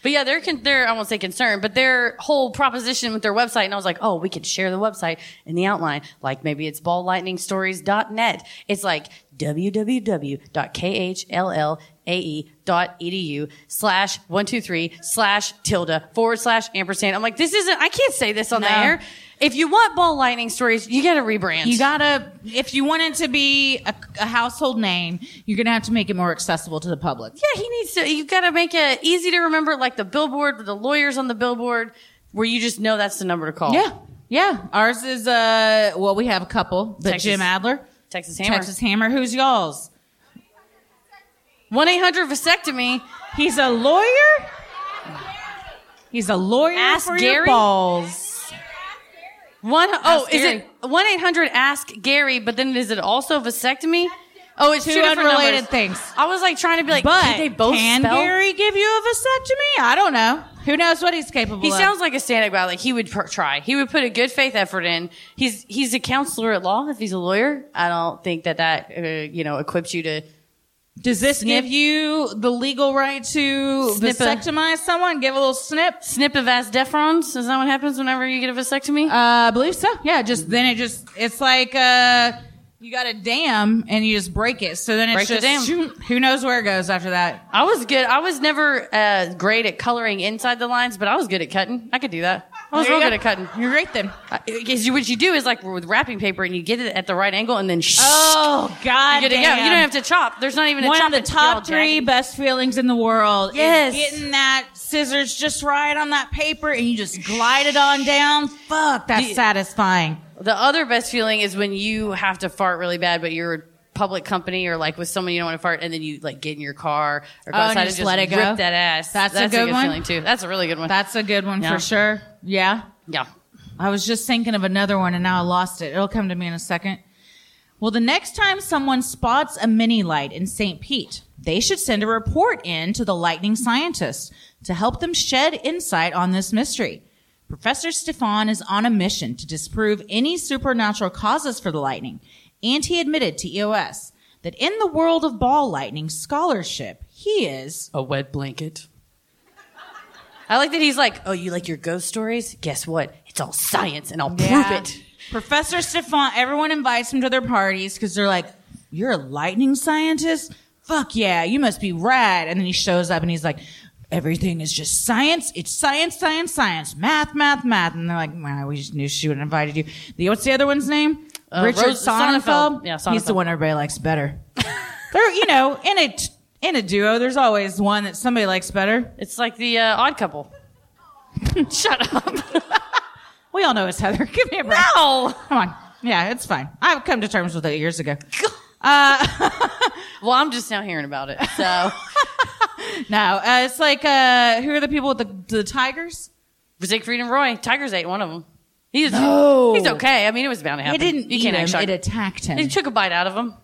D: But yeah, they're con- they're I won't say concerned, but their whole proposition with their website, and I was like, oh, we could share the website in the outline. Like maybe it's balllightningstories.net. It's like E www.khllae.edu slash one two three slash tilde forward slash ampersand. I'm like, this isn't. I can't say this on the
C: No.
D: air. If you want ball lightning stories, you got to rebrand.
C: You gotta, if you want it to be a, a household name, you're gonna have to make it more accessible to the public.
D: Yeah, he needs to. You got to make it easy to remember, like the billboard with the lawyers on the billboard, where you just know that's the number to call.
C: Yeah. Yeah. Ours is, uh, well, we have a couple, but
D: Texas-
C: Jim Adler,
D: Texas Hammer.
C: Texas Hammer. Who's y'all's?
D: One eight hundred vasectomy.
C: He's a lawyer? He's a lawyer
D: Ask
C: for your
D: Gary?
C: balls.
D: One oh, is
C: Gary.
D: it one eight hundred? Ask Gary. But then is it also vasectomy? Oh, it's two,
C: Two
D: different
C: unrelated
D: numbers.
C: things.
D: I was like trying to be like,
C: But
D: can they both
C: can
D: spell?
C: Gary give you a vasectomy? I don't know. Who knows what he's capable
D: He
C: of?
D: sounds like a stand-up guy. Like he would pr- try. He would put a good faith effort in. He's he's a counselor at law. If he's a lawyer, I don't think that that uh, you know equips you to
C: Does this
D: Snip.
C: give you the legal right to
D: Snip a-
C: vasectomize someone? Give a little snip?
D: snip a vas deferens. Is that what happens whenever you get a vasectomy?
C: Uh, I believe so. Yeah, just then it just it's like uh, you got a dam and you just break it. So then it's
D: Break the
C: just
D: dam.
C: shoot, who knows where it goes after that.
D: I was good. I was never uh, great at coloring inside the lines, but I was good at cutting. I could do that. I was
C: There
D: real
C: you
D: good
C: go.
D: at cutting.
C: You're great then.
D: Because what you do is like with wrapping paper, and you get it at the right angle, and then shh,
C: Oh God,
D: you, get it out. you don't have to chop. There's not even a
C: One
D: chop.
C: of the
D: It's all
C: top three
D: jagged.
C: best feelings in the world
D: Yes.
C: is getting that scissors just right on that paper and you just glide it on down. Fuck, that's satisfying.
D: The other best feeling is when you have to fart really bad, but you're a public company or like with someone you don't want to fart, and then you like get in your car or go
C: Oh, and
D: outside
C: you
D: and
C: just
D: just,
C: let it go?
D: rip that ass.
C: That's a
D: a
C: good
D: good
C: one.
D: feeling too. That's a really good one.
C: That's a good one
D: Yeah.
C: for sure. Yeah.
D: yeah.
C: I was just thinking of another one and now I lost it. It'll come to me in a second. Well, the next time someone spots a mini light in St. Pete, they should send a report in to the lightning scientist to help them shed insight on this mystery. Professor Stefan is on a mission to disprove any supernatural causes for the lightning, and he admitted to EOS that in the world of ball lightning scholarship, he is
D: A wet blanket. I like that he's like, oh, you like your ghost stories? Guess what? It's all science, and I'll prove it.
C: Professor Stefan, everyone invites him to their parties because they're like, You're a lightning scientist? Fuck yeah, you must be rad. And then he shows up and he's like, Everything is just science. It's science, science, science. Math, math, math. And they're like, well, we just knew she would have invited you. The, what's the other one's name? Richard
D: Uh, Rose-
C: Sonnenfeld.
D: Sonnenfeld. Yeah,
C: He's the
D: Sonnenfeld.
C: one everybody likes better. [laughs] they're, you know, in a, t- in a duo, there's always one that somebody likes better.
D: It's like the uh, odd couple. [laughs] Shut up.
C: We all know it's Heather. [laughs] Give me a break.
D: No.
C: Come on. Yeah, it's fine. I've come to terms with it years ago.
D: Well, I'm just now hearing about it. So
C: [laughs] No, uh, it's like uh, who are the people with the the tigers?
D: Siegfried and Roy, Tigers ate one of them. He's he's okay. I mean, it was bound to happen. You can't act shocked.
C: It attacked him.
D: You took a bite out of him.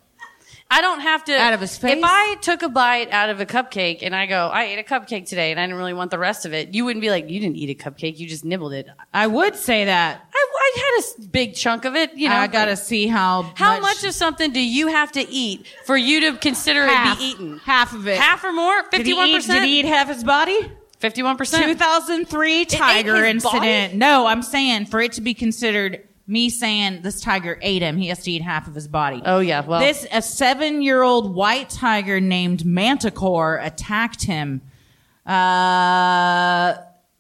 D: I don't have to
C: Out of his face?
D: If I took a bite out of a cupcake and I go, I ate a cupcake today and I didn't really want the rest of it, you wouldn't be like, you didn't eat a cupcake, you just nibbled it. I,
C: I would say that.
D: I had a s- big chunk of it. You know,
C: I gotta see how
D: How much of something do you have to eat for you to consider
C: half,
D: it be eaten?
C: Half of it.
D: Half or more?
C: Did he,
D: Fifty-one
C: eat, did he
D: percent.
C: eat half his body?
D: Fifty-one percent.
C: 2003 tiger
D: his body?
C: incident. No, I'm saying for it to be considered me saying this tiger ate him, he has to eat half of his body.
D: Oh, yeah, well-
C: this a seven year old white tiger named Manticore attacked him. Uh,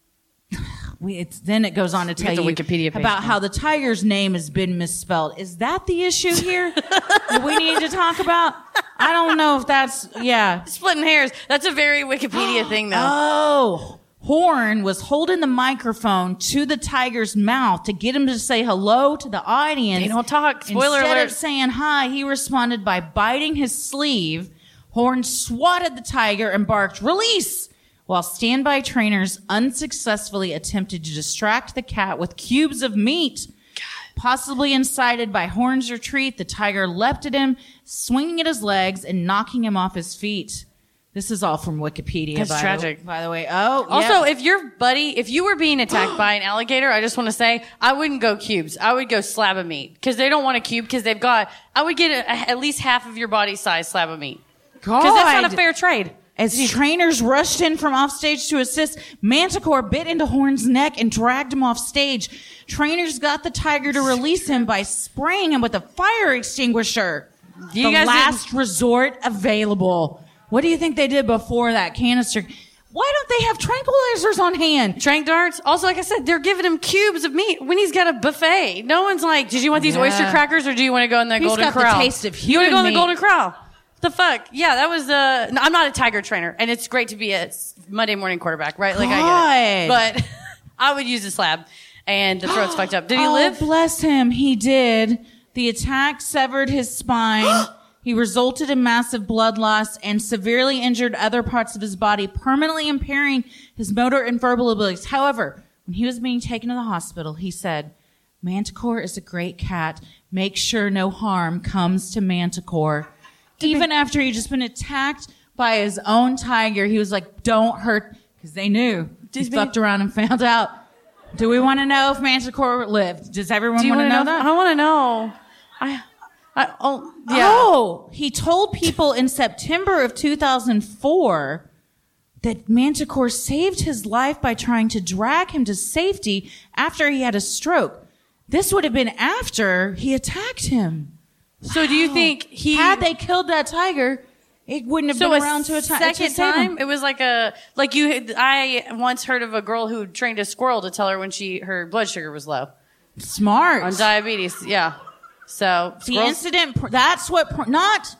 C: [sighs] we, it's, then it goes on to tell
D: the
C: you
D: Wikipedia page
C: about how the tiger's name has been misspelled. Is that the issue
D: [laughs]
C: here that we need to talk about? I don't know if that's yeah.
D: Splitting hairs. That's a
C: [gasps]
D: very Wikipedia thing, though.
C: Oh. Horn was holding the microphone to the tiger's mouth to get him to say hello to the audience.
D: They don't talk. Spoiler
C: Instead
D: alert.
C: of saying hi, he responded by biting his sleeve. Horn swatted the tiger and barked, release! While standby trainers unsuccessfully attempted to distract the cat with cubes of meat. Possibly incited by Horn's retreat, the tiger leapt at him, swinging at his legs and knocking him off his feet. This is all from Wikipedia.
D: That's
C: by the-
D: tragic.
C: by the way. Oh,
D: Also,
C: yeah.
D: if your buddy, if you were being attacked by an [gasps] alligator, I just want to say I wouldn't go cubes. I would go slab of meat because they don't want a cube because they've got. I would get a, a- at least half of your body size slab of meat because that's not a fair trade.
C: As trainers rushed in from offstage to assist, Manticore bit into Horn's neck and dragged him off stage. Trainers got the tiger to release him by spraying him with a fire extinguisher.
D: You
C: the
D: guys
C: last resort available. What do you think they did before that canister? Why don't they have tranquilizers on hand?
D: Trank darts. Also, like I said, they're giving him cubes of meat when he's got a buffet. No one's like, "Did you want these oyster crackers or do you want to go in the
C: He's
D: Golden
C: got the
D: Corral?"
C: taste of
D: you want to go in
C: human
D: the Golden
C: meat.
D: Corral? The fuck? Yeah, that was. Uh, no, I'm not a tiger trainer, and it's great to be a s- Monday morning quarterback, right? Like I get it, but [laughs] I would use a slab, and the throat's fucked up. Did
C: [gasps]
D: he
C: oh,
D: live?
C: Bless him. He did. The attack severed his
D: [gasps]
C: spine. he resulted in massive blood loss and severely injured other parts of his body, permanently impairing his motor and verbal abilities. However, when he was being taken to the hospital, he said, Manticore is a great cat. Make sure no harm comes to Manticore. Even after he'd just been attacked by his own tiger, he was like, don't hurt, because they knew. He fucked around and [laughs] found out. Do we want to know if Manticore lived? Does everyone
D: Do you
C: want to
D: wanna
C: know that?
D: I want to know. I, I, oh, yeah.
C: Oh, he told people in September of 2004 that Manticore saved his life by trying to drag him to safety after he had a stroke. This would have been after he attacked him.
D: So do you think he
C: Had they killed that tiger, it wouldn't have
D: so
C: been
D: a
C: around to a ti- to
D: second
C: save him.
D: time? It was like a like you. I once heard of a girl who trained a squirrel to tell her when she her blood sugar was low
C: Smart.
D: on diabetes. Yeah. So
C: the
D: squirrels-
C: incident pr- that's what pr- not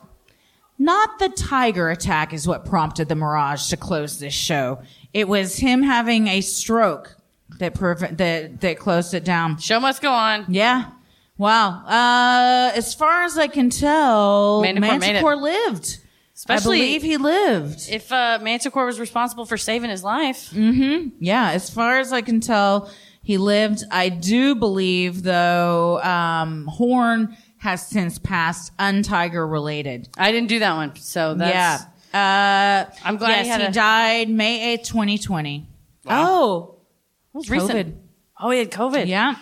C: not the tiger attack is what prompted the mirage to close this show it was him having a stroke that prevent that that closed it down
D: show must go on.
C: yeah wow uh as far as i can tell
D: Manticore made it.
C: manticore lived
D: Especially-
C: i believe he lived
D: If uh, Manticore was responsible for saving his life,
C: Mm, Mm-hmm. yeah, as far as I can tell, he lived. I do believe, though, um, Horn has since passed, untiger related.
D: I didn't do that one. So that's
C: yeah. Uh,
D: I'm glad
C: yes,
D: he
C: he,
D: had a-
C: died May 8th, 2020. Oh,
D: It's recent.
C: COVID.
D: Oh, he had COVID.
C: yeah.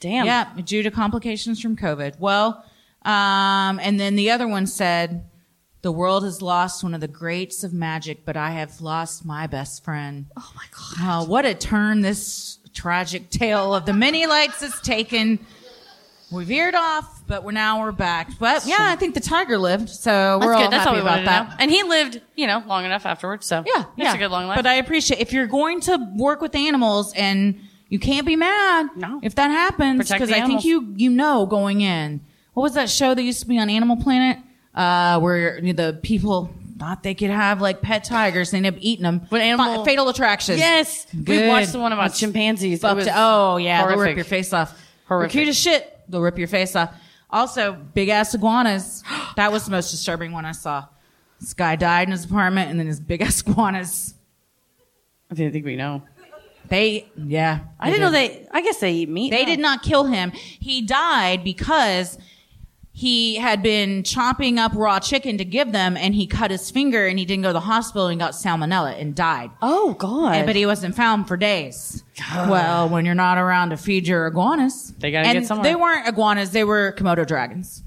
D: Damn.
C: Yeah, due to complications from COVID. Well, um, and then the other one said The world has lost one of the greats of magic, but I have lost my best friend. Oh my God. what a turn this tragic tale of the many lights has taken. We veered off, but we're now we're back. But yeah, I think the tiger lived, so we're
D: That's
C: all
D: good. That's all
C: happy
D: we
C: about
D: wanted
C: that.
D: to know. And he lived, you know, long enough afterwards. So
C: Yeah,
D: that's
C: yeah.
D: a good long life.
C: But I appreciate if you're going to work with animals and you can't be mad
D: No.
C: if that happens
D: Protect
C: because
D: the
C: I think
D: animals.
C: you you know going in. What was that show that used to be on Animal Planet uh, where the people thought they could have like pet tigers and end up eating them? But
D: animal-
C: Fatal Attraction.
D: yes, we
C: Good.
D: watched the one about chimpanzees. It
C: Fucked
D: was
C: it. oh yeah, they'll rip
D: horrific.
C: your face off.
D: Horrific.
C: They're Cute as shit. They'll rip your face off. Also, big ass
D: [gasps]
C: iguanas. that was the most disturbing one I saw. This guy died in his apartment, and then his big ass iguanas.
D: I didn't think we know.
C: They yeah.
D: I didn't know they. I guess they eat meat.
C: They
D: now.
C: did not kill him. He died because he had been chopping up raw chicken to give them, and he cut his finger, and he didn't go to the hospital, and got salmonella, and died.
D: Oh God!
C: And- But he wasn't found for
D: [sighs]
C: days. well, when you're not around to feed your iguanas,
D: They gotta
C: and
D: get somewhere.
C: They weren't iguanas; they were Komodo dragons.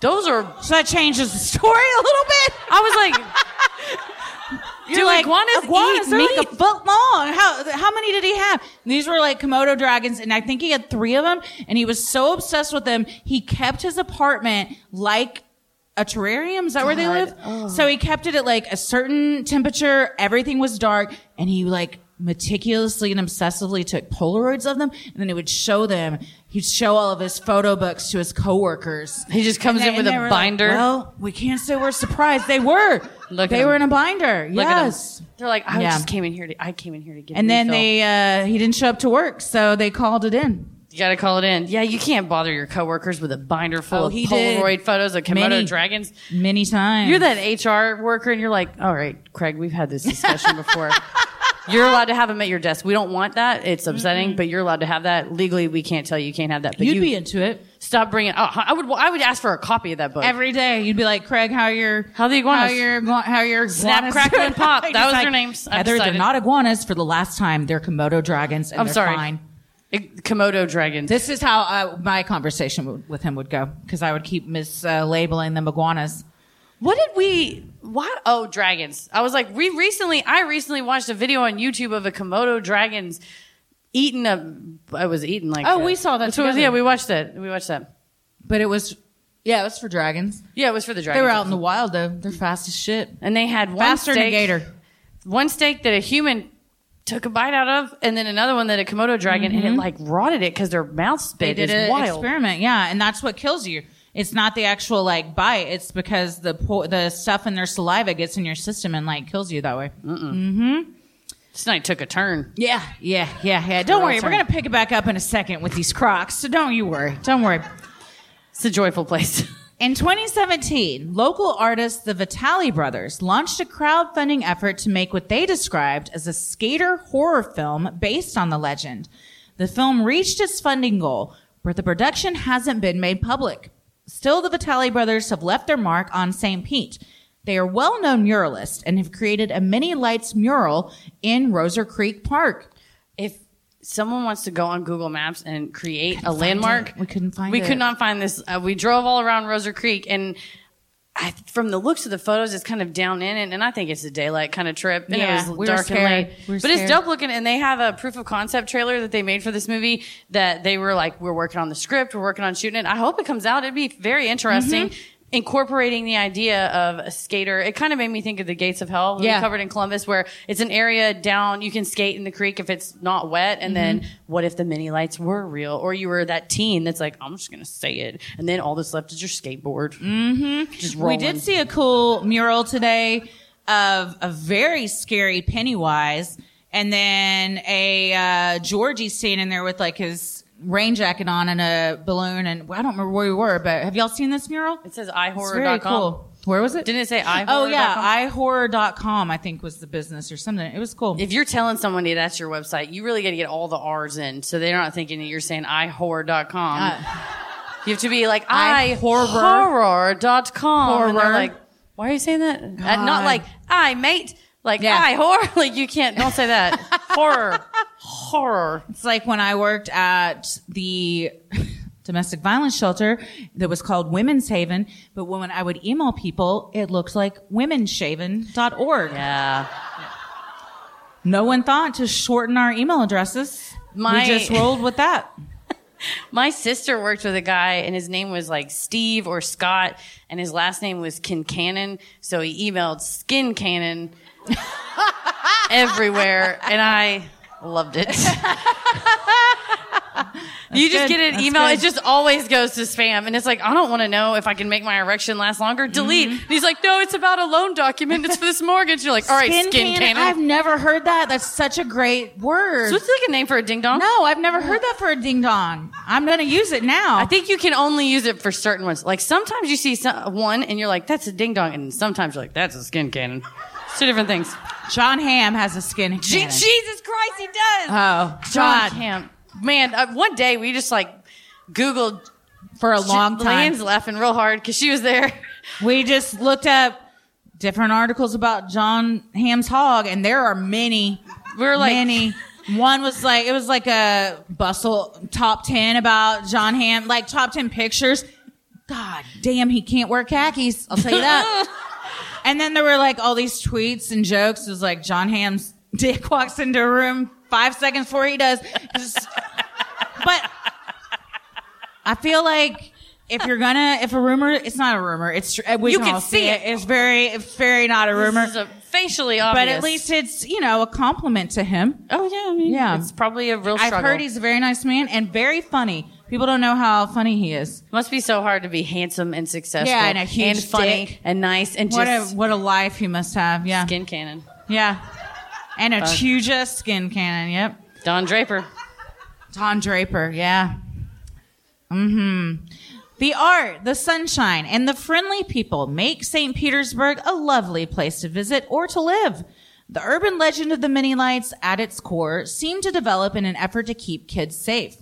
D: Those are.
C: So that changes the story a little bit.
D: I was like, do iguanas,
C: iguanas
D: eat
C: are
D: meat?
C: like a foot long. How how many did he have? These were like Komodo dragons, and I think he had three of them. And he was so obsessed with them, he kept his apartment like a terrarium. Is that where they live?
D: Oh.
C: So he kept it at like a certain temperature. Everything was dark, and he like meticulously and obsessively took Polaroids of them, and then he would show them. He'd show all of his photo books to his coworkers.
D: He just comes
C: And
D: in with
C: and
D: a
C: were like,
D: binder.
C: well, we can't say we're surprised. They were.
D: [laughs] Look at
C: they
D: him.
C: were in a binder.
D: Look at 'em.
C: yes.
D: They're like, I
C: Yeah.
D: just came in here to. I came in here to get.
C: And then
D: refill.
C: they uh, he didn't show up to work, so they called it in.
D: You gotta call it in. Yeah, you can't bother your coworkers with a binder full
C: Oh,
D: of
C: he did.
D: Polaroid photos of Komodo
C: Many.
D: dragons.
C: Many times.
D: You're that HR worker, and you're like, all right, Craig, we've had
C: [laughs]
D: this discussion before. You're allowed to have them at your desk. We don't want that. It's upsetting, but you're allowed to have that. Legally, we can't tell you you can't have that. But
C: You'd
D: you
C: be into it
D: stop bringing. Oh, I would. I would ask for a copy of that book.
C: every day. You'd be like, Craig, how are your
D: How the iguanas?
C: How your igua- how your
D: Snap,
C: iguanas
D: crackle,
C: [laughs]
D: and pop.
C: Just
D: That was their names. I've
C: Heather,
D: decided.
C: they're not iguanas for the last time. They're Komodo dragons. And
D: I'm
C: they're
D: sorry.
C: Fine.
D: Ig- Komodo dragons.
C: This is how uh, my conversation w- with him would go because I would keep mislabeling them iguanas.
D: What did we? What? Oh, dragons. I was like, we recently. I recently watched a video on YouTube of a Komodo dragons eating a. I was eating like.
C: Oh,
D: a-
C: we saw that
D: So it was-
C: together.
D: yeah, we watched that. We watched that.
C: But it was, yeah, it was for dragons.
D: Yeah, it was for the dragons.
C: They were out in the wild though. They're fast as shit.
D: and they had one
C: Faster than a
D: steak,
C: gator.
D: one steak that a human took a bite out of, and then another one that a Komodo dragon, and it like rotted it because their mouth spit
C: Mm-hmm. they did
D: is
C: an
D: wild.
C: experiment, yeah, and that's what kills you. It's not the actual like bite; it's because the po- the stuff in their saliva gets in your system and like kills you that way.
D: Mm-hmm. This night took a turn.
C: Yeah, yeah, yeah, yeah. Don't
D: Real
C: worry,
D: turn.
C: we're gonna pick it back up in a second with these Crocs, so don't you worry. Don't worry.
D: It's a joyful place. [laughs]
C: In 2017, local artists the Vitali brothers launched a crowdfunding effort to make what they described as a skater horror film based on the legend. The film reached its funding goal, but the production hasn't been made public. Still, the Vitali brothers have left their mark on St. Pete. They are well-known muralists and have created a many lights mural in Roser Creek Park.
D: if someone wants to go on Google Maps and create a landmark,
C: it. We couldn't find
D: We
C: it.
D: could not find this. Uh, we drove all around Roser Creek, and I, from the looks of the photos, it's kind of down in it, and I think it's a daylight kind of trip. And
C: Yeah,
D: it
C: we
D: was
C: were
D: dark and
C: scared.
D: late,
C: We were
D: but it's
C: scared.
D: dope looking. And they have a proof of concept trailer that they made for this movie that they were like, "We're working on the script. We're working on shooting it. I hope it comes out. It'd be very interesting."
C: Mm-hmm.
D: Incorporating the idea of a skater, it kind of made me think of the Gates of Hell that
C: Yeah.
D: we covered in Columbus, where it's an area down you can skate in the creek if it's not wet. And
C: Mm-hmm.
D: then what if the mini lights were real, or you were that teen that's like, I'm just gonna say it, and then all that's left is your skateboard. Mm-hmm. Just rolling.
C: We did see a cool mural today of a very scary Pennywise, and then a uh, Georgie standing there with like his rain jacket on and a balloon. And I don't remember where we were, but have y'all seen this mural?
D: It says ihorror.com.
C: Where was it?
D: Didn't it say ihorror?
C: Oh yeah, ihorror.com I think was the business or something. It was cool.
D: If you're telling somebody that's your website, you really got to get all the R's in so they're not thinking that you're saying ihorror.com. you have to be like
C: Uh, I-
D: ihorror.com. And they're
C: Horror.
D: like, why are you saying that? And not like, I mate. Like,
C: Yeah.
D: I
C: [laughs]
D: horror. Like, you can't, don't say [laughs] that. horror. Horror.
C: It's like when I worked at the [laughs] domestic violence shelter that was called Women's Haven. But when I would email people, it looked like womenshaven.org.
D: Yeah.
C: No one thought to shorten our email addresses.
D: My-
C: we just rolled with that.
D: My sister worked with a guy, and his name was like Steve or Scott, and his last name was Kincannon. So he emailed Skin Cannon [laughs] everywhere, and I [laughs] loved it. [laughs] you just
C: good.
D: get an
C: That's
D: email,
C: good.
D: it just always goes to spam, and it's like, I don't want to know if I can make my erection last longer. Delete.
C: Mm-hmm.
D: And he's like, No, it's about a loan document. It's for this mortgage. You're like, All right, Skin, Cannon.
C: I've never heard that. That's such a great word.
D: so it's like a name for a ding dong.
C: No, I've never heard that for a ding dong. I'm gonna use it now.
D: I think you can only use it for certain ones. Like sometimes you see some, one and you're like, that's a ding dong. And sometimes you're like, that's a skin cannon. [laughs] It's two different things.
C: John Hamm has a skin. cannon.
D: Jesus Christ, he does.
C: oh,
D: John
C: God.
D: Camp. Man, uh, one day we just like Googled
C: for a long time.
D: Lane's laughing real hard because she was there.
C: [laughs] We just looked up different articles about John Ham's hog, and there are many.
D: We were like,
C: many. One was like it was like a bustle top ten about John Ham, like top ten pictures. God damn, he can't wear khakis. I'll tell you
D: [laughs]
C: that. and then there were like all these tweets and jokes. It was like John Ham's dick walks into a room five seconds before he does. Just- but I feel like if you're gonna, if a rumor, it's not a rumor. It's tr- we
D: You
C: can,
D: can
C: all
D: see
C: see it.
D: it.
C: It's very, it's very not a rumor.
D: this is a facially obvious.
C: but at least it's you know a compliment to him.
D: oh yeah, I mean,
C: Yeah.
D: it's probably a real
C: I've
D: struggle.
C: heard he's a very nice man and very funny. People don't know how funny he is.
D: Must be so hard to be handsome and successful,
C: Yeah, and a huge
D: and funny
C: dick.
D: and nice and
C: What a
D: just
C: what a life he must have. Yeah,
D: skin cannon.
C: yeah, and a huge skin cannon. Yep.
D: Don Draper.
C: Tom Draper, yeah. Mm-hmm. The art, the sunshine, and the friendly people make St. Petersburg a lovely place to visit or to live. The urban legend of the mini lights at its core seemed to develop in an effort to keep kids safe.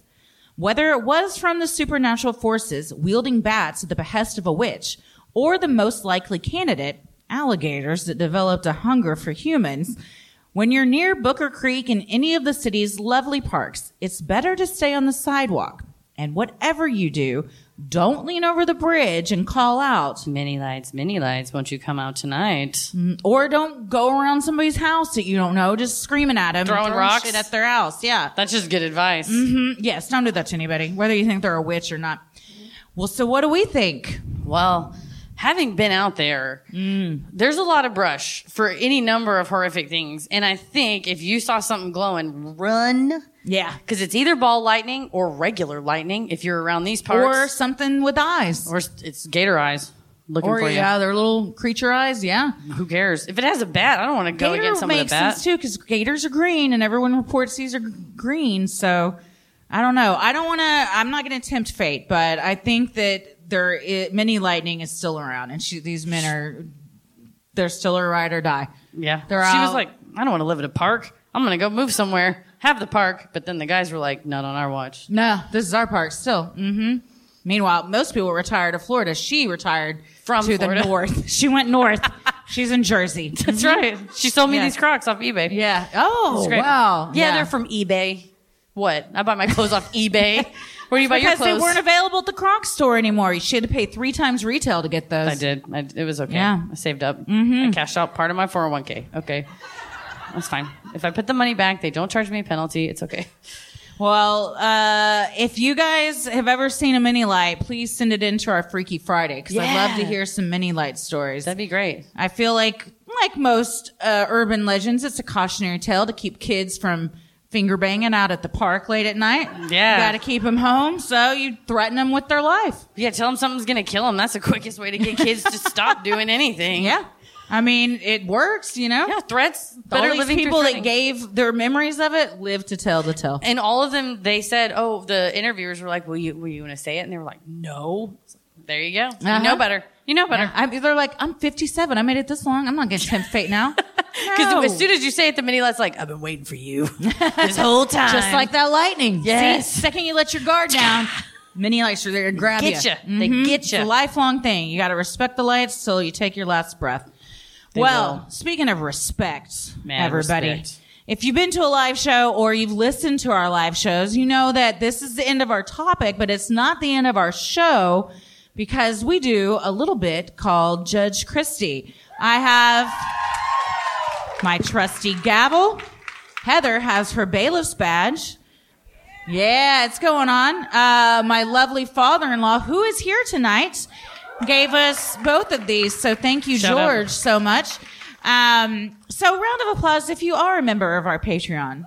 C: Whether it was from the supernatural forces wielding bats at the behest of a witch, or the most likely candidate, alligators that developed a hunger for humans, when you're near Booker Creek in any of the city's lovely parks, it's better to stay on the sidewalk. And whatever you do, don't lean over the bridge and call out, Mm,
D: Mini lights, mini lights. Won't you come out tonight?
C: or don't go around somebody's house that you don't know, just screaming at them,
D: Throwing rocks?
C: shit at their house. Yeah. Mm-hmm.
D: That's just good advice.
C: Yes, don't do that to anybody, whether you think they're a witch or not. Well, so what do we think?
D: Well, having been out there,
C: Mm.
D: there's a lot of brush for any number of horrific things. And I think if you saw something glowing, run.
C: Yeah.
D: Because it's either ball lightning or regular lightning if you're around these
C: Or
D: parts.
C: something with eyes.
D: Or, s- it's gator eyes looking
C: Or,
D: for you.
C: yeah, their little creature eyes. Yeah.
D: Who cares? If it has a bat, I don't want to go
C: Gator
D: against someone with a
C: makes
D: bat.
C: sense too because gators are green and everyone reports these are g- green. So I don't know. I don't want to. I'm not going to tempt fate, but I think that there i mini lightning is still around, and she, these men are they're still a ride or die.
D: Yeah.
C: They're
D: she was
C: out.
D: like, I don't want to live at a park. I'm going to go move somewhere, have the park. But then the guys were like, not on our watch. Mm.
C: No, this is our park still. hmm Meanwhile, most people retired to Florida. She retired
D: From
C: to
D: Florida.
C: the
D: [laughs]
C: north. She went north. She's in [laughs] Jersey.
D: That's right. Mm-hmm. She sold me
C: Yeah.
D: these Crocs off eBay.
C: Yeah. Oh
D: It's great.
C: wow.
D: Yeah, they're from eBay. What? I buy my
C: [laughs]
D: clothes off eBay. Where do you buy
C: because
D: your
C: they
D: clothes?
C: weren't available at the Croc store anymore. She had to pay three times retail to get those.
D: I did. I, it was okay.
C: Yeah. Mm-hmm.
D: I saved up. I cashed out part of my 401k. Okay. That's fine. If I put the money back, they don't charge me a penalty. It's okay.
C: Well, uh, if you guys have ever seen a mini light, please send it in to our Freaky Friday because I'd love to hear some mini light stories.
D: That'd be great.
C: I feel like, like most uh, urban legends, it's a cautionary tale to keep kids from finger banging out at the park late at night.
D: Yeah.
C: got to keep them home, so you threaten them with their life.
D: Yeah, tell them something's going to kill them. That's the quickest way to get kids to stop doing anything.
C: [laughs] Yeah, I mean it works, you know.
D: Yeah, threats.
C: All
D: Better
C: these
D: living through
C: people that
D: threatening.
C: gave their memories of it live to tell the tale.
D: And all of them, they said, oh, the interviewers were like, will you, will you want to say it? And they were like, no. It's like, There you go.
C: Uh-huh.
D: You know better. You know better.
C: I, they're like, I'm 57. I made it this long. I'm not getting tempt fate now.
D: Because
C: No.
D: as soon as you say it, the [laughs] mini light's like, I've been waiting
C: [laughs]
D: for you [laughs] this whole time.
C: Just like that lightning.
D: Yes.
C: See, second you let your guard
D: [laughs]
C: down, mini lights are there to grab
D: Get
C: you.
D: ya. They get
C: It's a
D: ya.
C: lifelong thing. You got to respect the lights till you take your last breath. well,
D: will.
C: speaking of respect,
D: Man,
C: everybody,
D: respect.
C: If you've been to a live show or you've listened to our live shows, you know that this is the end of our topic, but it's not the end of our show because we do a little bit called Judge Christie. I have my trusty gavel. Heather has her bailiff's badge. Yeah, it's going on. Uh, my lovely father-in-law, who is here tonight, gave us both of these. So thank you,
D: Shout out.
C: George, so much. Um, so round of applause if you are a member of our Patreon.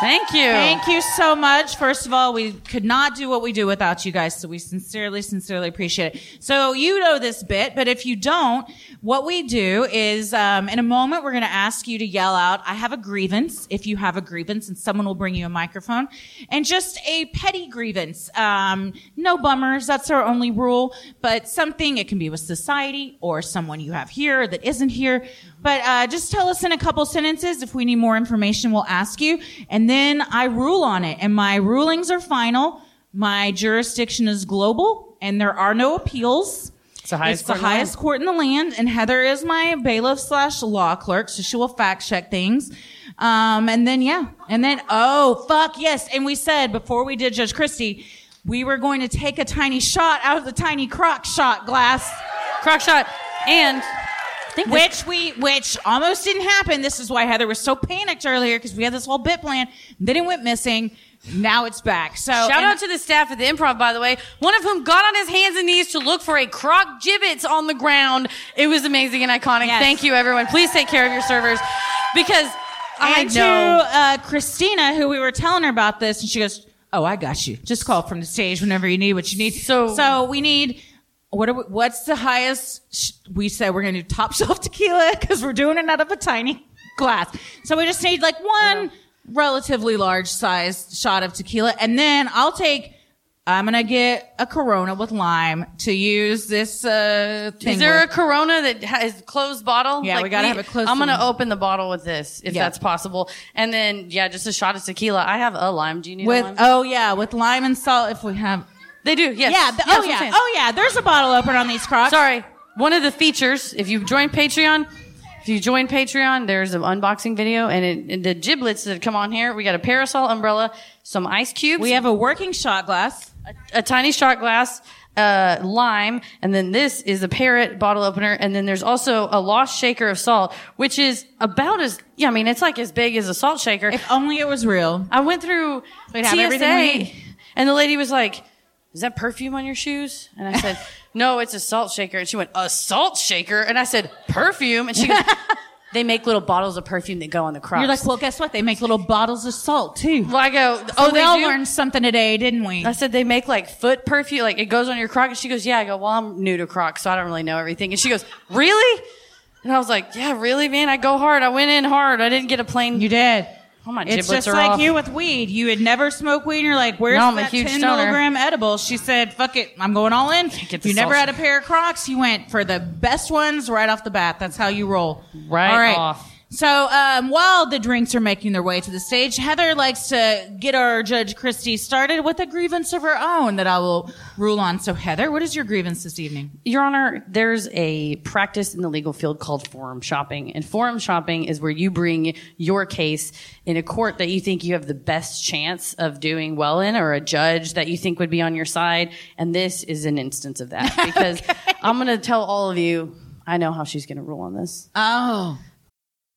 D: Thank you.
C: Thank you so much. First of all, we could not do what we do without you guys, so we sincerely, sincerely appreciate it. So you know this bit, but if you don't, what we do is um, in a moment we're going to ask you to yell out, "I have a grievance." If you have a grievance, and someone will bring you a microphone, and just a petty grievance. Um, no bummers. That's our only rule. But something it can be with society or someone you have here that isn't here. But uh, just tell us in a couple sentences. If we need more information, we'll ask you. And then I rule on it. And my rulings are final. My jurisdiction is global, and there are no appeals. It's
D: the highest court in the
C: highest court in the land. And Heather is my bailiff slash law clerk, so she will fact check things. Um, and then yeah, and then oh fuck yes. And we said before we did Judge Christie, we were going to take a tiny shot out of the tiny crock shot glass
D: Crock shot. And I think this-
C: which we which almost didn't happen. This is why Heather was so panicked earlier because we had this whole bit plan. Then it went missing. Now it's back. So
D: Shout
C: and-
D: out to the staff at the improv, by the way. One of whom got on his hands and knees to look for a crock gibbets on the ground. It was amazing and iconic.
C: Yes.
D: Thank you, everyone. Please take care of your servers because I
C: and to
D: know.
C: uh, Christina, who we were telling her about this, and she goes, "Oh, I got you. Just call from the stage whenever you need what you need."
D: So-
C: so we need. What are we, what's the highest? Sh- we said we're gonna do top [laughs] shelf tequila because we're doing it out of a tiny glass. So we just need like one relatively large sized shot of tequila, and then I'll take. I'm gonna get a Corona with lime to use this uh, thing.
D: Is there a
C: with.
D: Corona that has closed bottle?
C: Yeah, we gotta have a closed
D: I'm gonna
C: one.
D: open the bottle with this if
C: Yeah.
D: that's possible, and then yeah, just a shot of tequila. I have a lime. Do you need a
C: with
D: lime?
C: oh yeah with lime and salt if we have
D: they do. Yes.
C: Yeah. The,
D: that's
C: oh
D: what I'm
C: yeah.
D: saying.
C: Oh yeah. There's a bottle opener on these Crocs.
D: Sorry. One of the features, if you join Patreon, if you join Patreon, there's an unboxing video and, it, and the giblets that come on here. We got a parasol umbrella, some ice cubes,
C: We have a working shot glass.
D: a tiny shot glass, uh, lime, and then this is a parrot bottle opener. And then there's also a lost shaker of salt, which is about as, yeah, I mean, it's like as big as a salt shaker.
C: If only it was real.
D: I went through
C: We'd have everything we
D: TSA,
C: need.
D: and the lady was like, "Is that perfume on your shoes?" And I said, [laughs] "No, it's a salt shaker." And she went, "A salt shaker?" And I said, "Perfume?" And she
C: [laughs]
D: goes, "They make little bottles of perfume that go on the crops."
C: You're like, well, guess what? They make little bottles of salt too.
D: Well, I go, "Oh,
C: we
D: they
C: all
D: do?"
C: learned something today, didn't we?
D: I said they make like foot perfume, like it goes on your croc. And she goes, "Yeah." I go, "Well, I'm new to crocs, so I don't really know everything." And she goes, "Really?" And I was like, "Yeah, really, man. I go hard. I went in hard. I didn't get a plain."
C: you did.
D: Oh, my
C: it's
D: giblets
C: just
D: are
C: like
D: off.
C: you with weed. You had never smoked weed. and You're like, where's
D: No, I'm a
C: that
D: huge
C: 10
D: stoner.
C: milligram edible? She said, fuck it. I'm going all in.
D: get the
C: You never
D: salt.
C: had a pair of Crocs. You went for the best ones right off the bat. That's how you roll.
D: Right
C: All right.
D: off.
C: So um, while the drinks are making their way to the stage, Heather likes to get our Judge Christie started with a grievance of her own that I will rule on. So Heather, what is your grievance this evening?
D: Your Honor, there's a practice in the legal field called forum shopping. And forum shopping is where you bring your case in a court that you think you have the best chance of doing well in or a judge that you think would be on your side. And this is an instance of that because I'm going to tell all of you, I know how she's going to rule on this.
C: Oh,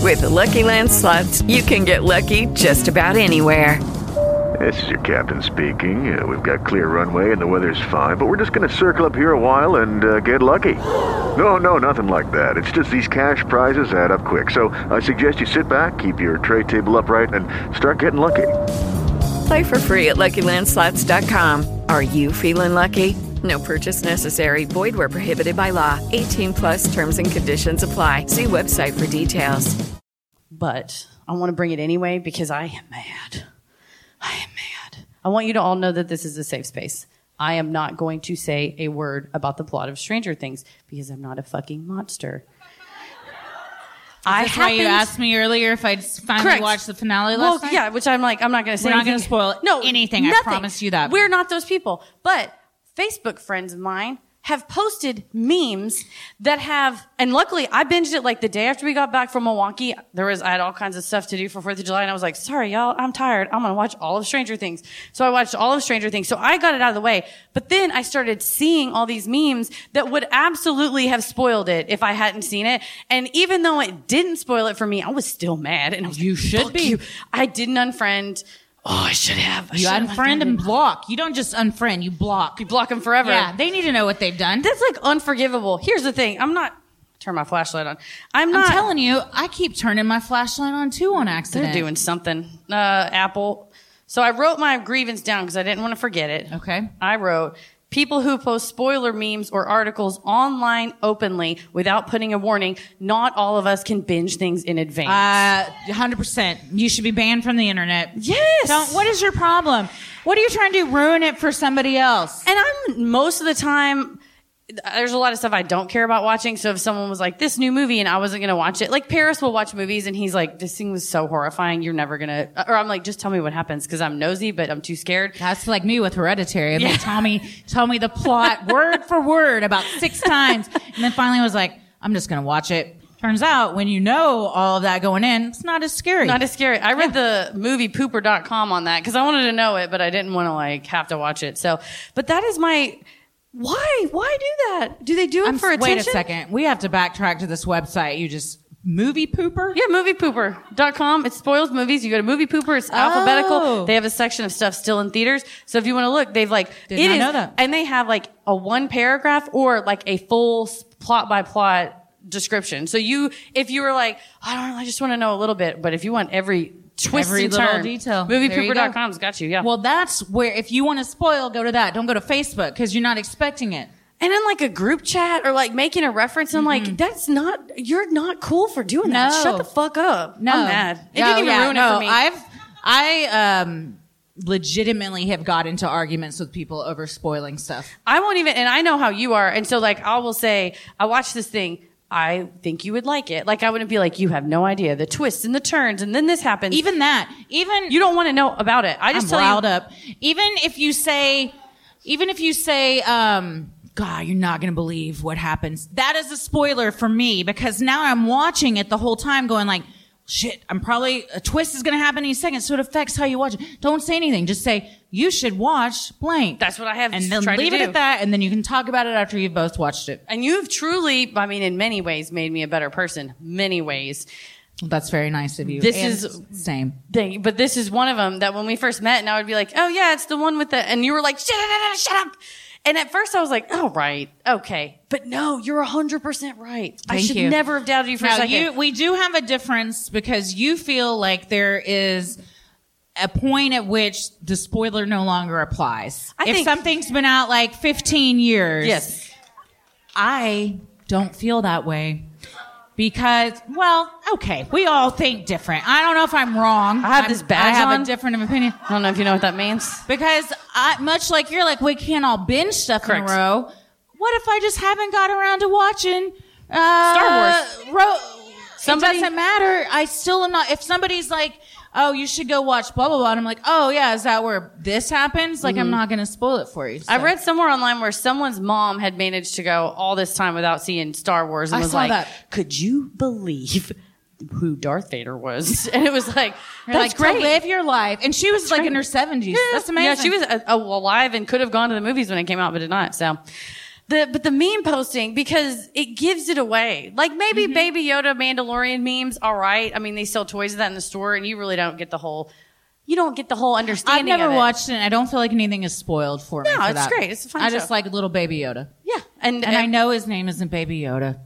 H: With the Lucky Land slots, you can get lucky just about anywhere.
I: This is your captain speaking. Uh, we've got clear runway and the weather's fine, but we're just going to circle up here a while and uh, get lucky. No, no, nothing like that. It's just these cash prizes add up quick. So I suggest you sit back, keep your tray table upright, and start getting lucky.
H: Play for free at LuckyLandSlots.com. Are you feeling lucky? No purchase necessary. Void where prohibited by law. 18 plus terms and conditions apply. See website for details.
D: but I want to bring it anyway because I am mad. I am mad. I want you to all know that this is a safe space. I am not going to say a word about the plot of Stranger Things because I'm not a fucking monster. I
C: That's why you
D: happened-
C: asked me earlier if I'd s- finally
D: Correct.
C: watched the finale last
D: well,
C: night.
D: yeah, which I'm like, I'm not going to say.
C: We're not
D: anything.
C: gonna spoil
D: no
C: anything, I
D: Nothing.
C: promise you that.
D: We're not those people. But Facebook friends of mine have posted memes that have, and luckily I binged it like the day after we got back from Milwaukee. There was I had all kinds of stuff to do for Fourth of July, and I was like, sorry y'all, I'm tired. I'm gonna watch all of Stranger Things. So I watched all of Stranger Things. So I got it out of the way. But then I started seeing all these memes that would absolutely have spoiled it if I hadn't seen it. And even though it didn't spoil it for me, I was still mad. And I was you should
C: be.
D: I didn't unfriend. Oh, I should have. I
C: You
D: should have
C: unfriend and
D: unfriended.
C: block. You don't just unfriend, you block.
D: You block them forever.
C: Yeah, they need to know what they've done.
D: That's like unforgivable. Here's the thing. I'm not. Turn my flashlight on. I'm
C: I'm
D: not.
C: telling you, I keep turning my flashlight on too on accident.
D: They're doing something. Uh, Apple. So I wrote my grievance down because I didn't want to forget it.
C: Okay.
D: I wrote people who post spoiler memes or articles online openly without putting a warning. Not all of us can binge things in advance.
C: Uh, 100%. You should be banned from the internet.
D: Yes.
C: Don't, what is your problem? What are you trying to do? Ruin it for somebody else.
D: and I'm most of the time. There's a lot of stuff I don't care about watching. So if someone was like, "This new movie," and I wasn't gonna watch it, like Paris will watch movies, and he's like, "This thing was so horrifying. You're never gonna." Or I'm like, "Just tell me what happens," because I'm nosy, but I'm too scared.
C: That's like me with Hereditary. I'm Like, tell me, tell me the
D: [laughs]
C: plot word for word about six times. And then finally I was like, I'm just going to watch it. Turns out when you know all of that going in, it's not as scary.
D: Not as scary. I read the movie pooper.com on that because I wanted to know it, but I didn't want to like have to watch it. So, but that is my why? Why do that? Do they do it
C: I'm,
D: for attention?
C: wait a second. We have to backtrack to this website. You just movie pooper?
D: Yeah, moviepooper.com. It spoils movies. You go to Movie Pooper, it's
C: Oh.
D: alphabetical. They have a section of stuff still in theaters. So if you want to look, they've like,
C: Did
D: it
C: not
D: is-
C: know that.
D: and they have like a one paragraph or like a full s- plot by plot description. So you, if you were like, I don't know, I just want to know a little bit, but if you want every twist
C: Every
D: and
C: little
D: turn,
C: detail. There you go.
D: moviepooper.com's got you. Yeah.
C: Well, that's where, if you want to spoil, go to that. Don't go to Facebook because you're not expecting it.
D: and in like a group chat or like making a reference, I'm like, that's not, you're not cool for doing
C: Mm-hmm. No.
D: that. Shut the fuck up.
C: No.
D: I'm mad. It
C: No,
D: didn't even
C: yeah,
D: ruin it
C: no.
D: for me.
C: I've, I, um, legitimately have got into arguments with people over spoiling stuff.
D: I won't even, and I know how you are. And so like, I will say, I watched this thing. I think you would like it. Like, I wouldn't be like, you have no idea the twists and the turns. And then this happens.
C: Even that, even
D: you don't want to know about it. I just
C: I'm
D: tell
C: riled
D: you.
C: up. Even if you say, even if you say, um, God, you're not going to believe what happens. That is a spoiler for me because now I'm watching it the whole time going like, shit, I'm probably, a twist is going to happen any second. So it affects how you watch it. Don't say anything. Just say, you should watch blank.
D: That's what I have
C: And then
D: tried to
C: leave it
D: do.
C: at that. And then you can talk about it after you've both watched it.
D: And you've truly, I mean, in many ways made me a better person. Many ways.
C: That's very nice of you.
D: This
C: And
D: is-
C: same.
D: thing, but this is one of them that when we first met, and I would be like, "Oh yeah, it's the one with the," and you were like, "Shut up, shut up." And at first, I was like, "Oh right, okay," but no, you're hundred percent right. I
C: Thank
D: should
C: you.
D: never have doubted you for a
C: Now,
D: second.
C: you, we do have a difference because you feel like there is a point at which the spoiler no longer applies.
D: I
C: if
D: think-
C: something's been out like 15 years,
D: yes,
C: I don't feel that way because, well, okay, we all think different. I don't know if I'm wrong.
D: I have
C: I'm-
D: this badge
C: I have
D: on.
C: a different of opinion
D: I don't know if you know what that means.
C: because I, much like you're like we can't all binge stuff
D: Correct.
C: in a row. What if I just haven't got around to watching uh,
D: Star
C: Wars? Ro-
D: Somebody-
C: it doesn't matter. I still am not. If somebody's like, "Oh, you should go watch blah blah blah," and I'm like, "Oh yeah, is that where this happens?" Like I'm not gonna spoil it for you.
D: Mm-hmm. I
C: so.
D: read somewhere online where someone's mom had managed to go all this time without seeing Star Wars and
C: I
D: was
C: saw
D: like,
C: that.
D: "Could you believe who Darth Vader was?" [laughs] [laughs] And it was like,
C: You're
D: "That's
C: like
D: great."
C: to live your life, and she was like in her 70s. That's amazing.
D: Yeah, she was uh, uh, alive and could have gone to the movies when it came out, but did not. So, The but the meme posting because it gives it away. Like maybe
C: Mm-hmm.
D: Baby Yoda Mandalorian memes, all right. I mean, they sell toys of that in the store, and you really don't get the whole. You don't get the whole
C: I've
D: understanding.
C: never
D: of it.
C: watched it. and I don't feel like anything is spoiled for me.
D: No,
C: for
D: it's
C: that.
D: great. It's a fun
C: I
D: show.
C: just like little Baby Yoda.
D: Yeah, and
C: and I know his name isn't Baby Yoda.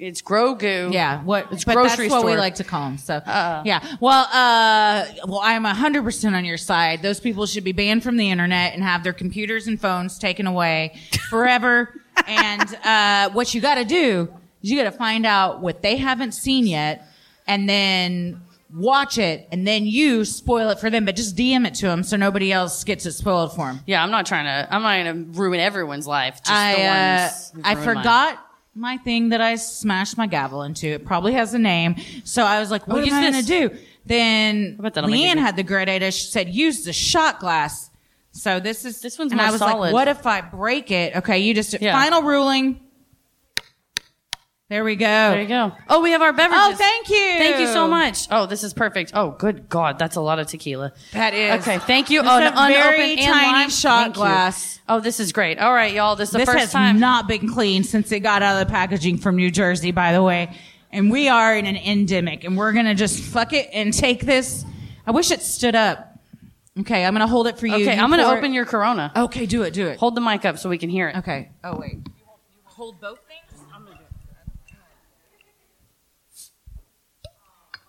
D: It's Grogu.
C: Yeah, what?
D: It's
C: but
D: grocery
C: that's what we
D: store. Uh-uh.
C: like to call him. So, yeah. Well, uh, well, I am hundred percent on your side. Those people should be banned from the internet and have their computers and phones taken away forever. and uh, what you got to do is you got to find out what they haven't seen yet, and then watch it, and then you spoil it for them. But just DM it to them so nobody else gets it spoiled for them.
D: Yeah, I'm not trying to. I'm not going to ruin everyone's life. Just the
C: I
D: ones
C: uh,
D: who
C: I
D: ruin mine.
C: forgot my thing that I smashed my gavel into. It probably has a name. So I was like, what
D: use
C: am I
D: Oh, this.
C: going to do? Then
D: that'll make it
C: Leanne
D: good.
C: had the great idea. She said, use the shot glass. So this is this
D: one's
C: and I
D: more
C: was
D: solid.
C: like, what if I break it? Okay, you just
D: Yeah.
C: final ruling. There we go.
D: There you go. Oh, we have our beverages.
C: Oh, thank you.
D: Thank you so much. Oh, this is perfect. Oh, good God, that's a lot of tequila.
C: That is
D: Okay, thank you.
C: This
D: oh,
C: is a
D: an
C: very
D: unopened and
C: tiny
D: lime.
C: shot
D: Thank you.
C: glass.
D: Oh, this is great. All right, y'all. This is the
C: this
D: first
C: has
D: time.
C: not been cleaned since it got out of the packaging from New Jersey, by the way. And we are in an endemic, and we're gonna just fuck it and take this. I wish it stood up. Okay, I'm gonna hold it for you.
D: okay,
C: You
D: I'm gonna
C: pour it.
D: open your Corona.
C: Okay, do it, do it.
D: Hold the mic up so we can hear it.
C: Okay. Oh wait. Hold both things. I'm gonna do it.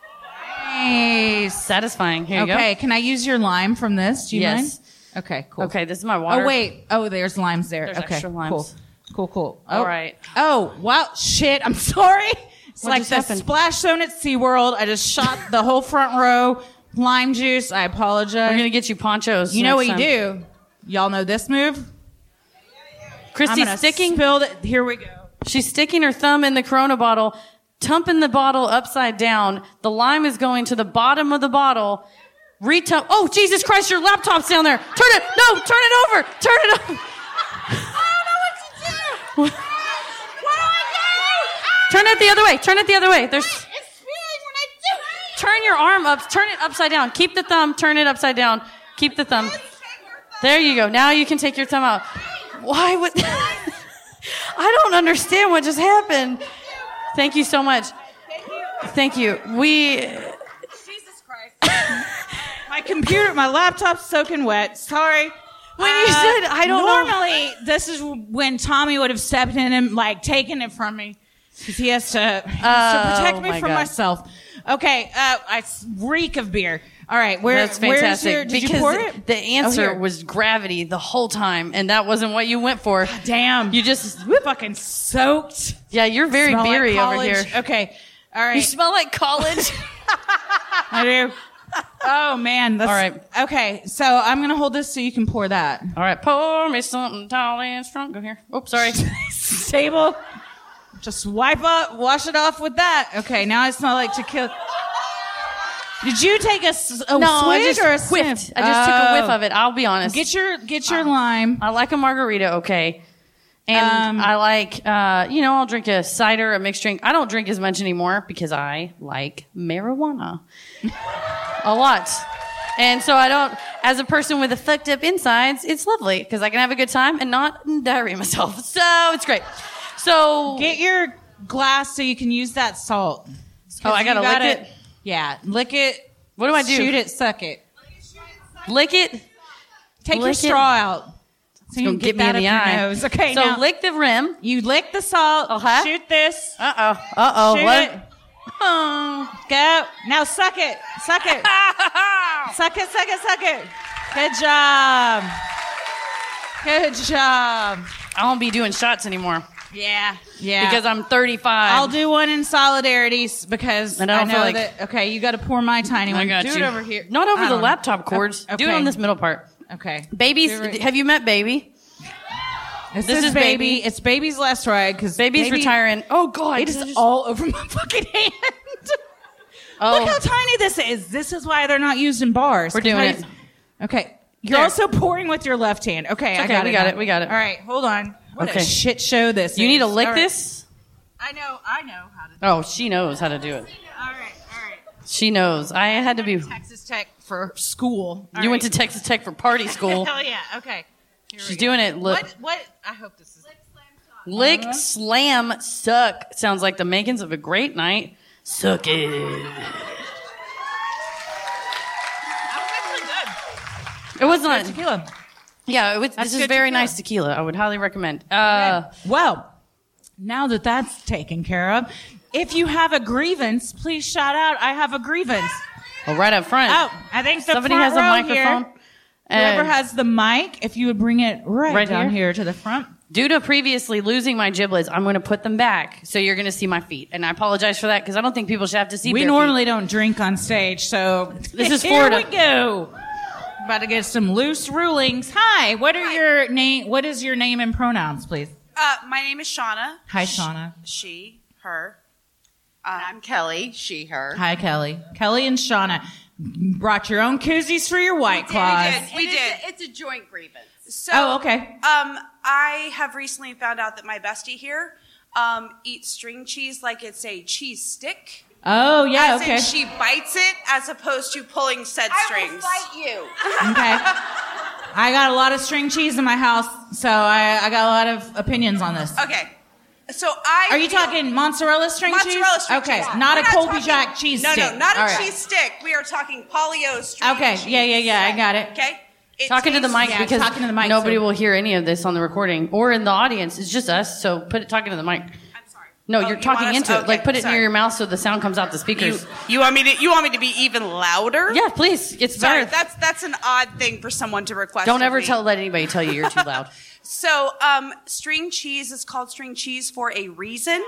C: Nice.
D: Satisfying. Here you
C: Okay, can I use your lime from this? Do you
D: Yes.
C: mind? Okay,
D: go.
C: cool.
D: Okay, this is my water.
C: Oh wait. Oh, there's limes there.
D: There's
C: okay.
D: extra limes.
C: Cool. Cool. Cool.
D: All
C: All
D: right.
C: right. oh, wow. Shit. I'm [laughs] sorry. It's
D: What
C: like
D: just
C: the
D: happened?
C: splash zone at SeaWorld. I just shot the whole front row lime juice. I apologize.
D: We're gonna get you ponchos.
C: you know what
D: next
C: you
D: time.
C: do? Y'all know this move. I'm
D: Christy's
C: gonna
D: sticking.
C: Spill it. Here we go.
D: She's sticking her thumb in the Corona bottle, tumping the bottle upside down. The lime is going to the bottom of the bottle. Retump. Oh, Jesus Christ, your laptop's down there. Turn it. No, turn it over. Turn it over. [laughs] Turn it the other way. Turn it the other way. There's. Turn your arm up. Turn it upside down. Keep the thumb. Turn it upside down. Keep the thumb. There you go. Now you can take your thumb out. Why would. [laughs] I don't understand what just happened. Thank you so much. Thank you. We. uh,
C: My computer, my laptop's soaking wet. Sorry. Uh,
D: When you said, I don't know-
C: normally, this is when Tommy would have stepped in and like taken it from me because he has to, he has to
D: Oh,
C: protect me
D: my
C: from
D: God.
C: myself. Okay, uh, I s- reek of beer. All right, where,
D: That's fantastic.
C: where's your? Did
D: because
C: you pour it?
D: the
C: Oh,
D: answer
C: here.
D: was gravity the whole time, and that wasn't what you went for.
C: damn.
D: You just whoop.
C: fucking soaked.
D: Yeah, you're very
C: Smell like
D: beery over
C: college.
D: here.
C: Okay, all right.
D: You smell like college.
C: I do. [laughs] Oh man, that's
D: All right.
C: Okay, so I'm gonna hold this so you can pour that.
D: All right, pour me something tall and strong. Go here. Oops, sorry.
C: [laughs] table. Just wipe up, wash it off with that. Okay, now I smell like tequila. Did you take a, s- a swig Oh, or a
D: whiffed.
C: sniff?
D: I just took a whiff
C: Oh.
D: of it. I'll be honest.
C: Get your get your lime.
D: I like a margarita, okay. And
C: Um,
D: I like, uh, you know, I'll drink a cider, a mixed drink. I don't drink as much anymore because I like marijuana [laughs] a lot. And so I don't, as a person with a fucked up insides, it's lovely because I can have a good time and not diarrhea myself. [laughs] So it's great. So,
C: Get your glass so you can use that salt. 'Cause
D: Oh, I
C: you
D: gotta lick it?
C: Yeah, lick it.
D: what do I do?
C: Shoot it, suck it.
D: Lick it.
C: Take your
D: Lick it.
C: straw out. So you can
D: Don't
C: get
D: get me in
C: that
D: the
C: up
D: eye.
C: your nose. Okay,
D: So
C: now
D: lick the rim.
C: You lick the salt.
D: Uh-huh.
C: Shoot this.
D: Uh oh. Uh oh.
C: Shoot
D: What? Oh.
C: it. Go. Now suck it. Suck
D: [laughs]
C: it. suck it, suck it, suck it. Good job. Good job.
D: I won't be doing shots anymore
C: Yeah. Yeah.
D: because I'm 35.
C: I'll do one in solidarity s- because
D: And I
C: I,
D: don't
C: know
D: feel like-
C: that. Okay, you got to pour my tiny one.
D: I got
C: do
D: you.
C: it over here.
D: Not over
C: I
D: the
C: don't-
D: laptop cords.
C: O-
D: Do it on
C: okay.
D: this middle part.
C: Okay.
D: Babies,
C: Do it.
D: have you met Baby?
C: This,
D: this
C: is,
D: is
C: baby.
D: baby.
C: It's baby's last ride because
D: Baby's retiring. Oh God,
C: It
D: did I
C: is
D: just-
C: all over my [laughs] fucking hand.
D: Oh.
C: Look how tiny this is. This is why they're not used in bars.
D: We're doing
C: Because-
D: it.
C: Okay. You're
D: There.
C: also pouring with your left hand. Okay, I
D: okay,
C: got
D: we
C: it.
D: got
C: now.
D: it, we got it.
C: All right, hold on. What
D: Okay.
C: a shit show this
D: You need to
C: to
D: lick this.
C: I know, I know how to do
D: Oh, she knows how to do it.
C: it. All right, all right.
D: She knows. I had to be. You
C: Texas Tech for school. All
D: went to
C: right. [laughs]
D: Texas Tech for party school.
C: Hell yeah, okay. Here we
D: She's
C: go.
D: doing it. Look,
C: What, what? I hope this is.
D: Lick,
C: Uh-huh.
D: slam, suck. Sounds like the makings of a great night. Suck it. It wasn't
C: tequila.
D: Yeah, it was,
C: That's
D: this is
C: good
D: very
C: tequila.
D: nice tequila. I would highly recommend. Uh,
C: Well, now that that's taken care of, if you have a grievance, please shout out. I have a grievance.
D: well, right up front.
C: Oh, I think the
D: Somebody
C: front
D: has a
C: row here,
D: microphone.
C: whoever
D: And-
C: has the mic, if you would bring it right,
D: Right
C: down
D: here?
C: here to the front.
D: Due to previously losing my giblets, I'm going to put them back, so you're going to see my feet. And I apologize for that because I don't think people should have to see.
C: we
D: bare feet.
C: normally don't drink on stage, so
D: This
C: [laughs]
D: is
C: here
D: Florida.
C: we go. About to get some loose rulings. Hi, what are your name? What is your name and pronouns, please?
J: Uh, my name is Shauna.
C: Hi, Shauna.
J: She, her. Uh, I'm Kelly. She, her.
C: Hi, Kelly. Kelly and Shauna brought your own koozies for your white claws.
J: We did. It's a, joint grievance. So,
C: Oh, okay.
J: Um, I have recently found out that my bestie here um, eats string cheese like it's a cheese stick.
C: Oh, yeah,
J: As in
C: okay.
J: she bites it as opposed to pulling said strings. I
C: will fight you. okay. I got a lot of string cheese in my house, so I, I got a lot of opinions on this.
J: Okay. So I
C: Are you
J: feel-
C: talking mozzarella string cheese?
J: Mozzarella string
C: okay,
J: cheese.
C: not
J: We're
C: a Colby
J: talking-
C: Jack cheese
J: no,
C: stick.
J: No, not a
C: All right.
J: cheese stick. We are talking polio string
C: Okay,
J: cheese.
C: yeah, yeah, yeah, I got it.
J: Okay. It
D: talking to the
J: tastes-
D: mic because
C: talking to the mic,
D: nobody
C: so-
D: will hear any of this on the recording or in the audience. It's just us, so put it talking to the mic. I'm sorry. No, you're
J: Oh, you
D: talking
J: want us-
D: into it.
J: okay,
D: Like put it
J: sorry.
D: near your mouth so the sound comes out the speakers.
J: You want me to? You want me to be even louder?
D: yeah, please. It's
J: Sorry,
D: better.
J: that's that's an odd thing for someone to request.
D: Don't
J: of
D: ever
J: me.
D: tell let anybody tell you you're too
J: [laughs]
D: loud.
J: So, um, string cheese is called string cheese for a reason,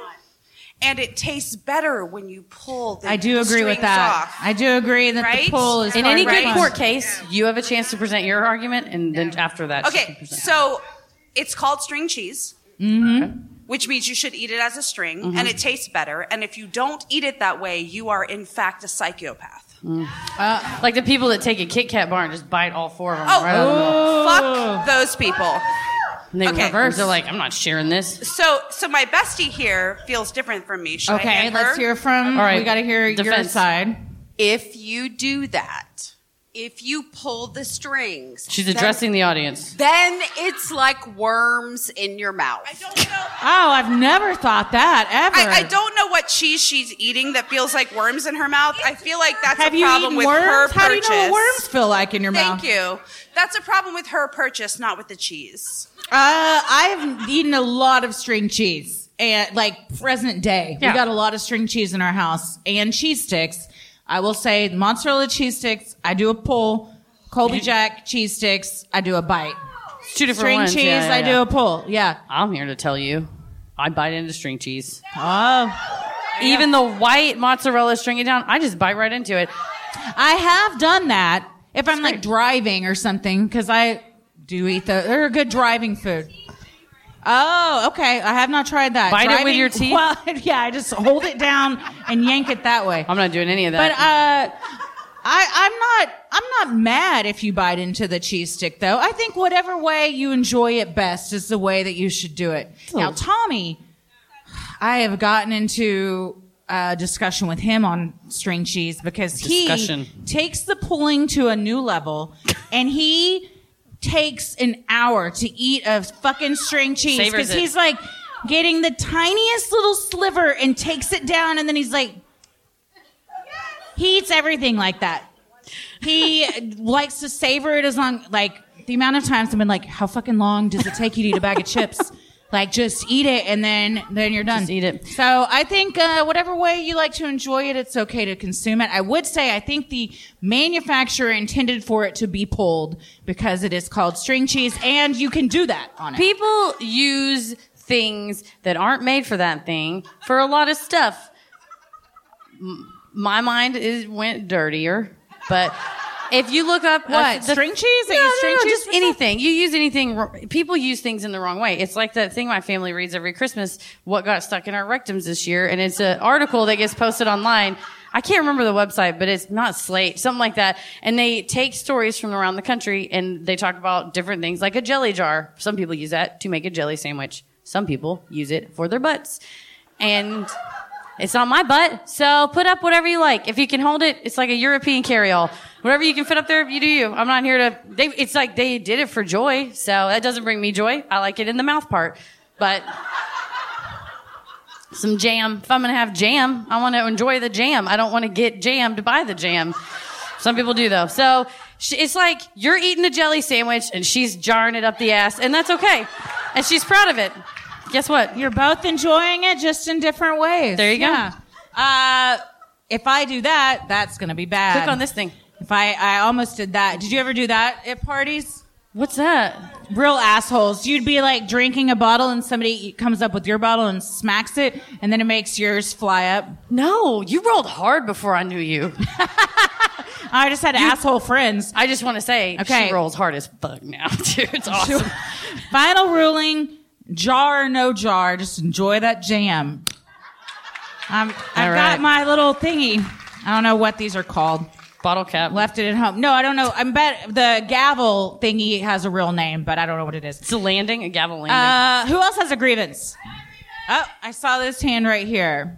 J: and it tastes better when you pull. The
C: I do agree with
J: strings
C: that.
J: off.
C: I do agree that
J: Right?
C: the pull is
D: in
C: part
D: any
C: of
D: good
C: it.
D: court case, you have a chance to present your argument, and then after that,
J: Okay, so it's called string cheese,
C: Mm-hmm.
J: which means you should eat it as a string, and it tastes better. And if you don't eat it that way, you are in fact a psychopath.
D: Uh, like the people that take a Kit Kat bar and just bite all four of them.
J: Oh,
D: right out of the
J: fuck
D: mouth.
J: those people.
D: And they
J: okay.
D: reverse. They're like, I'm not sharing this.
J: So, so my bestie here feels different from me. Should I
C: Okay,
J: hand
C: let's
J: her?
C: hear from.
D: All right,
C: we got to hear your
D: defense.
C: side.
K: If you do that, if you pull the strings,
D: She's
K: then-
D: addressing the audience.
K: Then, it's like worms in your mouth.
C: Oh, I've never thought that ever.
J: I, I don't know what cheese she's eating that feels like worms in her mouth. I feel like that's
C: Have
J: a
C: you
J: problem
C: eaten
J: with
C: worms?
J: her
C: How do you
J: purchase.
C: know what worms feel like in your mouth?
J: Thank you. That's a problem with her purchase, not with the cheese.
C: Uh, I've eaten a lot of string cheese and like present day.
J: Yeah.
C: We got a lot of string cheese in our house and cheese sticks. I will say mozzarella cheese sticks. I do a pull. Colby Jack cheese sticks. I do a bite.
D: Two different
C: string
D: ones.
C: cheese.
D: Yeah, yeah,
C: I
D: yeah.
C: do a pull. Yeah.
D: I'm here to tell you, I bite into string cheese.
C: Oh.
D: Even the white mozzarella string it down, I just bite right into it.
C: I have done that if I'm like driving or something because I do eat the. They're a good driving food. Oh, okay. I have not tried that.
D: Bite it
C: [laughs]
D: with your [laughs] teeth?
C: Well, yeah, I just hold it down and yank it that way.
D: I'm not doing any of
C: But
D: that.
C: uh, I, I'm not. I'm not mad if you bite into the cheese stick, though. I think whatever way you enjoy it best is the way that you should do it. Now, Tommy, I have gotten into a discussion with him on string cheese because
D: Discussion.
C: he takes the pulling to a new level, and he takes an hour to eat a fucking string cheese
D: Savors
C: because
D: it.
C: he's like getting the tiniest little sliver and takes it down, and then he's like. He eats everything like that. He likes to savor it as long, like, the amount of times I've been like, how fucking long does it take you to eat a bag of chips? [laughs] Like, just eat it and then, then you're done. Just eat it. So I think, uh, whatever way you like to enjoy it, it's okay to consume it. I would say I think the manufacturer intended for it to be pulled because it is called string cheese and you can do that on it.
D: People use things that aren't made for that thing for a lot of stuff. M- My mind is went dirtier, but if you look up uh,
C: What? String cheese? They
D: no,
C: use string
D: no, no,
C: cheese
D: just
C: for
D: anything. You use anything. wr- People use things in the wrong way. It's like that thing my family reads every Christmas. What got stuck in our rectums this year? And it's an article that gets posted online. I can't remember the website, but it's not Slate, something like that. And they take stories from around the country and they talk about different things, like a jelly jar. Some people use that to make a jelly sandwich. Some people use it for their butts. And it's on my butt, so put up whatever you like. If you can hold it, it's like a European carry-all. Whatever you can fit up there, you do you. I'm not here to. They, it's like they did it for joy, so that doesn't bring me joy. I like it in the mouth part, but some jam. If I'm gonna have jam, I want to enjoy the jam. I don't want to get jam to buy the jam. Some people do though. So she, it's like you're eating a jelly sandwich and she's jarring it up the ass, and that's okay. And she's proud of it. Guess what?
C: You're both enjoying it just in different ways.
D: There you go.
C: go. Uh, if I do that, that's gonna be bad.
D: Click on this thing.
C: If I, I almost did that. Did you ever do that at parties?
D: What's that?
C: Real assholes. You'd be like drinking a bottle and somebody comes up with your bottle and smacks it and then it makes yours fly up.
D: No, you rolled hard before I knew you.
C: I just had asshole friends.
D: I just want to say okay. she rolls hard as fuck now, dude.
C: [laughs]
D: It's awesome.
C: Final ruling, jar or no jar, just enjoy that jam. i have got my little thingy. I don't know what these are called.
D: Bottle cap.
C: Left it at home. No, I don't know. I bet the gavel thingy has a real name, but I don't know what it is.
D: It's a landing, a gavel landing.
C: Uh, who else has a grievance? Oh, I saw this hand right here.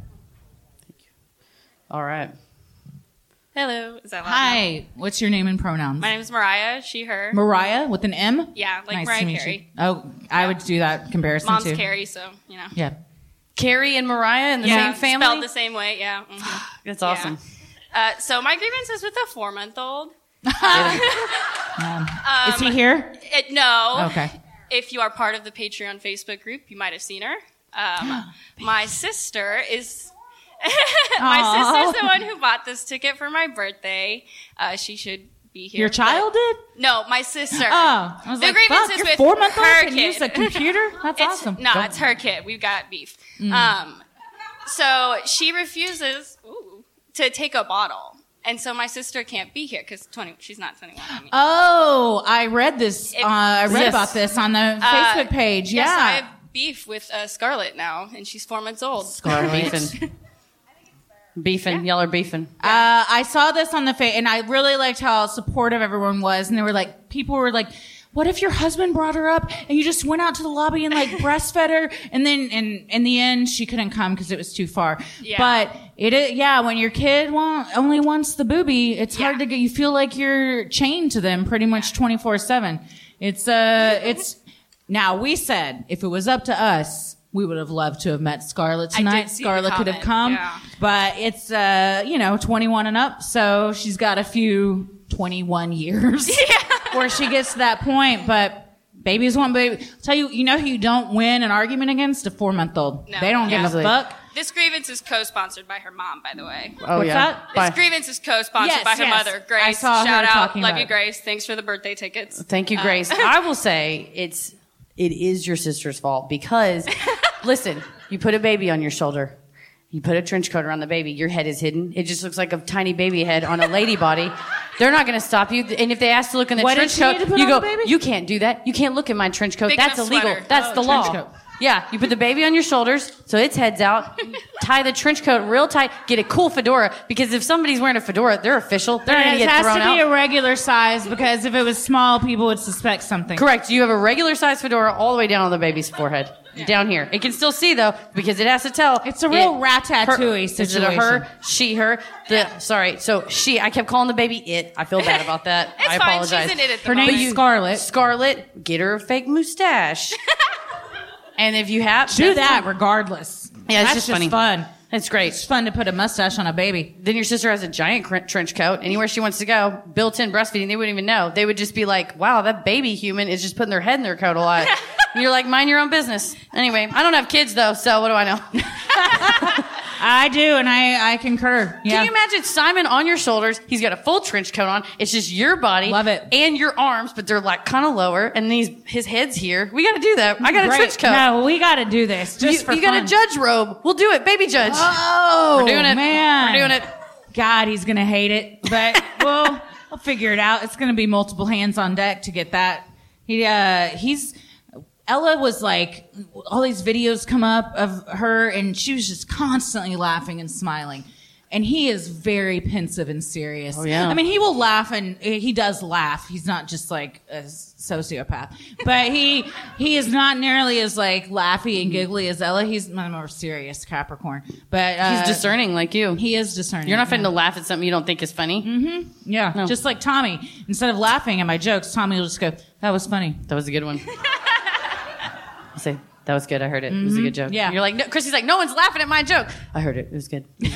D: All right.
L: Hello. Is that loud
C: Hi. Now? What's your name and pronouns?
L: My name is Mariah. She, her.
C: Mariah with an M?
L: Yeah, like nice Mariah Carey.
C: You. Oh, I yeah. would do that comparison
L: Mom's
C: too.
L: Mom's Carrie, so, you know.
C: Yeah.
D: Carrie and Mariah in the yeah, same family?
L: Spelled the same way, yeah.
D: [sighs]
L: Mm-hmm. [laughs]
D: That's awesome.
L: Yeah. Uh, so my grievance is with a four month
C: [laughs]
L: old.
C: um, is he here?
L: It, no.
C: Okay.
L: If you are part of the Patreon Facebook group, you might have seen her.
C: [gasps]
L: Um, my sister is [laughs] my sister's the one who bought this ticket for my birthday. Uh, she should be here.
C: Your child did?
L: No, my sister.
C: Oh, I was the like, grievance fuck, is with four month old her kid. Use
L: [laughs]
C: a computer? That's
L: it's,
C: awesome.
L: No, Don't. it's her kid. We've got beef. Mm. Um, so she refuses ooh, to take a bottle. And so my sister can't be here because twenty. She's not twenty one. I mean.
C: Oh, I read this. It, uh, I read yes. about this on the uh, Facebook page. Yeah,
L: yes, I have beef with uh, Scarlett now, and she's four months old.
C: [laughs]
D: Scarlett. Beefing, yeah. y'all are beefing.
C: Uh, I saw this on the face, and I really liked how supportive everyone was. And they were like, people were like, "What if your husband brought her up and you just went out to the lobby [laughs] and like breastfed her?" And then, and in the end, she couldn't come because it was too far. Yeah. But it is, yeah, when your kid want, only wants the booby, it's yeah. hard to get. You feel like you're chained to them pretty much twenty four seven. It's uh, it's now we said if it was up to us, we would have loved to have met Scarlett tonight. Scarlett could have come, yeah. but it's uh, you know, 21 and up, so she's got a few 21 years [laughs] yeah. where she gets to that point. But babies want baby. I'll tell you, you know who you don't win an argument against a four month old. No. They don't yeah. give a fuck.
L: This grievance is co-sponsored by her mom, by the way.
D: Oh What's yeah.
L: That? This Bye. grievance is co-sponsored yes, by her yes. mother, Grace. I saw Shout her out, talking love you, Grace. Thanks for the birthday tickets.
D: Thank you,
L: [laughs]
D: Grace. Uh, I will say it's it is your sister's fault because listen, you put a baby on your shoulder. You put a trench coat around the baby. Your head is hidden. It just looks like a tiny baby head on a lady body. They're not going to stop you. And if they ask to look in the
C: what
D: trench coat,
C: you,
D: you go,
C: baby?
D: you can't do that. You can't look in my trench coat.
L: Big
D: That's illegal.
L: Sweater.
D: That's oh, the law. Coat. Yeah, you put the baby on your shoulders so its head's out. tie the trench coat real tight. Get a cool fedora because if somebody's wearing a fedora, they're official. They're
C: and
D: not going to
C: get
D: thrown out.
C: It has to be a regular size because if it was small, people would suspect something.
D: Correct. You have a regular size fedora all the way down on the baby's forehead. Yeah. down here. It can still see though because it has to tell.
C: It's a real
D: it,
C: ratatouille her, situation. Is it a
D: her, she, her? The sorry, so she. I kept calling the baby it. I feel bad about that.
L: [laughs] it's
D: I
L: fine.
D: apologize.
L: She's an it at the
C: her name is Scarlet.
D: Scarlet, get her a fake
L: [laughs]
D: mustache. and if you have
C: do that, fun. regardless.
D: Yeah, it's
C: that's
D: just,
C: just
D: funny.
C: fun.
D: It's great.
C: It's fun to put a mustache on a baby.
D: Then your sister has a giant cr- trench coat. Anywhere she wants to go, built in breastfeeding, they wouldn't even know. They would just be like, wow, that baby human is just putting their head in their coat
C: [laughs]
D: a lot. you're like, mind your own business. Anyway, I don't have kids though, so what do I know?
C: [laughs] I do, and I, I concur. Yeah.
D: Can you imagine Simon on your shoulders? He's got a full trench coat on. It's just your body.
C: Love it.
D: And your arms, but they're like kind of lower, and these his head's here. We got to do that. I got
C: Great.
D: a trench coat.
C: No, we got to do this. Just
D: you,
C: for
D: you
C: fun.
D: got a judge robe. We'll do it, baby judge.
C: Oh,
D: we're doing it,
C: man.
D: We're doing it.
C: God, he's gonna hate it,
D: [laughs]
C: but we'll we'll figure it out. It's gonna be multiple hands on deck to get that. He uh he's. Ella was like, all these videos come up of her, and she was just constantly laughing and smiling. And he is very pensive and serious.
D: Oh, yeah.
C: I mean, he will laugh, and he does laugh. He's not just like a sociopath, but he he is not nearly as like laughy
D: Mm-hmm.
C: and giggly as Ella. He's a more serious Capricorn, but uh,
D: he's discerning like you.
C: He is discerning.
D: You're not finna yeah. to laugh at something you don't think is funny.
C: Mm-hmm. Yeah, no. just like Tommy. Instead of [laughs] laughing at my jokes, Tommy will just go, "That was funny.
D: That was a good one." I'll say, That was good. I heard it. It was a
C: Mhm.
D: good joke.
C: Yeah.
D: You're like, no, Chrissy's like, no one's laughing at my joke. I heard it. It was good. [laughs]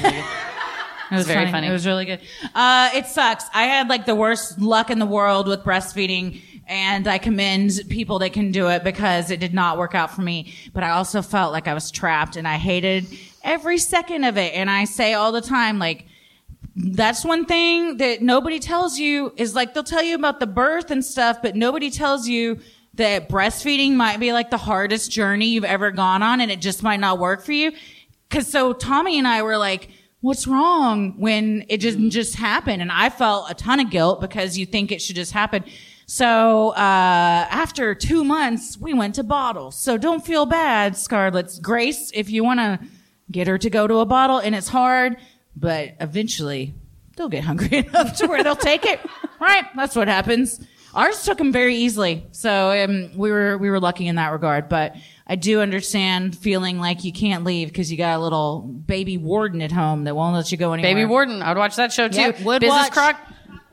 D: It was, really good. It was very funny.
C: It was really good. Uh, it sucks. I had like the worst luck in the world with breastfeeding, and I commend people that can do it because it did not work out for me. But I also felt like I was trapped, and I hated every second of it. And I say all the time, like, that's one thing that nobody tells you is like they'll tell you about the birth and stuff, but nobody tells you that breastfeeding might be like the hardest journey you've ever gone on and it just might not work for you. Cause so Tommy and I were like, what's wrong when it didn't just happen? And I felt a ton of guilt because you think it should just happen. So, uh, after two months, we went to bottles. So don't feel bad, Scarlett's Grace, if you want to get her to go to a bottle and it's hard, but eventually they'll get hungry [laughs] enough to where they'll take it. Right? That's what happens. Ours took them very easily. So, um, we were, we were lucky in that regard, but I do understand feeling like you can't leave because you got a little baby warden at home that won't let you go anywhere.
D: Baby Warden. I would watch that show too.
C: Yep, would
D: Business
C: watch.
D: Croc.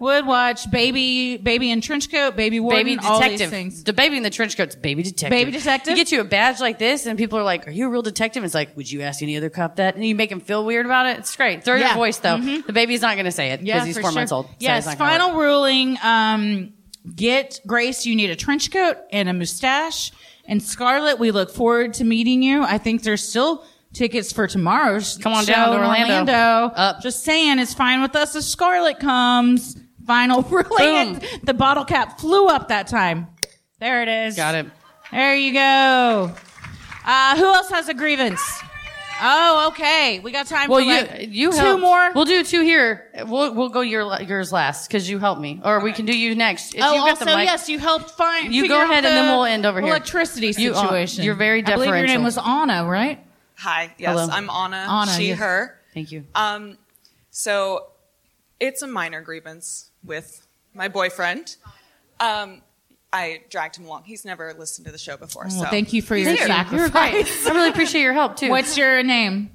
C: Would watch baby, baby in trench coat, baby warden,
D: Baby
C: all these
D: detective.
C: things.
D: The baby in the trench coat's baby detective.
C: Baby detective?
D: You get you a badge like this, and people are like, "Are you a real detective?" And it's like, "Would you ask any other cop that?" And you make him feel weird about it. It's great. Throw your
C: Yeah.
D: voice though.
C: Mhm.
D: The baby's not going to say it because he's
C: for
D: four
C: sure.
D: months old. so it's
C: Yes,
D: not gonna work.
C: final ruling. Um, get Grace. You need a trench coat and a mustache. And Scarlett, we look forward to meeting you. I think there's still tickets for tomorrow's
D: Come on
C: show
D: down to
C: in
D: Orlando.
C: Up. Just saying, it's fine with us if Scarlett comes. Final [laughs] ruling. And The bottle cap flew up that time. There it is. Got
D: it.
C: There you go. Uh, who else has a grievance? Oh, okay. We got time
D: Well,
C: for
D: you
C: like
D: you
C: two
D: help.
C: more.
D: We'll do two here. We'll we'll go your yours last because you helped me, or we can do you next. If
C: oh,
D: you've got
C: also
D: the mic-
C: yes, you helped find.
D: You
C: figure
D: go
C: out
D: ahead and then
C: the
D: we'll end over here.
C: Electricity
D: You, uh,
C: situation.
D: you're very
C: I believe your
D: deferential.
C: name was Anna, right?
M: Hi. Yes,
C: Hello.
M: I'm Anna.
C: Anna,
M: she,
C: yes.
M: her.
D: Thank you.
M: Um, so it's a minor grievance with my boyfriend. Um, I dragged him along. He's never listened to the show before.
C: Well,
M: so
C: thank you for
M: He's
C: your
M: here. [laughs]
C: sacrifice.
D: [laughs] I really appreciate your help too.
C: What's your name?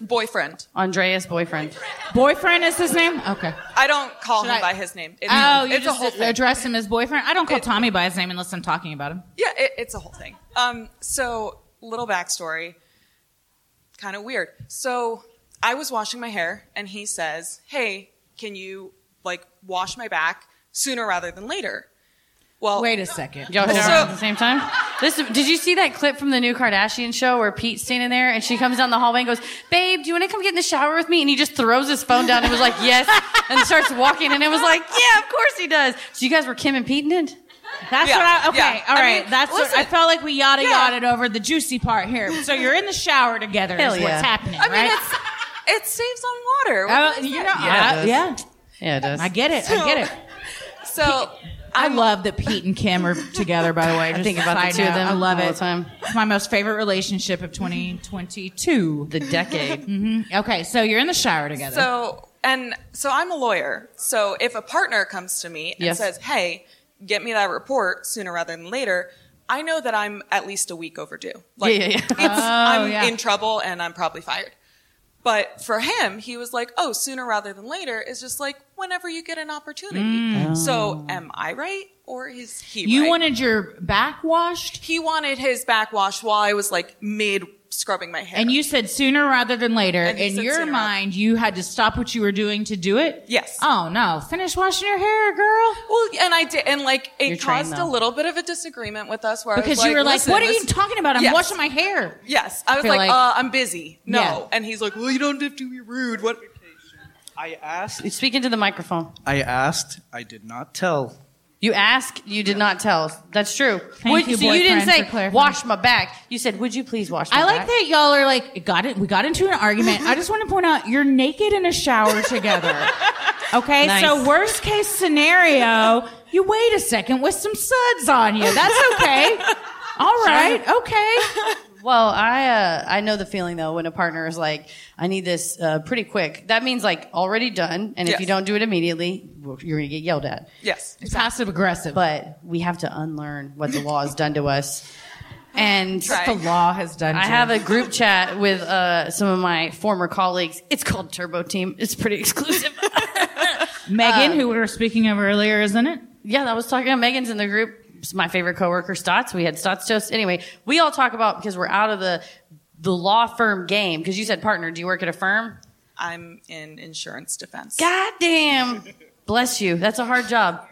M: Boyfriend.
D: Andreas boyfriend?
C: Boyfriend is his name. Okay.
M: I don't call
C: Should
M: him
C: I-
M: by his name. It's,
C: oh, you
M: it's a
C: just
M: whole thing.
C: address him as boyfriend. I don't call Tommy by his name unless I'm talking about him.
M: Yeah, it, it's a whole thing. Um, so, little backstory, kind of weird. So, I was washing my hair, and he says, "Hey, can you like wash my back sooner rather than later?" Well,
C: wait a second.
D: Y'all
M: So-
D: so, at the same time. This did you see that clip from the new Kardashian show where Pete's standing there and she comes down the hallway and goes, "Babe, do you want to come get in the shower with me?" And he just throws his phone down and was like,
C: [laughs]
D: "Yes," and starts walking and it was like, "Yeah, of course he does." So you guys were Kim and Pete, did?
C: That's what I, okay, all right. That's what, I felt like we yada yada yada over the juicy part here. So you're in the shower together.
D: Hell
C: is
D: yeah.
C: what's happening,
M: I mean,
C: right?
M: it saves on water. What
C: Oh,
M: can I
C: you
M: say?
C: know, yeah, yeah.
D: Yeah, it does.
C: I get it. I get it.
M: [laughs] So
C: I love that Pete and Kim are together.
M: [laughs]
C: By the way, just
D: think
C: a
D: about the
C: side
D: two of
C: note.
D: them
C: I love
D: all
C: it.
D: the time.
C: It's my most favorite relationship of 2022. [laughs]
D: The decade.
C: hmm Okay, so you're in the shower together.
M: So, and so I'm a lawyer. So if a partner comes to me and
C: Yes.
M: says, "Hey, get me that report sooner rather than later," I know that I'm at least a week overdue.
D: Yeah, yeah, yeah.
M: It's,
D: Oh,
M: I'm
D: yeah.
M: in trouble and I'm probably fired. But for him, he was like, "Oh, sooner rather than later" is just like whenever you get an opportunity.
C: Mm.
M: So, am I right or is he?
C: you
M: right?
C: wanted your back washed,
M: He wanted his back wash while I was like mid scrubbing my hair.
C: and you said sooner rather than later.
M: And he
C: In
M: said
C: your
M: sooner rather-
C: mind, you had to stop what you were doing to do it.
M: Yes.
C: Oh no! Finish washing your hair, girl.
M: Well, and I did, and like it
C: You're trained,
M: caused
C: though.
M: a little bit of a disagreement with us where I
C: Because
M: was
C: you were like,
M: "Listen,
C: "What are
M: this-
C: you talking about? I'm
M: Yes.
C: washing my hair."
M: Yes, I was
C: feel
M: like,
C: like-
M: uh, I'm busy. No,
C: Yeah.
M: and he's like, well, you don't have to be rude. What?
N: I asked.
D: Speak into the microphone.
N: I asked. I did not tell.
D: You ask, you did not tell. That's true.
N: Thank you,
D: so you didn't
N: boyfriend, for
D: say
N: clarifying.
D: wash my back. You said, "Would you please wash my
C: I like
D: back?"
C: that y'all are like it got it. We got into an argument. I just want to point out you're naked in a shower together. Okay,
D: Nice.
C: so worst case scenario, you wait a second with some suds on you. That's okay. All right. Okay.
D: Well, I uh, I know the feeling though when a partner is like, "I need this uh, pretty quick." That means like already done, and if
C: Yes.
D: you don't do it immediately, well, you're gonna get yelled at.
M: Yes,
C: it's passive aggressive.
D: But we have to unlearn what the law has done to us. And
C: What the law has done.
D: I
C: to
D: have a
C: us.
D: group chat with uh, some of my former colleagues. It's called Turbo Team. It's pretty [laughs] exclusive.
C: Megan, who we were speaking of earlier, isn't it?
D: Yeah, I was talking. Megan's in the group. my favorite coworker Stotts. We had Stotts toast. Anyway, we all talk about because we're out of the the law firm game. Because you said partner, do you work at a firm?
M: I'm in insurance defense.
D: God damn, bless you. That's a hard job.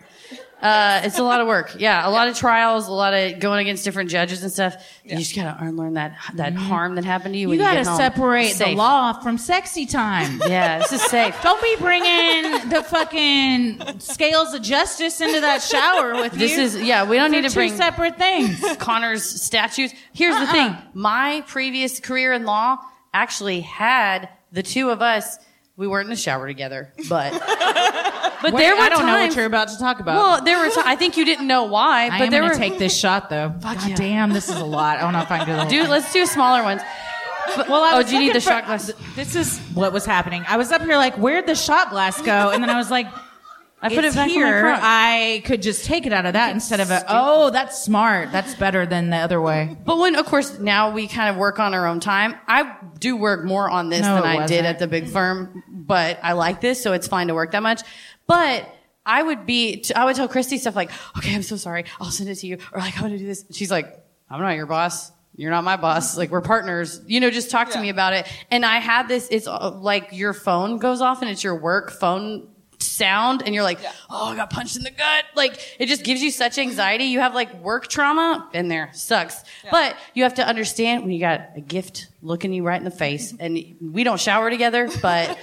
D: Uh, it's a lot of work. Yeah, a lot of trials, a lot of going against different judges and stuff. You just gotta unlearn that that harm that happened to you.
C: Mm-hmm. You,
D: when
C: gotta
D: you get home.
C: separate
D: It's
C: the
D: safe.
C: law from sexy time.
D: [laughs] Yeah, this is safe.
C: Don't be bringing the fucking scales of justice into that shower with
D: This
C: you.
D: is yeah. We don't
C: They're
D: need to
C: two
D: bring
C: separate things.
D: [laughs] Connor's statues. Here's the
C: Uh-uh.
D: thing. My previous career in law actually had the two of us. We weren't in the shower together, but [laughs] but
C: Wait,
D: there were
C: I don't know what
D: times-
C: you're about to talk about.
D: Well, there were. ti- I think you didn't know why,
C: I
D: but
C: am
D: there
C: gonna
D: were.
C: take
D: [laughs]
C: this shot though. Fuck God damn, this is a lot. I don't know if I can do that.
D: Dude, let's do smaller ones.
C: well,
D: oh,
C: was
D: do you need
C: looking
D: the
C: for-
D: shot glass?
C: This is what was happening. I was up here like, where'd the shot glass go? And then I was
D: [laughs]
C: like, I
D: put it back in my
C: here.
D: trunk.
C: I could just take it out of that instead of a. Oh, that's smart. That's better than the other way.
D: But when, of course, now we kind of work on our own time. I do work more on this
C: No,
D: than
C: it
D: I did
C: wasn't.
D: at the big firm, but I like this, so it's fine to work that much. But I would be, I would tell Christy stuff like, okay, I'm so sorry. I'll send it to you. Or like, I'm going to do this. She's like, I'm not your boss. You're not my boss. Like, we're partners. You know, just talk to me about it. And I had this, it's uh, like your phone goes off and it's your work phone sound and you're like, oh, I got punched in the gut. Like, it just gives you such anxiety. You have like work trauma. Been there. Sucks. But you have to understand when you got a gift looking you right in the face and we don't shower together, but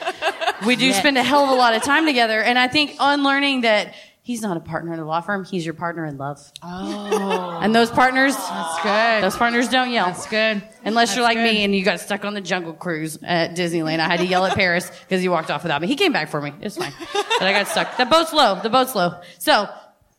D: [laughs] we do
C: Yet.
D: spend a hell of a lot of time together. And I think unlearning that he's not a partner in the law firm. He's your partner in love.
C: Oh,
D: And those partners,
C: that's good.
D: those partners don't yell. That's
C: good.
D: Unless you're like
C: That's good.
D: me and you got stuck on the jungle cruise at Disneyland. I had to yell at Paris because he walked off without me. He came back for me. It's fine. But I got stuck. The boat's low. The boat's low. So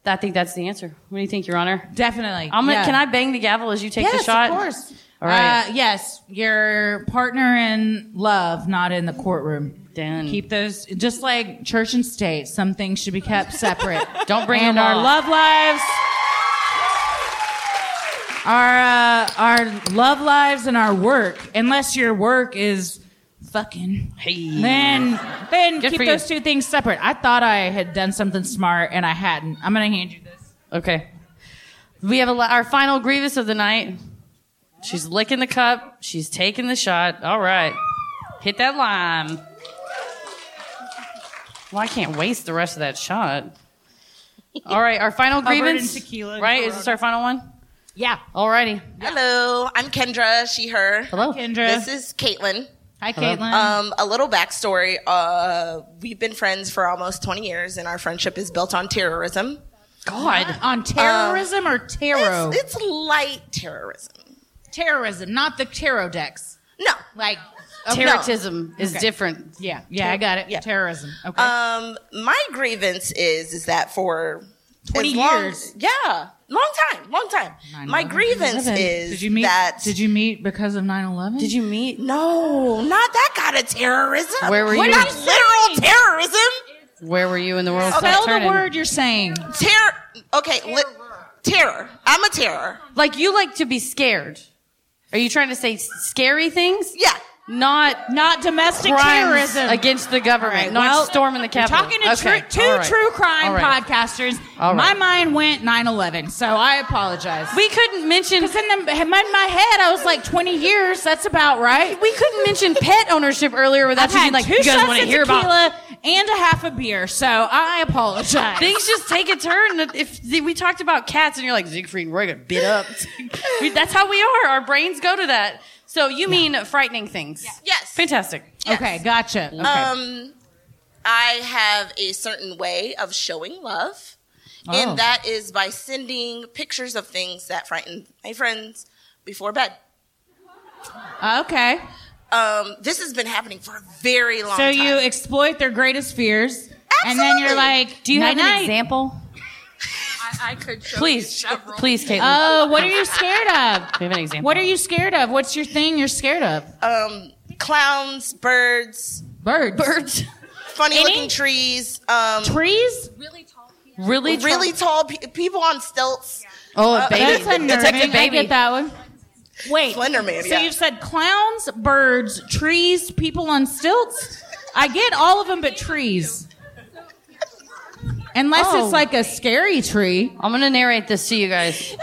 D: I think that's the answer. What do you think, Your Honor?
C: Definitely.
D: I'm gonna,
C: Yeah.
D: Can I bang the gavel as you take
C: yes,
D: the shot?
C: of course.
D: All right.
C: Uh, yes, your partner in love, not in the courtroom.
D: Done.
C: Keep those just like church and state. Some things should be
D: [laughs]
C: kept separate.
D: Don't bring
C: and
D: them
C: our
D: all.
C: love lives. Our uh, our love lives and our work. Unless your work is fucking,
D: Hey.
C: then then
D: Good
C: keep
D: for you.
C: those two things separate. I thought I had done something smart and I hadn't. I'm gonna hand you this.
D: Okay. We have a, la- our final grievous of the night. She's licking the cup. She's taking the shot. All right. Hit that lime. Well, I can't waste the rest of that shot. All right, our final
C: [laughs]
O: Covered in
D: grievance.
O: tequila and
D: right? Is this our final one?
C: Yeah.
D: Alrighty.
O: Hello, I'm Kendra. She, her.
D: Hello.
O: Kendra. This is Caitlin.
C: Hi,
D: Hello. Caitlin.
O: Um, a little backstory. Uh, we've been friends for almost 20 years, and our friendship is built on terrorism. Um,
C: God. On terrorism or tarot?
O: It's, it's light terrorism.
C: terrorism, not the tarot decks.
O: No,
C: like
D: Terrorism is
O: Okay.
D: different.
C: Oh, Yeah, yeah, I got it. Terrorism. Okay.
O: Um, my grievance is is that for
C: 20
O: as long-
C: years.
O: Yeah, long time, long time. my grievance is
C: did you meet,
O: that
C: Did you meet because of 9/11? Did
D: you meet?
O: No, not that kind of terrorism.
D: Where were you?
O: Not literal terrorism.
D: Where were you in the world?
O: Spell
D: stopped
O: the
D: turning?
O: word
C: you're saying.
O: Terror. Okay, li- terror. I'm a terror.
D: Like you like to be scared. Are you trying to say s- scary things?
O: Yeah.
D: Not
C: not domestic
D: crimes
C: terrorism.
D: against the government.
C: All right,
D: not
C: well,
D: storming the
C: You're
D: Capitol.
C: talking to
D: Okay,
C: tru- two
D: all right.
C: true crime
D: All right.
C: podcasters.
D: All
C: My
D: right.
C: mind went 9/11, so I apologize.
D: We couldn't mention
C: because in, the, in my head I was like 20 years. That's about right.
D: We couldn't mention pet ownership earlier without
C: I've
D: you being
C: had
D: like,
C: two
D: you guys
C: shots
D: want to
C: of
D: hear about
C: tequila and a half a beer, so I apologize.
D: things just take a turn. If we talked about cats and you're like Siegfried and Roy got bit up, [laughs] We- that's how we are. Our brains go to that. So you mean frightening things?
O: Yes.
D: Fantastic.
C: [laughs] Okay, gotcha. Okay.
O: Um, I have a certain way of showing love,
D: Oh.
O: and that is by sending pictures of things that frighten my friends before bed.
C: okay.
O: Um, this has been happening for a very long
C: So
O: time.
C: you exploit their greatest fears, and then you're
O: Absolutely.
C: like,
O: Do you have an
C: "Night-night."
D: example?
K: I, I could show
D: Please,
K: you several.
D: please, Caitlin.
C: Oh, what are you scared of?
D: We have an example.
C: What are you scared of? What's your thing you're scared of?
O: um, clowns, birds,
C: birds,
D: birds,
O: funny looking trees, um,
C: trees,
D: really, tall-
O: really tall pe- people on stilts.
D: Oh,
O: Uh,
D: a baby.
O: that's unnerving.
D: Detective
O: I get
D: baby.
C: that one. Wait,
O: Slenderman,
C: So
O: yeah.
C: you've said clowns, birds, trees, people on stilts. I get all of them, but trees. Unless
D: Oh,
C: it's like a scary tree.
D: I'm gonna narrate this to you guys.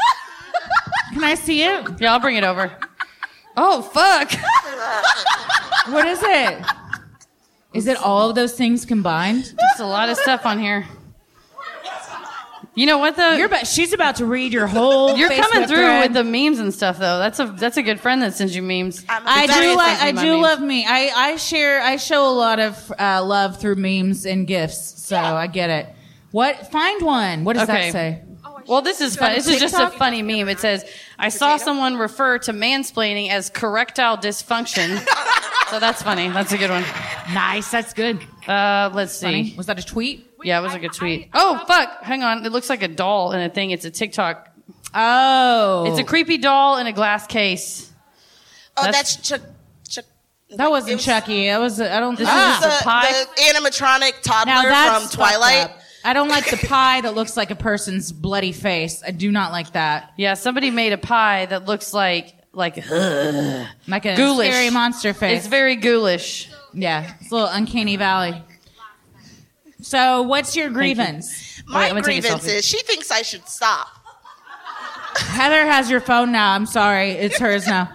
C: [laughs] Can I see it?
D: Yeah, I'll bring it over. Oh fuck!
C: [laughs] what is it? Is it all of those things combined?
D: There's a lot of stuff on here. You know what though? You're
C: about, she's about to read your whole.
D: You're coming
C: Facebook
D: through
C: thread.
D: with the memes and stuff though. That's a that's a good friend that sends you memes.
C: I do like. I do love me. I I share. I show a lot of uh, love through memes and gifts. So I get it. What? Find one. What does that
D: Okay.
C: say?
D: Well, this is
C: Is
D: fun.
C: that
D: This
C: a
D: is just a
C: TikTok?
D: funny meme. It says, "I saw someone refer to mansplaining as correctile dysfunction." so that's funny. That's a good one.
C: Nice. That's good.
D: Uh, let's see.
C: Funny. Was that a tweet?
D: yeah, it was a good tweet. oh fuck! Hang on. It looks like a doll and a thing. It's a TikTok.
C: Oh,
D: It's a creepy doll in a glass case.
O: Oh, that's, Chuck. Chuck
C: That wasn't
D: E.
C: Chucky. That was. I don't.
O: This
C: Ah.
O: is uh, the, the animatronic
C: Now
O: toddler
C: that's
O: from
C: fucked
O: Twilight.
C: up. I don't like the pie that looks like a person's bloody face. I do not like that.
D: Yeah, somebody made a pie that looks like like ugh,
C: Like a
D: ghoulish
C: scary monster face.
D: It's very ghoulish.
C: Yeah, it's a little uncanny valley. So, what's your grievance?
O: My
C: Wait, I'm gonna take a
O: grievance
C: selfie.
O: is she thinks I should stop.
C: Heather has your phone now. I'm sorry, it's hers now.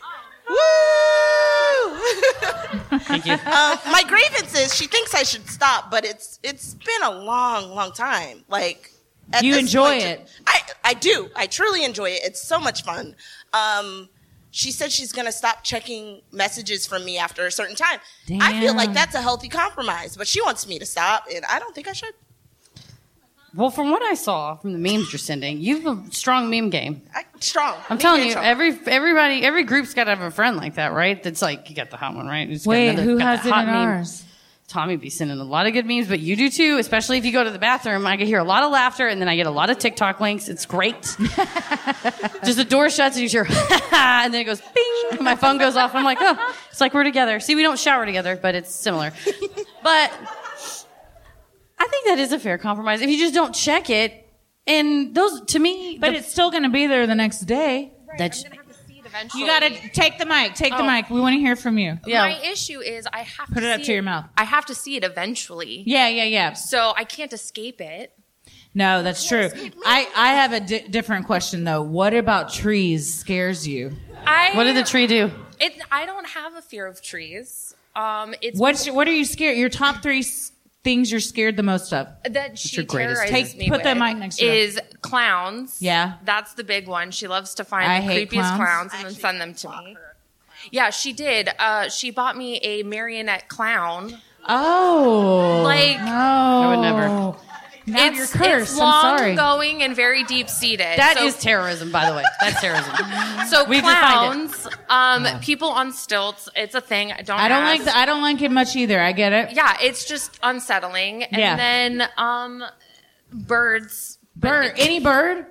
O: [laughs] Woo!
D: Thank you.
O: Uh, my grievance is she thinks I should stop, but it's it's been a long, long time. Like at
C: You
O: this
C: enjoy
O: point-
C: it.
O: I I do. I truly enjoy it. It's so much fun. Um, she said she's gonna stop checking messages from me after a certain time. I feel like
D: Damn.
O: that's a healthy compromise, but she wants me to stop, and I don't think I should.
D: Well, from what I saw from the memes you're sending, you have a strong meme game.
O: I, strong.
D: I'm
O: Me
D: telling
O: and
D: you,
O: strong.
D: every everybody, every group's got to have a friend like that, right? That's like you got the hot one, right? It's got
C: Wait,
D: another-
C: who
D: got
C: has
D: the
C: it
D: hot
C: in
D: meme.
C: ours?
D: Tommy be sending a lot of good memes, but you do too. Especially if you go to the bathroom, I can hear a lot of laughter, and then I get a lot of TikTok links. It's great.
C: [laughs]
D: Just the door shuts, and you hear, [laughs] and then it goes bing. and my phone goes off. I'm like, oh, it's like we're together. See, we don't shower together, but it's similar. But I think that is a fair compromise. If you just don't check it, and those to me,
C: But
D: the-
C: it's still going to be there the next day.
D: that's
C: You got to take the mic. Take the
K: Oh.
C: mic. We want to hear from you.
K: My issue is I have
C: Put
K: to
C: it up
K: see
C: to your mouth.
K: I have to see it eventually.
C: Yeah, yeah, yeah.
K: So I can't escape it.
C: No, that's true. I, I have a di- different question though. What about trees scares you?
K: I
D: What did the tree do?
K: It. I don't have a fear of trees. Um, it's
C: What's your- what are you scared? Your top three s- things you're scared the most of?
K: that she
C: your greatest
K: terrorizes
C: fear?
K: me
C: Put
K: with
C: that mic next to you.
K: is clowns.
C: Yeah.
K: that's the big one. She loves to
C: I
K: find the
C: hate
K: creepiest
C: clowns.
K: clowns, and then send them to me. Yeah, she did. Uh, she bought me a marionette clown.
C: Oh,
K: Like-
C: no,
K: I
D: would never.
C: Now
K: it's,
C: you're cursed.
K: It's long
C: I'm sorry.
K: going and very deep seated.
D: That
K: so,
D: is terrorism, by the way. That's terrorism.
K: [laughs] so
D: We've defined
K: clowns, um, people on stilts. It's a thing. Don't
C: I don't like
K: ask.
C: the, I don't like it much either. I get it.
K: yeah, it's just unsettling. And
C: Yeah.
K: then um, birds.
C: Bird, any bird.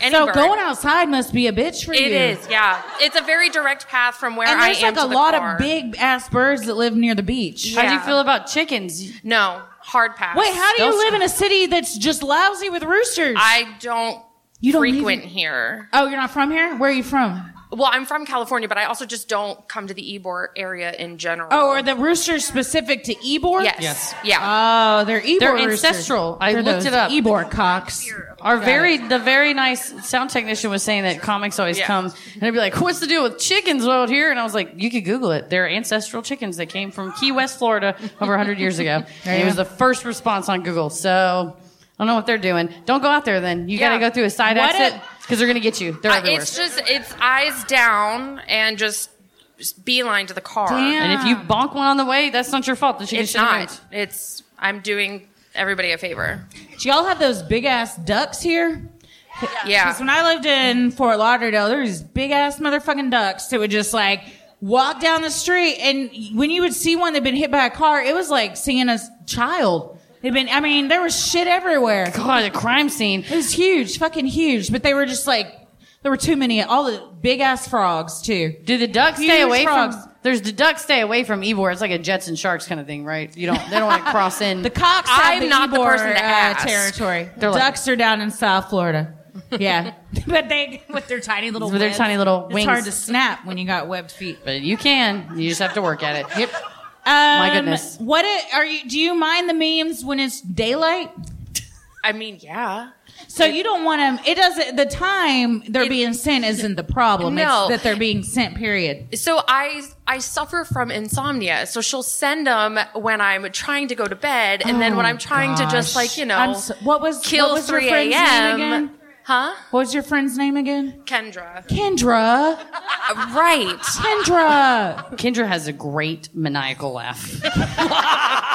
K: Any
C: so
K: bird.
C: going outside must be a bitch for
K: It
C: you.
K: is, yeah. It's a very direct path from where
C: And
K: I
C: there's
K: am
C: like
K: to
C: a
K: the
C: lot
K: car.
C: of big ass birds that live near the beach.
D: How do you feel about chickens?
K: No, hard pass.
C: Wait, how do you live in a city that's just lousy with roosters?
K: I don't.
C: You don't leave
K: frequent
C: it-
K: here.
C: Oh, you're not from here? Where are you from?
K: Well, I'm from California, but I also just don't come to the Ebor area in general.
C: Oh, are the roosters specific to Ebor?
K: Yes. Yes. Yeah.
C: Oh, they're Ebor.
D: They're
C: roosters.
D: ancestral. I
C: They're
D: looked
C: those
D: it up.
C: Ebor cocks.
D: Our
C: Got
D: very
C: it.
D: the very nice sound technician was saying that comics always
C: Yeah.
D: come and I'd be like, "What's the deal with chickens out here?" And I was like, "You could Google it. They're ancestral chickens that came from Key West, Florida, over 100
K: [laughs]
D: years ago."
C: There
D: And
C: you
D: it was
C: go.
D: the first response on Google. So I don't know what they're doing. Don't go out there. Then you got to
K: Yeah.
D: go through a side
K: What
D: exit
K: if-
D: because they're gonna get you. They're
K: Uh,
D: everywhere.
K: It's just it's eyes down and just, just beeline to the car.
D: And if you bonk one on the way, that's not your fault. The chicken
K: it's
D: should've
K: not.
D: went.
K: It's I'm doing everybody a favor.
C: Do y'all have those big ass ducks here?
K: Yeah.
C: Because when I lived in Fort Lauderdale, there were these big ass motherfucking ducks that would just like walk down the street. And when you would see one that had been hit by a car, it was like seeing a s- child. They'd been, I mean, there was shit everywhere.
D: God, the crime scene.
C: It was huge, fucking huge. But they were just like, there were too many, all the big ass frogs too.
D: Do the ducks stay
C: Huge
D: away
C: frogs.
D: from? There's the ducks stay away from Ebor. It's like a Jets and Sharks kind of thing, right? You don't. They don't want to cross
C: [laughs]
D: in.
C: The cocks have
K: I'm not the
C: Ybor,
K: person to
C: uh,
K: ask.
C: territory.
D: They're like-
C: Ducks are down in South Florida.
D: [laughs]
C: Yeah, [laughs] but they with their tiny little
D: With their
C: webs,
D: tiny little
C: It's hard
D: wings.
C: to snap when you got webbed feet.
D: But you can. You just have to work at it. Yep.
C: My
A: goodness.
C: Um, What it, are you? Do you mind the memes when it's daylight?
K: I mean, yeah.
C: So you don't want to. It doesn't. The time they're being sent isn't the problem.
K: No.
C: It's that they're being sent. Period.
K: So I I suffer from insomnia. So she'll send them when I'm trying to go to bed, and then when
C: Oh,
K: I'm trying to just
C: gosh.
K: like you know,
C: I'm so- what was
K: kill
C: what was your
K: three
C: friend's name
K: a.m.
C: again?
K: Huh?
C: What was your friend's name again?
K: Kendra.
C: [laughs] Kendra.
K: right.
C: Kendra.
D: Kendra has a great maniacal laugh.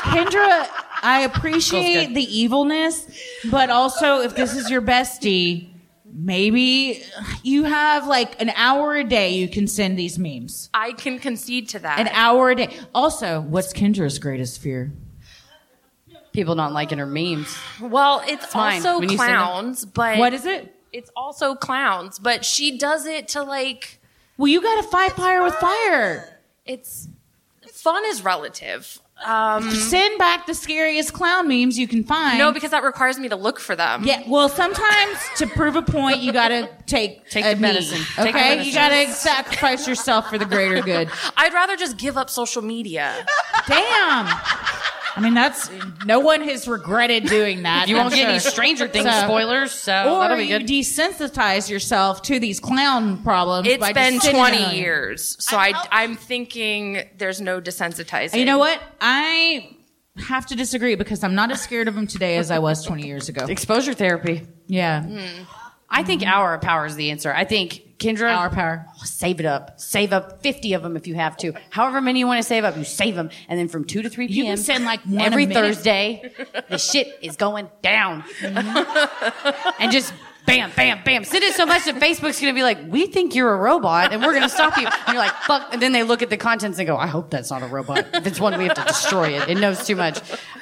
C: Kendra, I appreciate the evilness, but also if this is your bestie, maybe you have like an hour a day you can send these memes.
K: I can concede to that.
C: An hour a day. Also, what's Kendra's greatest fear?
D: People not liking her memes.
K: Well, it's
D: fine
K: also
D: when you send it.
K: clowns, but
D: What is it?
K: It's also clowns, but she does it to like.
C: Well, you got to fight fire with fire.
K: It's fun is relative. Um,
C: Send back the scariest clown memes you can find.
K: no, because that requires me to look for them.
C: Yeah, well, sometimes to prove a point, you gotta take take
K: the medicine.
C: Okay,
K: Take the medicine.
C: you gotta sacrifice yourself for the greater good.
K: [laughs] I'd rather just give up social media.
C: Damn. I mean, that's no one has regretted doing that.
D: You
C: I'm
D: won't get any
C: sure.
D: Stranger Things spoilers, so
C: or
D: that'll be good.
C: you desensitize yourself to these clown problems.
K: It's
C: by just
K: been
C: sitting
K: 20
C: on it.
K: years, so I, I'm thinking there's no desensitizing.
C: You know what? I have to disagree because I'm not as scared of them today as I was 20 years ago.
D: Exposure therapy.
C: Yeah.
D: I think hour power is the answer. I think Kendra hour
C: Mm-hmm. power.
D: save it up. Save up fifty of them if you have to. However many you want to save up, you save them, and then from two to three p.m.
C: can send, like, one a
D: every
C: minute.
D: Thursday.
C: [laughs]
D: the shit is going down,
C: Mm-hmm.
D: and just bam, bam, bam. Send it so much that Facebook's going to be like, "We think you're a robot, and we're going to stop you." And you're like, "Fuck!" And then they look at the contents and go, "I hope that's not a robot. If it's one, we have to destroy it. It knows too much."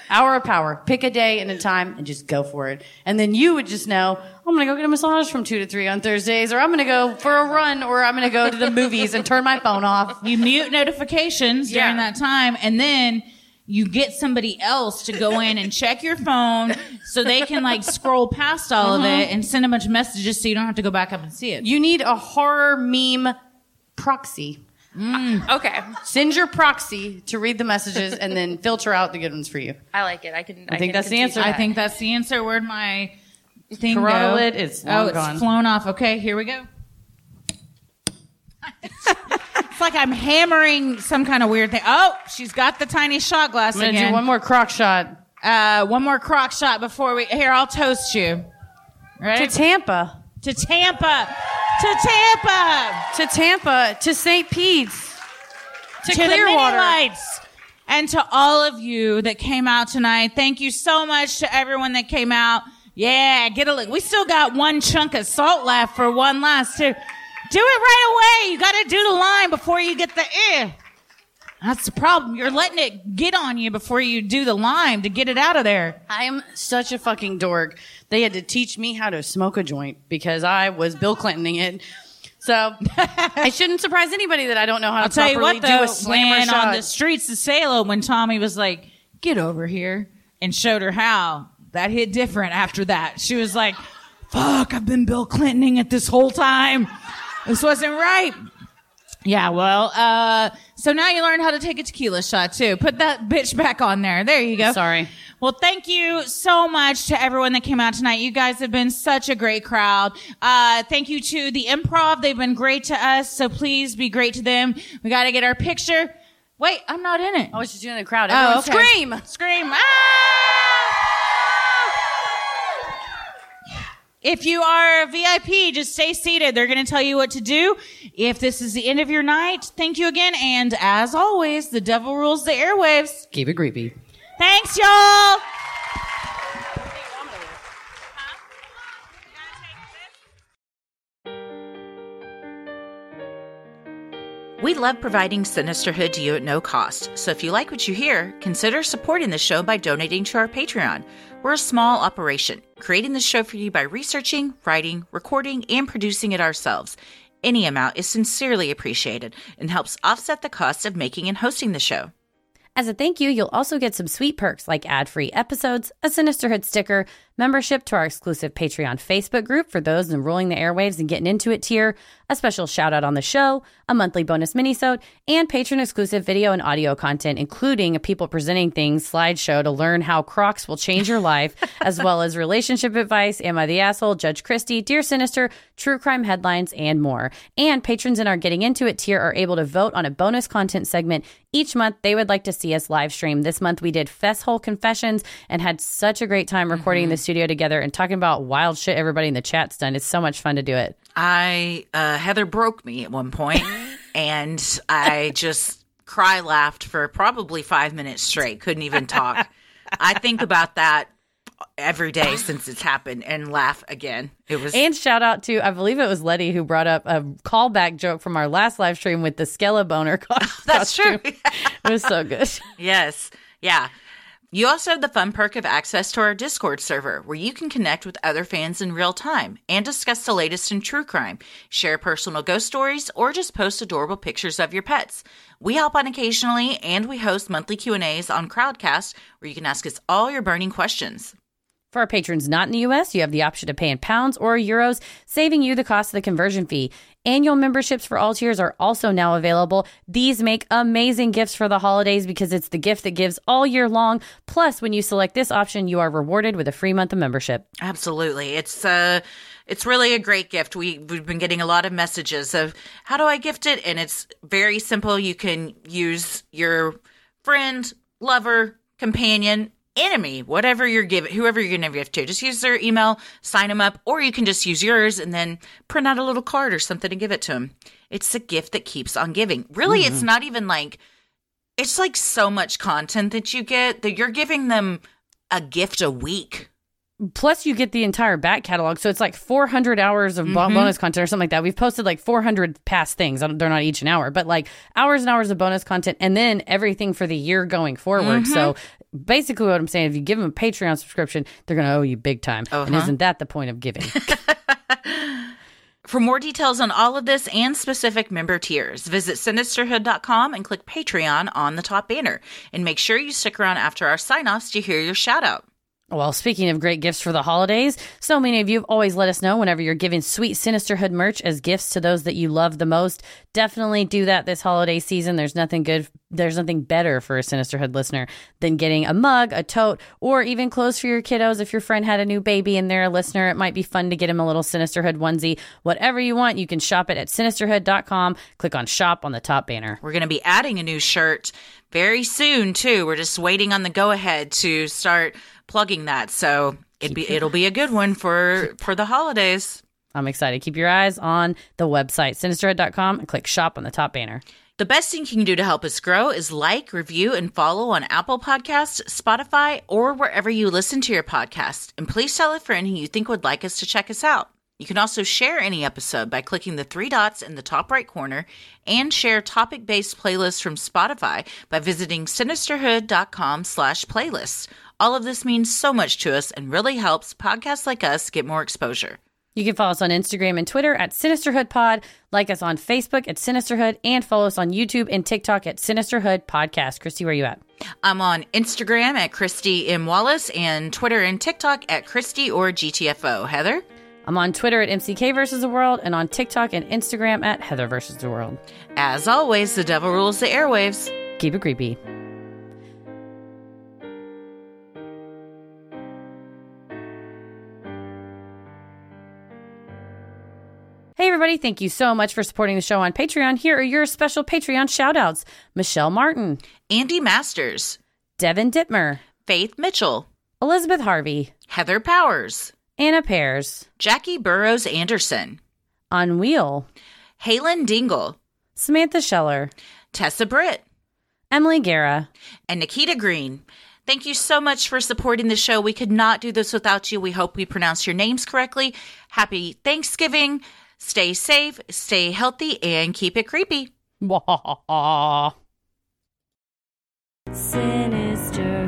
D: Hour of power. Pick a day and a time, and just go for it. And then you would just know. I'm gonna go get a massage from two to three on Thursdays, or I'm gonna go for a run, or I'm gonna go to the movies and turn my phone off.
C: You mute notifications during that time, and then you get somebody else to go in and check your phone so they can like scroll past all of
D: Mhm.
C: it and send a bunch of messages [laughs] so you don't have to go back up and see it.
D: You need a horror meme proxy.
C: Mm,
K: Okay.
D: Send your proxy to read the messages and then filter out the good ones for you.
K: I like it. I can.
D: I
K: can
D: think that's the
K: concede
D: answer.
K: to
C: I
K: that.
C: think that's the answer. Where'd my thing
D: Throttle
C: go?
D: it. It's long
C: oh, it's
D: gone.
C: flown off. Okay, here we
D: [laughs]
C: go. it's like I'm hammering some kind of weird thing. Oh, she's got the tiny shot glass
D: I'm gonna do
C: again.
D: one more crock shot.
C: Uh, one more crock shot before we. Here, I'll toast you. Ready?
D: To Tampa.
C: To Tampa. To Tampa.
D: To Tampa. To St. Pete's. To,
C: the mini
D: Clearwater.
C: lights. And to all of you that came out tonight, thank you so much to everyone that came out. Yeah, get a look. We still got one chunk of salt left for one last too. Do it right away. You got to do the line before you get the eh. That's the problem. You're letting it get on you before you do the lime to get it out of there.
D: I am such a fucking dork. They had to teach me how to smoke a joint because I was Bill Clintoning it.
C: [laughs]
D: So I shouldn't surprise anybody that I don't know how to
C: I'll tell you
D: properly
C: what, though,
D: do a slammer
C: when
D: shot.
C: on the streets of Salem, when Tommy was like, "Get over here," and showed her how, that hit different after that. She was like, "Fuck, I've been Bill Clintoning it this whole time. This wasn't right." Yeah, well, uh, so now you learn how to take a tequila shot too. Put that bitch back on there. There you go.
D: Sorry.
C: Well, thank you so much to everyone that came out tonight. You guys have been such a great crowd. Uh, thank you to the improv. They've been great to us. So please be great to them. We got to get our picture. Wait, I'm not in it. I
D: was just doing the crowd.
C: Oh,
D: Everyone
C: okay.
D: scream!
C: Scream! Ah! If you are a VIP, just stay seated. They're going to tell you what to do. If this is the end of your night, thank you again. And as always, the devil rules the airwaves.
D: Keep it creepy.
C: Thanks, y'all.
E: We love providing Sinisterhood to you at no cost, so if you like what you hear, consider supporting the show by donating to our Patreon. We're a small operation, creating the show for you by researching, writing, recording, and producing it ourselves. Any amount is sincerely appreciated and helps offset the cost of making and hosting the show.
A: As a thank you, you'll also get some sweet perks like ad free episodes, a Sinisterhood sticker,
D: membership to our exclusive Patreon Facebook group for those enrolling the airwaves and getting into it tier, a special shout out on the show, a monthly bonus minisode, and patron exclusive video and audio content, including a people presenting things slideshow to learn how Crocs will change your life, as well as relationship advice, Am I the Asshole, Judge Christie, Dear Sinister, true crime headlines, and more. And patrons in our Getting Into It tier are able to vote on a bonus content segment each month they would like to see us live stream. This month we did Festhole Confessions and had such a great time recording in
C: Mm-hmm.
D: the studio together and talking about wild shit everybody in the chat's done. It's so much fun to do it.
C: I uh, Heather broke me at one [laughs] point, and I just cry laughed for probably five minutes straight. Couldn't even talk. I think about that every day since it's happened and laugh again. It was
D: And shout out to I believe it was Letty who brought up a callback joke from our last live stream with the Skella boner. [laughs]
C: That's true.
D: it was so good. [laughs]
C: yes. Yeah. You also have the fun perk of access to our Discord server, where you can connect with other fans in real time and discuss the latest in true crime, share personal ghost stories, or just post adorable pictures of your pets. We hop on occasionally, and we host monthly Q and A's on Crowdcast, where you can ask us all your burning questions.
D: For our patrons not in the US, you have the option to pay in pounds or euros, saving you the cost of the conversion fee. Annual memberships for all tiers are also now available. These make amazing gifts for the holidays because it's the gift that gives all year long. Plus, when you select this option, you are rewarded with a free month of membership.
C: Absolutely. It's uh it's really a great gift. We we've been getting a lot of messages of how do I gift it? And it's very simple. You can use your friend, lover, companion, enemy, whatever you're giving, whoever you're going to gift to. Just use their email, sign them up, or you can just use yours and then print out a little card or something and give it to them. It's a gift that keeps on giving. Really, it's
P: Mhm.
C: not even like it's like so much content that you get that you're giving them a gift a week.
D: Plus, you get the entire back catalog. So it's like 400 hours of bo-
C: Mhm.
D: bonus content or something like that. We've posted like 400 past things. I don't- They're not each an hour, but like hours and hours of bonus content and then everything for the year going forward.
Q: Mhm.
D: So basically, what I'm saying, if you give them a Patreon subscription, they're going to owe you big time. And
C: Uh-huh.
D: isn't that the point of giving?
C: For more details on all of this and specific member tiers, visit sinisterhood.com and click Patreon on the top banner. And make sure you stick around after our sign offs to hear your shout out.
D: Well, speaking of great gifts for the holidays, so many of you have always let us know whenever you're giving sweet Sinisterhood merch as gifts to those that you love the most. Definitely do that this holiday season. There's nothing good, there's nothing better for a Sinisterhood listener than getting a mug, a tote, or even clothes for your kiddos. If your friend had a new baby and they're a listener, it might be fun to get him a little Sinisterhood onesie. Whatever you want, you can shop it at sinisterhood.com. Click on shop on the top banner.
C: We're going to be adding a new shirt very soon too. We're just waiting on the go ahead to start plugging that. So it'd be it'll be a good one for for the holidays.
D: I'm excited. Keep your eyes on the website, sinisterhood.com, and click shop on the top banner.
C: The best thing you can do to help us grow is like, review, and follow on Apple Podcasts, Spotify, or wherever you listen to your podcast. And please tell a friend who you think would like us to check us out. You can also share any episode by clicking the three dots in the top right corner and share topic-based playlists from Spotify by visiting sinisterhood.com slash playlists. All of this means so much to us and really helps podcasts like us get more exposure.
D: You can follow us on Instagram and Twitter at Sinisterhood Pod, like us on Facebook at Sinisterhood, and follow us on YouTube and TikTok at Sinisterhood Podcast. Christy, where you at?
C: I'm on Instagram at Christy M. Wallace and Twitter and TikTok at Christy or GTFO. Heather?
D: I'm on Twitter at MCK versus the world and on TikTok and Instagram at Heather versus the world.
C: As always, the devil rules the airwaves.
D: Keep it creepy. Hey, everybody, thank you so much for supporting the show on Patreon. Here are your special Patreon shout outs Michelle Martin,
C: Andy Masters,
D: Devin Ditmer,
C: Faith Mitchell,
D: Elizabeth Harvey,
C: Heather Powers,
D: Anna Pears,
C: Jackie Burrows Anderson,
D: On Wheel,
C: Halen Dingle,
D: Samantha Scheller,
C: Tessa Britt,
D: Emily Guerra,
C: and Nikita Green. Thank you so much for supporting the show. We could not do this without you. We hope we pronounced your names correctly. Happy Thanksgiving. Stay safe, stay healthy, and keep it creepy.
D: [laughs]
B: Sinister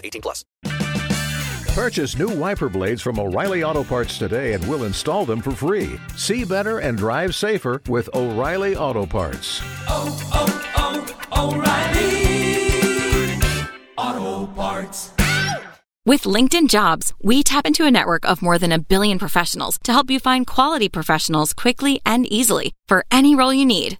R: 18 plus.
S: Purchase new wiper blades from O'Reilly Auto Parts today and we'll install them for free. See better and drive safer with O'Reilly Auto Parts.
T: Oh, oh, oh, O'Reilly Auto Parts.
U: With LinkedIn Jobs, we tap into a network of more than a billion professionals to help you find quality professionals quickly and easily for any role you need.